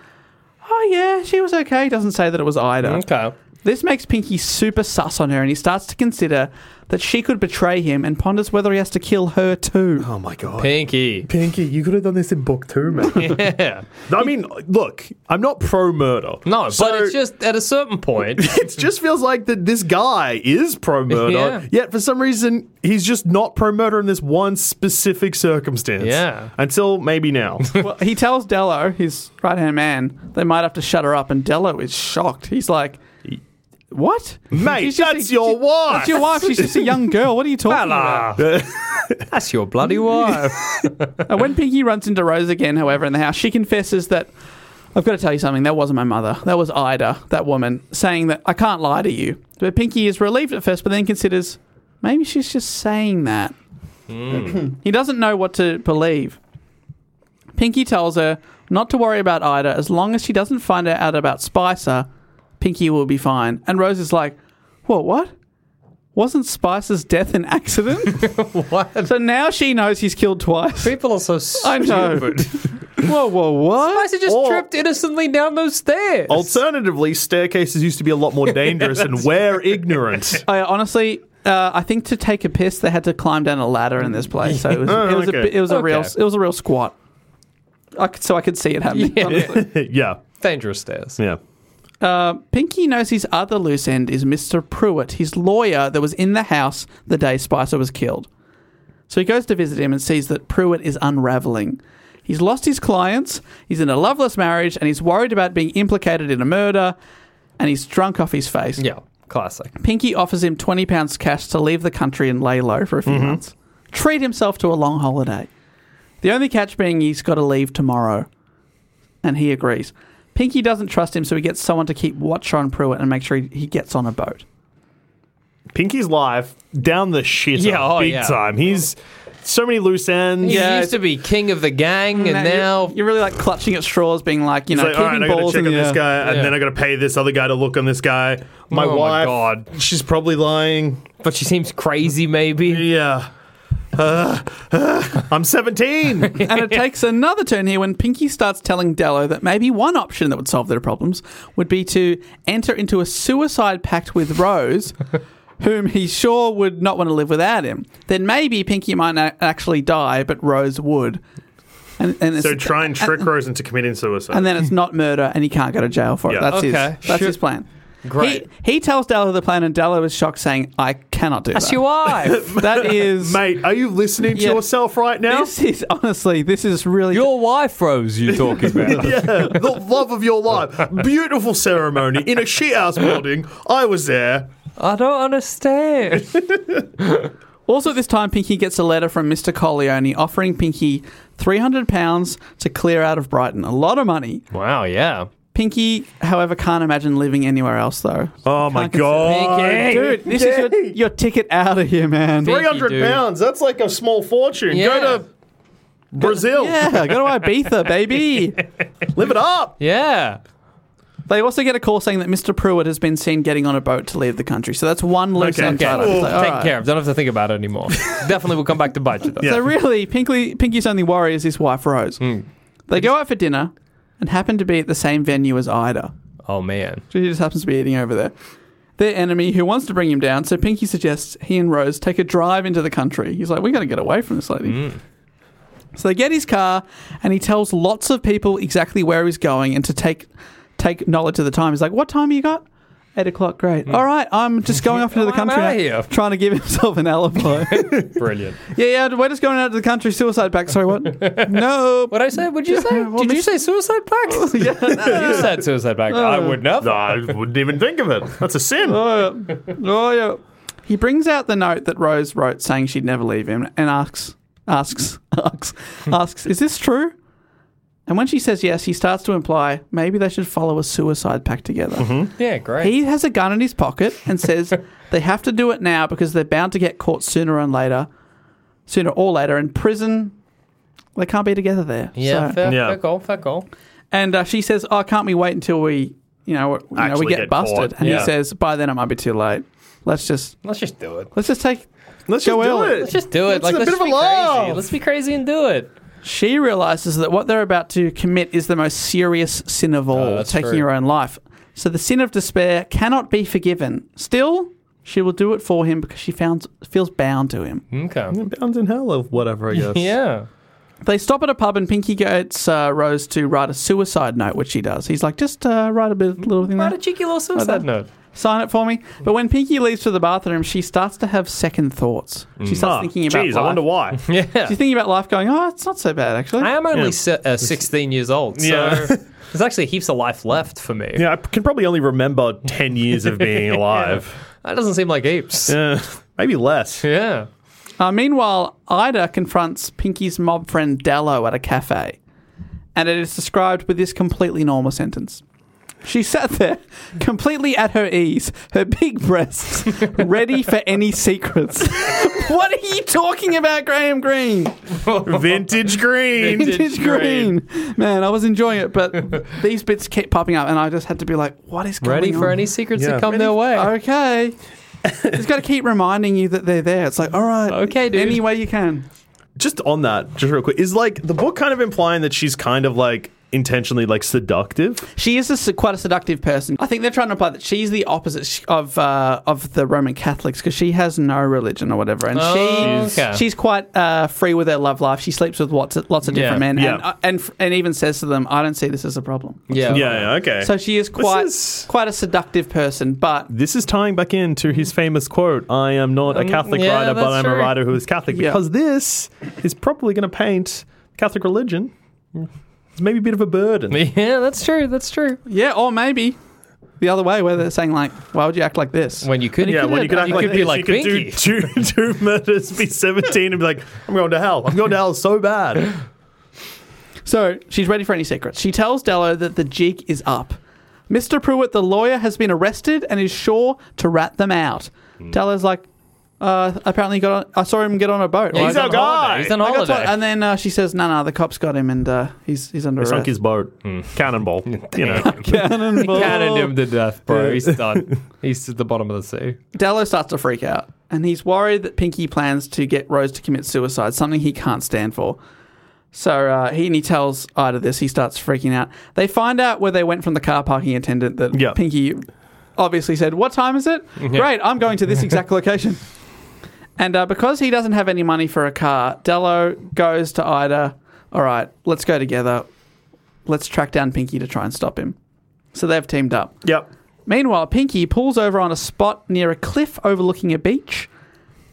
"Oh yeah, she was okay." Doesn't say that it was Ida. Okay. This makes Pinky super sus on her, and he starts to consider that she could betray him, and ponders whether he has to kill her too. Oh my god. Pinky. Pinky, you could have done this in book two, man. *laughs* Yeah. I mean, look, I'm not pro murder. No, So- but it's just at a *laughs* certain point. It just feels like that this guy is pro murder, Yeah. yet for some reason he's just not pro murder in this one specific circumstance. Yeah. Until maybe *laughs* now. Well, he tells Dello, his right hand man, they might have to shut her up, and Dello is shocked. He's like, "What, Mate, She's just that's a- your wife." That's your wife. *laughs* She's just a young girl. What are you talking about?" That's your bloody wife. *laughs* And when Pinky runs into Rose again, however, in the house, she confesses that I've got to tell you something. That wasn't my mother. That was Ida, that woman, saying that I can't lie to you. But Pinky is relieved at first, but then considers maybe she's just saying that. Hmm. *clears throat* he doesn't know what to believe. Pinky tells her not to worry about Ida. As long as she doesn't find out about Spicer, Pinky will be fine. And Rose is like, What? What? Wasn't Spicer's death an accident? what? so now she knows he's killed twice. People are so stupid. I know. *laughs* whoa, whoa, Why what? is it just Or- tripped innocently down those stairs? *laughs* Alternatively, staircases used to be a lot more dangerous, *laughs* and we're ignorant. *laughs* I honestly, uh, I think to take a piss, they had to climb down a ladder in this place. So it was, Oh, it was, okay. a, it was a real, Okay. it was a real squat. I could, so I could see it happening. honestly. yeah. Dangerous stairs. Yeah. Uh, Pinky knows his other loose end is Mr. Pruitt, his lawyer that was in the house the day Spicer was killed. So he goes to visit him and sees that Pruitt is unraveling. He's lost his clients, he's in a loveless marriage, and he's worried about being implicated in a murder, and he's drunk off his face. Yeah, classic. Pinky offers him twenty pounds cash to leave the country and lay low for a few Mm-hmm. months, treat himself to a long holiday. The only catch being he's got to leave tomorrow, and he agrees. Pinky doesn't trust him, so he gets someone to keep watch on Pruitt and make sure he, he gets on a boat. Pinky's life down the shit Yeah, oh, big yeah. time. He's so many loose ends. He Yeah, used to be king of the gang, and Now you're- now you're, really like clutching at straws, being like, you know, It's like, all right, keeping I gotta balls check in on the this air. guy, Yeah. and then I gotta pay this other guy to look on this guy. My Oh my wife, God. she's probably lying. *laughs* but she seems crazy. Maybe Yeah. Uh, I'm *laughs* 17. and it takes another turn here when Pinky starts telling Dello that maybe one option that would solve their problems would be to enter into a suicide pact with Rose, whom he sure would not want to live without him. Then maybe Pinky might not actually die, but Rose would. And, and it's- So try and trick Rose into committing suicide. and then it's not murder, and he can't go to jail for it. Yeah. That's Okay, his. That's sure. his plan. Great. He, he tells Dello the plan, and Dello is shocked, saying, "I cannot do That's that." your *laughs* wife. That is, Mate, are you listening to Yeah. yourself right now? this is honestly, this is really Your wife, Rose, you talking *laughs* about. *laughs* yeah, the love of your life. Beautiful ceremony in a shithouse building. I was there. I don't understand. Also, this time, Pinky gets a letter from Mr. Corleone offering Pinky £300 to clear out of Brighton. A lot of money. wow, yeah. Pinky, however, can't imagine living anywhere else, though. Oh my Can't consider- god. Pinky. Dude, this is your, your ticket out of here, man. Three- 300 dude. pounds. That's like a small fortune. Yeah. Go to Brazil. Yeah, go to Ibiza, baby. Live it up. Yeah. They also get a call saying that Mr. Pruitt has been seen getting on a boat to leave the country. So that's one loose Okay, end Okay. tied up. It's like, all Taken right. care of. Don't have to think about it *laughs* anymore. Definitely will come back to bite you, though. So really, Pinky, Pinky's only worry is his wife, Rose. They go out for dinner and happen to be at the same venue as Ida. Oh, man. So he just happens to be eating over there. Their enemy, who wants to bring him down, so Pinky suggests he and Rose take a drive into the country. He's like, "We're going to get away from this lady." Mm. So they get his car, and he tells lots of people exactly where he's going and to take take knowledge of the time. He's like, "What time you got?" Eight o'clock. Great. All right, I'm *laughs* just going off into the Well, Mm. I'm country, outta now," here. trying to give himself an alibi. *laughs* *laughs* Brilliant. yeah, yeah, we're just going out to the country. Suicide back. Sorry, *laughs* what? no. What I said? Would you say? Well, Did you Miss- say suicide *laughs* pact? You said suicide pact. I wouldn't have. No, I wouldn't even think of it. That's a sin. Oh, yeah. Oh, yeah. He brings out the note that Rose wrote saying she'd never leave him and asks, asks, *laughs* asks, asks, is this true? And when she says yes, he starts to imply maybe they should follow a suicide pact together. Yeah, great. He has a gun in his pocket and says they have to do it now because they're bound to get caught sooner and later, sooner or later, in prison. They can't be together there. yeah, So- fair, Yeah. fair call, fair call. and uh, she says, "Oh, can't we wait until we, you know, you know we Actually get, get caught. busted?" And Yeah. he says, "By then it might be too late. Let's just Let's just do it. let's just take." Let's Go just do out. it. Let's just do it. It's like a let's bit just of be a crazy. laugh. Let's be crazy and do it. She realizes that what they're about to commit is the most serious sin of all, Oh, that's taking true. her own life. So the sin of despair cannot be forgiven. Still, she will do it for him because she found, feels bound to him. Hmm. Okay. Bound in hell *laughs* or whatever, I guess. Yeah. They stop at a pub and Pinky gets uh, Rose to write a suicide note, which she does. He's like, "Just uh, write a bit, little thing." Write there. a cheeky little suicide note. sign it for me. But when Pinky leaves for the bathroom, she starts to have second thoughts. She Hmm. starts Ah, thinking about Jeez, life. I wonder *laughs* why. Yeah. She's thinking about life, going, "Oh, it's not so bad actually." I am only si uh, 16 years old, so Yeah. *laughs* there's actually heaps of life left for me. Yeah, I can probably only remember 10 years of being alive. That doesn't seem like heaps. Uh, Yeah. maybe less. *laughs* Uh, meanwhile, Ida confronts Pinky's mob friend Dallo at a cafe, and it is described with this completely normal sentence. She sat there, *laughs* completely at her ease, her big breasts, *laughs* ready for any secrets. *laughs* what are you talking about, Graham Greene? Vintage green. Vintage green. Man, I was enjoying it, but *laughs* these bits kept popping up, and I just had to be like, what is going Ready on? for any secrets Yeah. that come their way. *laughs* Okay. Just got to keep reminding you that they're there. It's like, all right. Okay, dude. Any way you can. Just on that, just real quick, is like the book kind of implying that she's kind of like intentionally like seductive? She is a, se- quite a seductive person. I think they're trying to imply that she's the opposite sh- of uh, of the Roman Catholics because she has no religion or whatever, and Oh, she's okay. she's quite uh, free with her love life. She sleeps with lots of, lots of different Yeah. men, and, Yeah. uh, and f- and even says to them, "I don't see this as a problem." yeah. Yeah, yeah, okay. So she is quite This is, quite a seductive person, but this is tying back into his famous quote I am not a Catholic yeah, writer, but that's I'm a true. writer who is Catholic. Yeah. Because this is probably going to paint Catholic religion. It's maybe a bit of a burden. Yeah, *laughs* that's true. That's true. yeah, or maybe the other way where they're saying like, "Why would you act like this?" When you could, Yeah, Yeah, when you could act you like could be this, like you could do Pinky. two, two *laughs* murders, be 17, and be like, I'm going to hell. I'm going to hell so bad. So she's ready for any secrets. She tells Dello that the jig is up. Mr. Pruitt, the lawyer, has been arrested and is sure to rat them out. Dello's like, uh, apparently got on, I saw him get on a boat. Yeah, Like, he's our on guy. holiday. He's on like, that's holiday. *laughs* what- and then uh, she says, no, no, the cops got him and uh, he's, he's under They sunk arrest. his boat. Mm. *laughs* Cannonball. you know. Cannoned him to death, bro. He's done. He's at the bottom of the sea. Dello starts to freak out. and he's worried that Pinky plans to get Rose to commit suicide, something he can't stand for. So uh, he and he tells Ida this. He starts freaking out. They find out where they went from the car parking attendant that Yeah. Pinky obviously said, "What time is it? Great, I'm going to this exact location." And uh, because he doesn't have any money for a car, Dello goes to Ida. All right, let's go together. Let's track down Pinky to try and stop him. So they've teamed up. *laughs* Yep. Meanwhile, Pinky pulls over on a spot near a cliff overlooking a beach.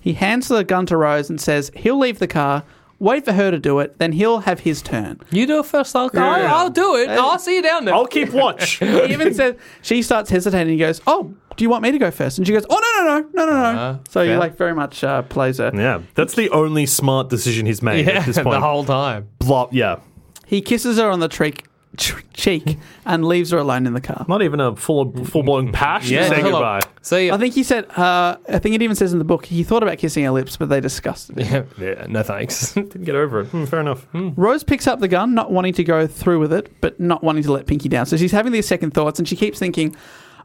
He hands the gun to Rose and says he'll leave the car, wait for her to do it, then he'll have his turn. You do it first. I'll, I'll, I'll do it. I'll see you down there. I'll keep *laughs* watch. He even says she starts hesitating. He goes, "Oh, do you want me to go first? And she goes, "Oh no, no, no, no, no, no." so he fair. like very much uh, plays her. Yeah. That's the only smart decision he's made at this point. the whole time. Blop. Yeah. He kisses her on the cheek, cheek, and leaves her alone in the car. Not even a full full blown pash to say hello. goodbye. See ya. I think he said. Uh, I think it even says in the book he thought about kissing her lips, but they disgusted it. *laughs* yeah, yeah, *laughs* no thanks. Didn't get over it. Hmm, fair enough. Rose picks up the gun, not wanting to go through with it, but not wanting to let Pinky down. So she's having these second thoughts, and she keeps thinking,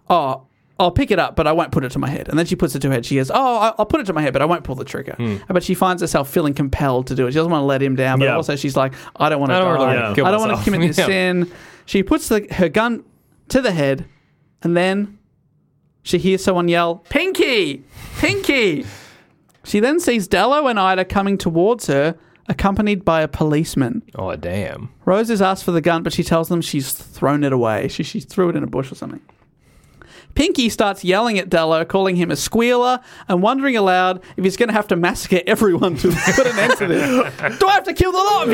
"Oh, I'll pick it up, but I won't put it to my head." And then she puts it to her head. She goes, "Oh, I- I'll put it to my head, but I won't pull the trigger." But she finds herself feeling compelled to do it. She doesn't want to let him down, but Yeah. also she's like, "I don't want to I don't really die. wanna kill I don't want myself." to *laughs* commit this Yeah. sin." She puts the, her gun to the head, and then she hears someone yell, "Pinky, Pinky!" She then sees Dello and Ida coming towards her, accompanied by a policeman. Oh damn. *laughs* Rose is asked for the gun, but she tells them she's thrown it away. She, she threw it in a bush or something. Pinky starts yelling at Dello, calling him a squealer, and wondering aloud if he's going to have to massacre everyone to put an end to this. Do I have to kill the lot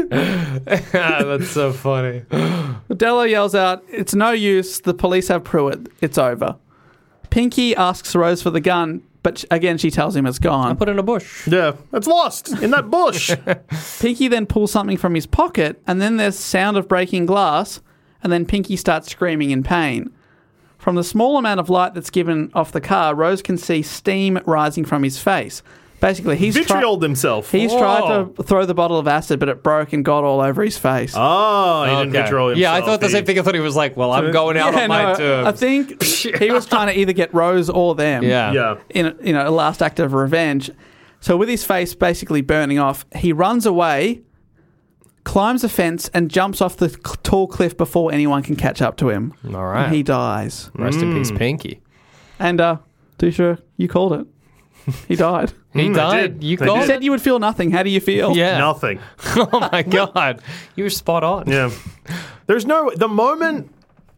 of you? That's so funny. Dello yells out, It's no use. The police have Pruitt. It's over. Pinky asks Rose for the gun, but sh- again, she tells him it's gone. Put in a bush. Yeah. It's lost in that *laughs* bush. Pinky then pulls something from his pocket, and then there's sound of breaking glass, and then Pinky starts screaming in pain. From the small amount of light that's given off the car, Rose can see steam rising from his face. Basically, he's tri- Vitrioled himself. he's Whoa. tried to throw the bottle of acid, but it broke and got all over his face. *laughs* oh, he didn't vitriol himself. Yeah, I thought the He- same thing. I thought he was like, "Well, I'm going out Yeah, on my no, I terms." *laughs* think he was trying to either get Rose or them. yeah. Yeah. in a, you know a last act of revenge. So with his face basically burning off, he runs away, climbs a fence, and jumps off the c- tall cliff before anyone can catch up to him. All right. And he Mm. dies. Rest in peace, Pinky. And uh, Dusha, you called *laughs* it. He died. He died. Mm, did. You They got you it. said you would feel nothing. How do you feel? *laughs* yeah. Nothing. *laughs* oh my god, you were spot on. Yeah. There's no the moment.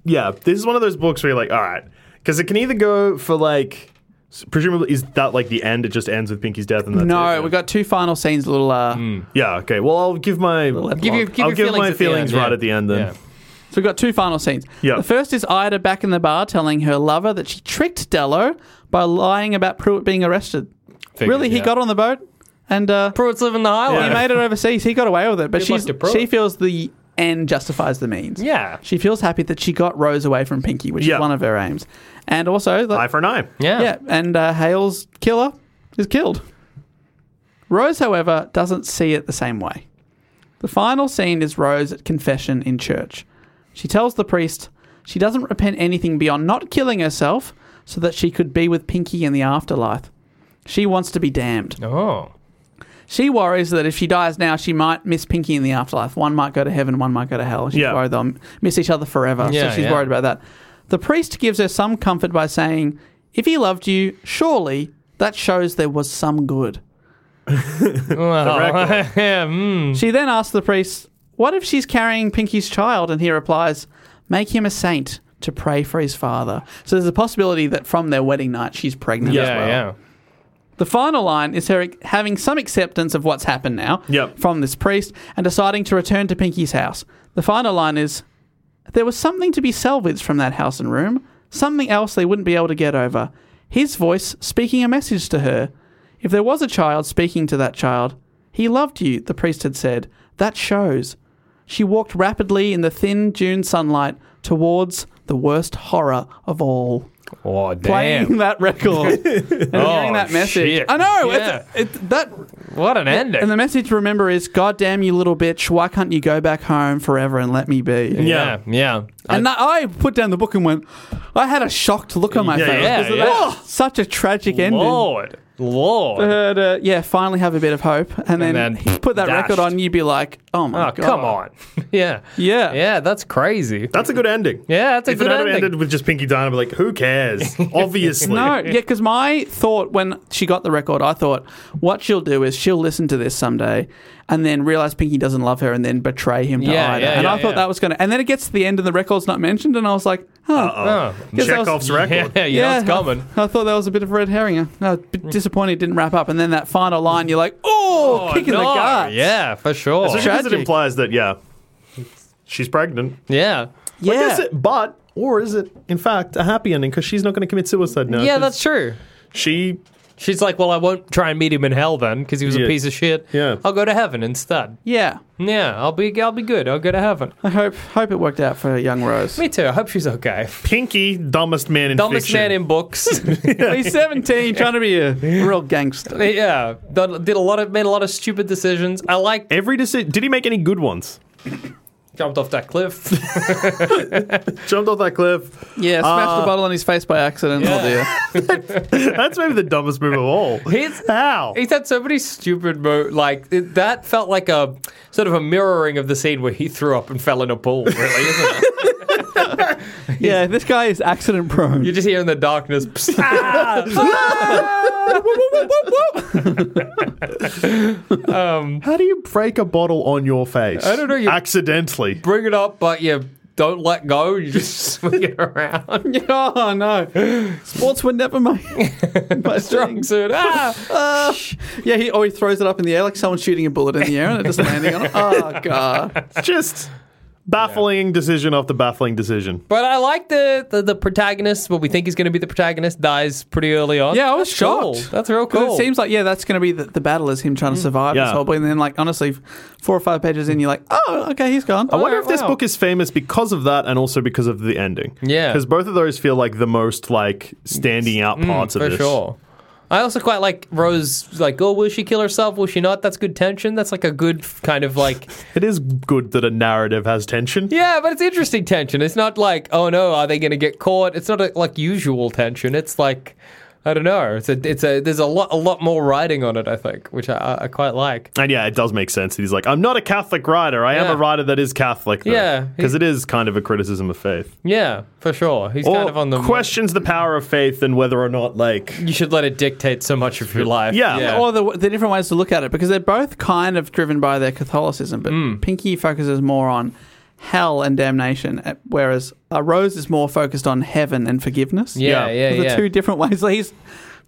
Yeah, this is one of those books where you're like, all right, because it can either go for like, s- presumably, is that like the end? It just ends with Pinky's death, and that's it, No, yeah. we got two final scenes. Little. Uh, Hmm. Yeah. Okay. Well, I'll give my. Give you, give I'll your give my at the feelings end, right yeah. at the end then. Yeah. So we've got two final scenes. Yeah. The first is Ida back in the bar telling her lover that she tricked Dello by lying about Pruitt being arrested. Figured, really, he yeah. got on the boat and uh, Pruitt's living the high He life. made it overseas. He got away with it, but Good luck she's, to Pearl. she feels the end justifies the means. Yeah. She feels happy that she got Rose away from Pinky, which Yeah. is one of her aims. And also, the, Eye for an eye. Yeah. yeah, and uh, Hale's killer is killed. Rose, however, doesn't see it the same way. The final scene is Rose at confession in church. She tells the priest she doesn't repent anything beyond not killing herself so that she could be with Pinky in the afterlife. She wants to be damned. Oh. She worries that if she dies now, she might miss Pinky in the afterlife. One might go to heaven, one might go to hell. She's Yeah. worried they'll miss each other forever. Yeah, so she's yeah. worried about that. The priest gives her some comfort by saying, If he loved you, surely that shows there was some good. Well, *laughs* yeah, mm. She then asks the priest, What if she's carrying Pinky's child? And he replies, Make him a saint to pray for his father. So there's a possibility that from their wedding night, she's pregnant as yeah, well. yeah. The final line is her having some acceptance of what's happened now Yep. from this priest and deciding to return to Pinky's house. The final line is there was something to be salvaged from that house and room, something else they wouldn't be able to get over. His voice speaking a message to her. If there was a child speaking to that child, he loved you, the priest had said. That shows. She walked rapidly in the thin June sunlight towards the worst horror of all. Oh, playing damn. that *laughs* record and Oh, hearing that message. shit. I know Yeah. it's, it, that. What an ending. And the message to remember is, "God damn you, little bitch! Why can't you go back home forever and let me be?" yeah, yeah. And that, I put down the book and went. I had a shocked look on my Yeah, face. yeah, Because of yeah. that. such a tragic ending. Lord. Lord. But uh, yeah, finally have a bit of hope, and then, then he put that dashed. record on. You'd be like, "Oh my oh, god, come on. *laughs* yeah. Yeah. Yeah, that's crazy. That's a good ending. Yeah, that's a if good it had ending. ended with just Pinky Dinah, I'd be like, who *laughs* cares? Obviously. No, yeah, because my thought when she got the record, I thought what she'll do is she'll listen to this someday and then realize Pinky doesn't love her and then betray him to Yeah, Ida. yeah, and yeah, I thought yeah. that was going to. And then it gets to the end and the record's not mentioned, and I was like, oh, Oh. Guess that was- Chekhov's *laughs* record. Yeah, you know it's coming. I, I thought that was a bit of a red herring. I was a bit disappointed it didn't wrap up. And then that final line, you're like, oh, Oh, kick in the no. gut. Yeah, for sure. Especially 'cause Tragic. it implies that, yeah, she's pregnant. Yeah. Yeah. Is it, but, or is it, in fact, a happy ending? Because she's not going to commit suicide now. Yeah, 'cause that's true. She, She's like, well, I won't try and meet him in hell then, because he was a Yeah. piece of shit. Yeah. I'll go to heaven instead. yeah. Yeah, I'll be, I'll be good. I'll go to *laughs* heaven. I hope hope it worked out for young *laughs* Rose. Me too. I hope *laughs* she's okay. Pinky, dumbest man in Dumbest fiction. man *laughs* in books. *laughs* He's 17, trying to be a real gangster. yeah, done- did a lot of made a lot of stupid decisions. I like Every decision. Did he make any good ones? jumped off that cliff. *laughs* Jumped off that cliff. Yeah, smashed a bottle on his face by accident. Oh, dear. *laughs* That's maybe the dumbest move of all. He's- How? He's had so many stupid mo like it, that felt like a sort of a mirroring of the scene where he threw up and fell in a pool. Really, *laughs* isn't it? *laughs* Yeah, this guy is accident prone. you just hear in the *laughs* darkness. *laughs* "Psst, ah!" How do you break a bottle on your face? I don't know, you- Accidentally. Bring it up, but you don't let go. You just *laughs* swing it around. *laughs* oh no, sports were never my my Strong strong suit. suit. Ah! Uh, yeah, he always throws it up in the air like someone's shooting a bullet in the air and it just landing on. Him. Oh god, Just baffling decision after baffling decision. But I like the, the the protagonist. What we think is going to be the protagonist dies pretty early on. yeah, I was That's shocked. cool. That's real 'Cause cool. It seems like yeah, that's going to be the, the battle is him trying to survive this Yeah. whole. But then like honestly, four or five pages in, you're like, oh okay, he's gone. I wonder if this wow. book is famous because of that and also because of the ending. Yeah. Mm, Because both of those feel like the most like standing out parts for of this. sure. I also quite like Rose. Like, oh, will she kill herself? Will she not? That's good tension. That's like a good kind *laughs* of like It is good that a narrative has tension. Yeah, but it's interesting tension. It's not like, oh no, are they going to get caught? It's not a, like usual tension. It's like, I don't know. It's a, it's a. There's a lot, a lot more writing on it. I think, which I- I, I quite like. And yeah, it does make sense. He's like, I'm not a Catholic writer. I Yeah. am a writer that is Catholic. Though, Yeah. Because it is kind of a criticism of faith. Yeah, for sure. He's Or kind of on the questions the power of faith and whether or not like You should let it dictate so much of your life. Yeah. Or the, the different ways to look at it because they're both kind of driven by their Catholicism, but Pinky focuses more on hell and damnation, uh, whereas uh, Rose is more focused on heaven and forgiveness. yeah, Yeah. yeah, the yeah. two different ways. *laughs* Like he's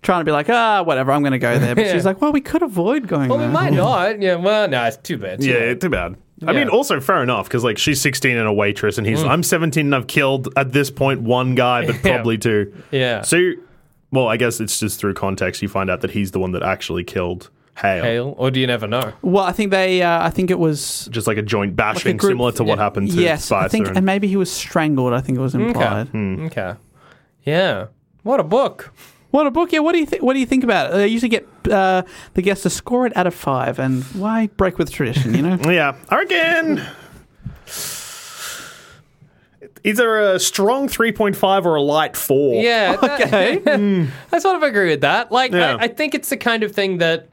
trying to be like, ah, whatever, I'm going to go there, but *laughs* Yeah. she's like, well, we could avoid going. well, we there. might not. Yeah. Well, no, it's too bad. too Mm. Yeah, bad. too bad. I Yeah. Mm. mean, also fair enough because like she's 16 and a waitress, and he's I'm 17 and I've killed at this point one guy, *laughs* but probably two. Yeah. So, you- well, I guess it's just through context you find out that he's the one that actually killed Hale. Hale, or do you never know? Well, I think they. Uh, I think it was. Just like a joint bashing, group- similar to what yeah. happened to Yes, I Spicer. think, and- Hmm. and maybe he was strangled. I think it was implied. Mm. Okay. Yeah. What a book. What a book! Yeah, what do you think? What do you think about it? They usually get uh, the guests to score it out of five, and why break with tradition? You *laughs* know. *laughs* yeah, I reckon either a strong 3.5 or a light four. *laughs* Yeah. that- I sort of agree with that. Like, Yeah. I, I think it's the kind of thing that,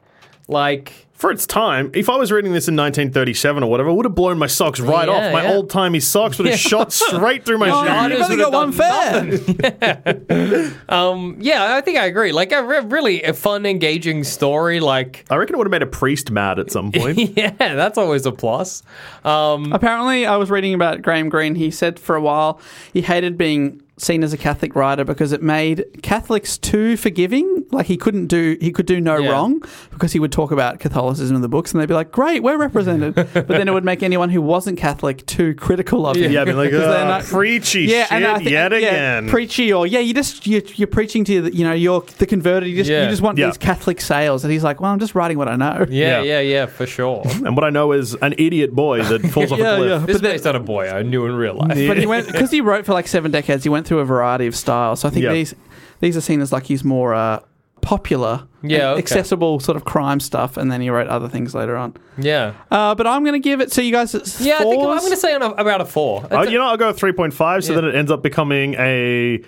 like, for its time, if I was reading this in 1937 or whatever, it would have blown my socks right Yeah, off. My yeah. old timey *laughs* socks would have shot straight through my God, shoes. it's- only got would've done one fair. yeah, I think I agree. Like, a re- really a fun, engaging story. Like, *laughs* I reckon it would have made a priest mad at *laughs* some point. yeah, that's always a plus. Um, Apparently, I was reading about Graham Greene. He said for a while he hated being seen as a Catholic writer because it made Catholics too forgiving. Like he couldn't do he could do no Yeah. wrong because he would talk about Catholicism in the books, and they'd be like, "Great, we're *laughs* represented." but then it would make anyone who wasn't Catholic too critical of him. Yeah, I *laughs* mean, like, Because they're "Ah, not- preachy shit and I think- yet yeah, again. Preachy or yeah, you just you're, you're preaching to the, you know you're the converted. You just Yeah. you just want Yeah. these Catholic sales, and he's like, well, I'm just writing what I know. Yeah. Yeah, yeah, yeah, for *laughs* sure. and what I know is an idiot boy that falls *laughs* off Yeah, a cliff. This But is that- based on a boy I knew in real life. *laughs* But he went because he wrote for like seven decades. He went through a variety of styles. So I think Yeah. these these are seen as like his more uh, popular, Yeah, and okay. accessible sort of crime stuff, and then he wrote other things later on. Yeah. Uh, but I'm going to give it. So you guys, it's Yeah, I think I'm fours? going to say on a, about a four. Oh, you know, I'll go 3.5, so Yeah. then it ends up becoming a.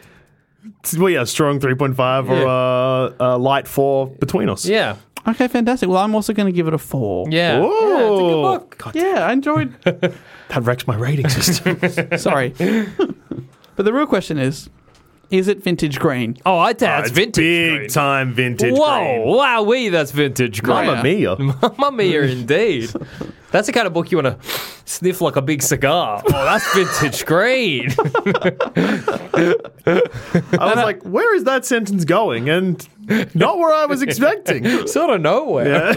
Well, yeah, strong 3.5 or Yeah. uh, a light 4 between us. yeah. Okay, fantastic. Well, I'm also going to give it a four. Yeah. Ooh. Yeah, it's a good book. God, Yeah, I *laughs* enjoyed. that wrecks my rating system. Sorry, *laughs* but the real question is, is it vintage green? Oh, I *laughs* that's It's vintage. Big green. time vintage. Whoa, wow, wee, that's vintage *laughs* green. Mamma mia. Mamma mia, Mm. indeed. That's the kind of book you want to sniff like a big *laughs* cigar. Oh, that's vintage green. *laughs* I was like, where is that sentence going? And not where I was expecting. *laughs* sort of nowhere.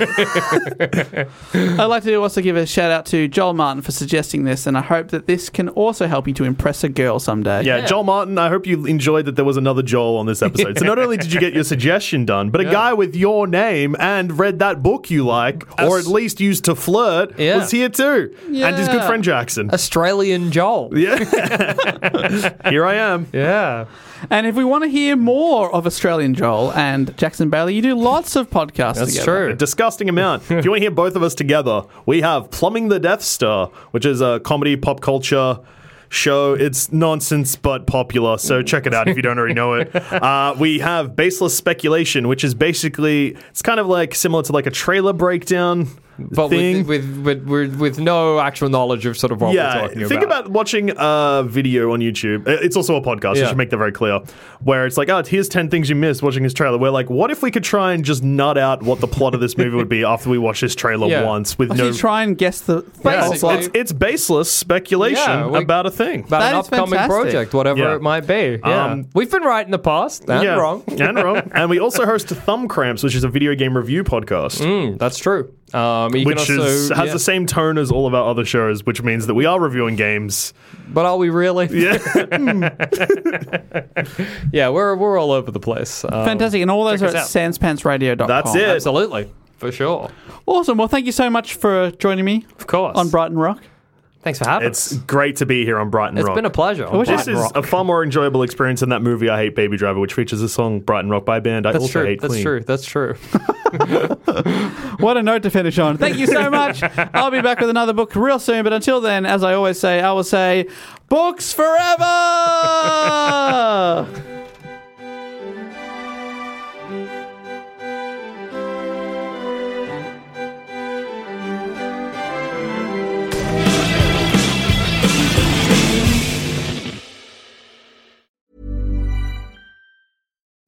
I'd like to also give a shout out to Joel Martin for suggesting this, and I hope that this can also help you to impress a girl someday. Yeah, Joel Martin, I hope you enjoyed that there was another Joel on this episode. So not only did you get your suggestion done, but a guy with your name and read that book you like, or at least used to flirt, Yeah. was here too. And his good Yeah. friend Jackson. Australian Joel. Here I am. Yeah. And if we want to hear more of Australian Joel and Jackson Bailey, you do lots of podcasts That's together. A true. disgusting amount. if you want to hear both of us together, we have Plumbing the Death Star, which is a comedy pop culture show. It's nonsense but popular, so check it out if you don't already know *laughs* it. Uh, we have Baseless Speculation, which is basically it's kind of like similar to like a trailer breakdown But thing. with, with, with, with, with no actual knowledge of sort of what we're yeah, talking think about. watching a video on YouTube. Uh, It's also a podcast. I Yeah. should make that very clear. Where it's like, oh, here's ten things you missed watching this trailer. We're like, what if we could try and just nut out what the plot of this movie *laughs* would be after we watch this trailer Yeah. once with So no you try and guess the Yeah. It's like- it's, um, it's baseless speculation Yeah, we- about a thing. about That an is upcoming fantastic. project, whatever Yeah. it might be. Yeah. Um, We've been right in the past and Yeah. wrong. *laughs* and wrong. And we also host Thumb Cramps, which is a video game review podcast, Mm, that's true. Um, you which can also, is, has yeah. the same tone as all of our other shows, which means that we are reviewing games. But are we really? Yeah. yeah, we're we're all over the place. Um, fantastic. And all those are us at out. sanspantsradio.com. That's it. Absolutely. For sure. Awesome. Well, thank you so much for joining me Of course. on Brighton Rock. Thanks for having It's us. great to be here on Brighton It's Rock. been a pleasure. wish This Brighton is Rock. a far more enjoyable experience than that movie I Hate Baby Driver, which features the song Brighton Rock by a band I that's also true. hate That's Queen. true. That's true. What a note to finish on. Thank you so much. I'll be back with another book real soon. But until then, as I always say, I will say, books forever!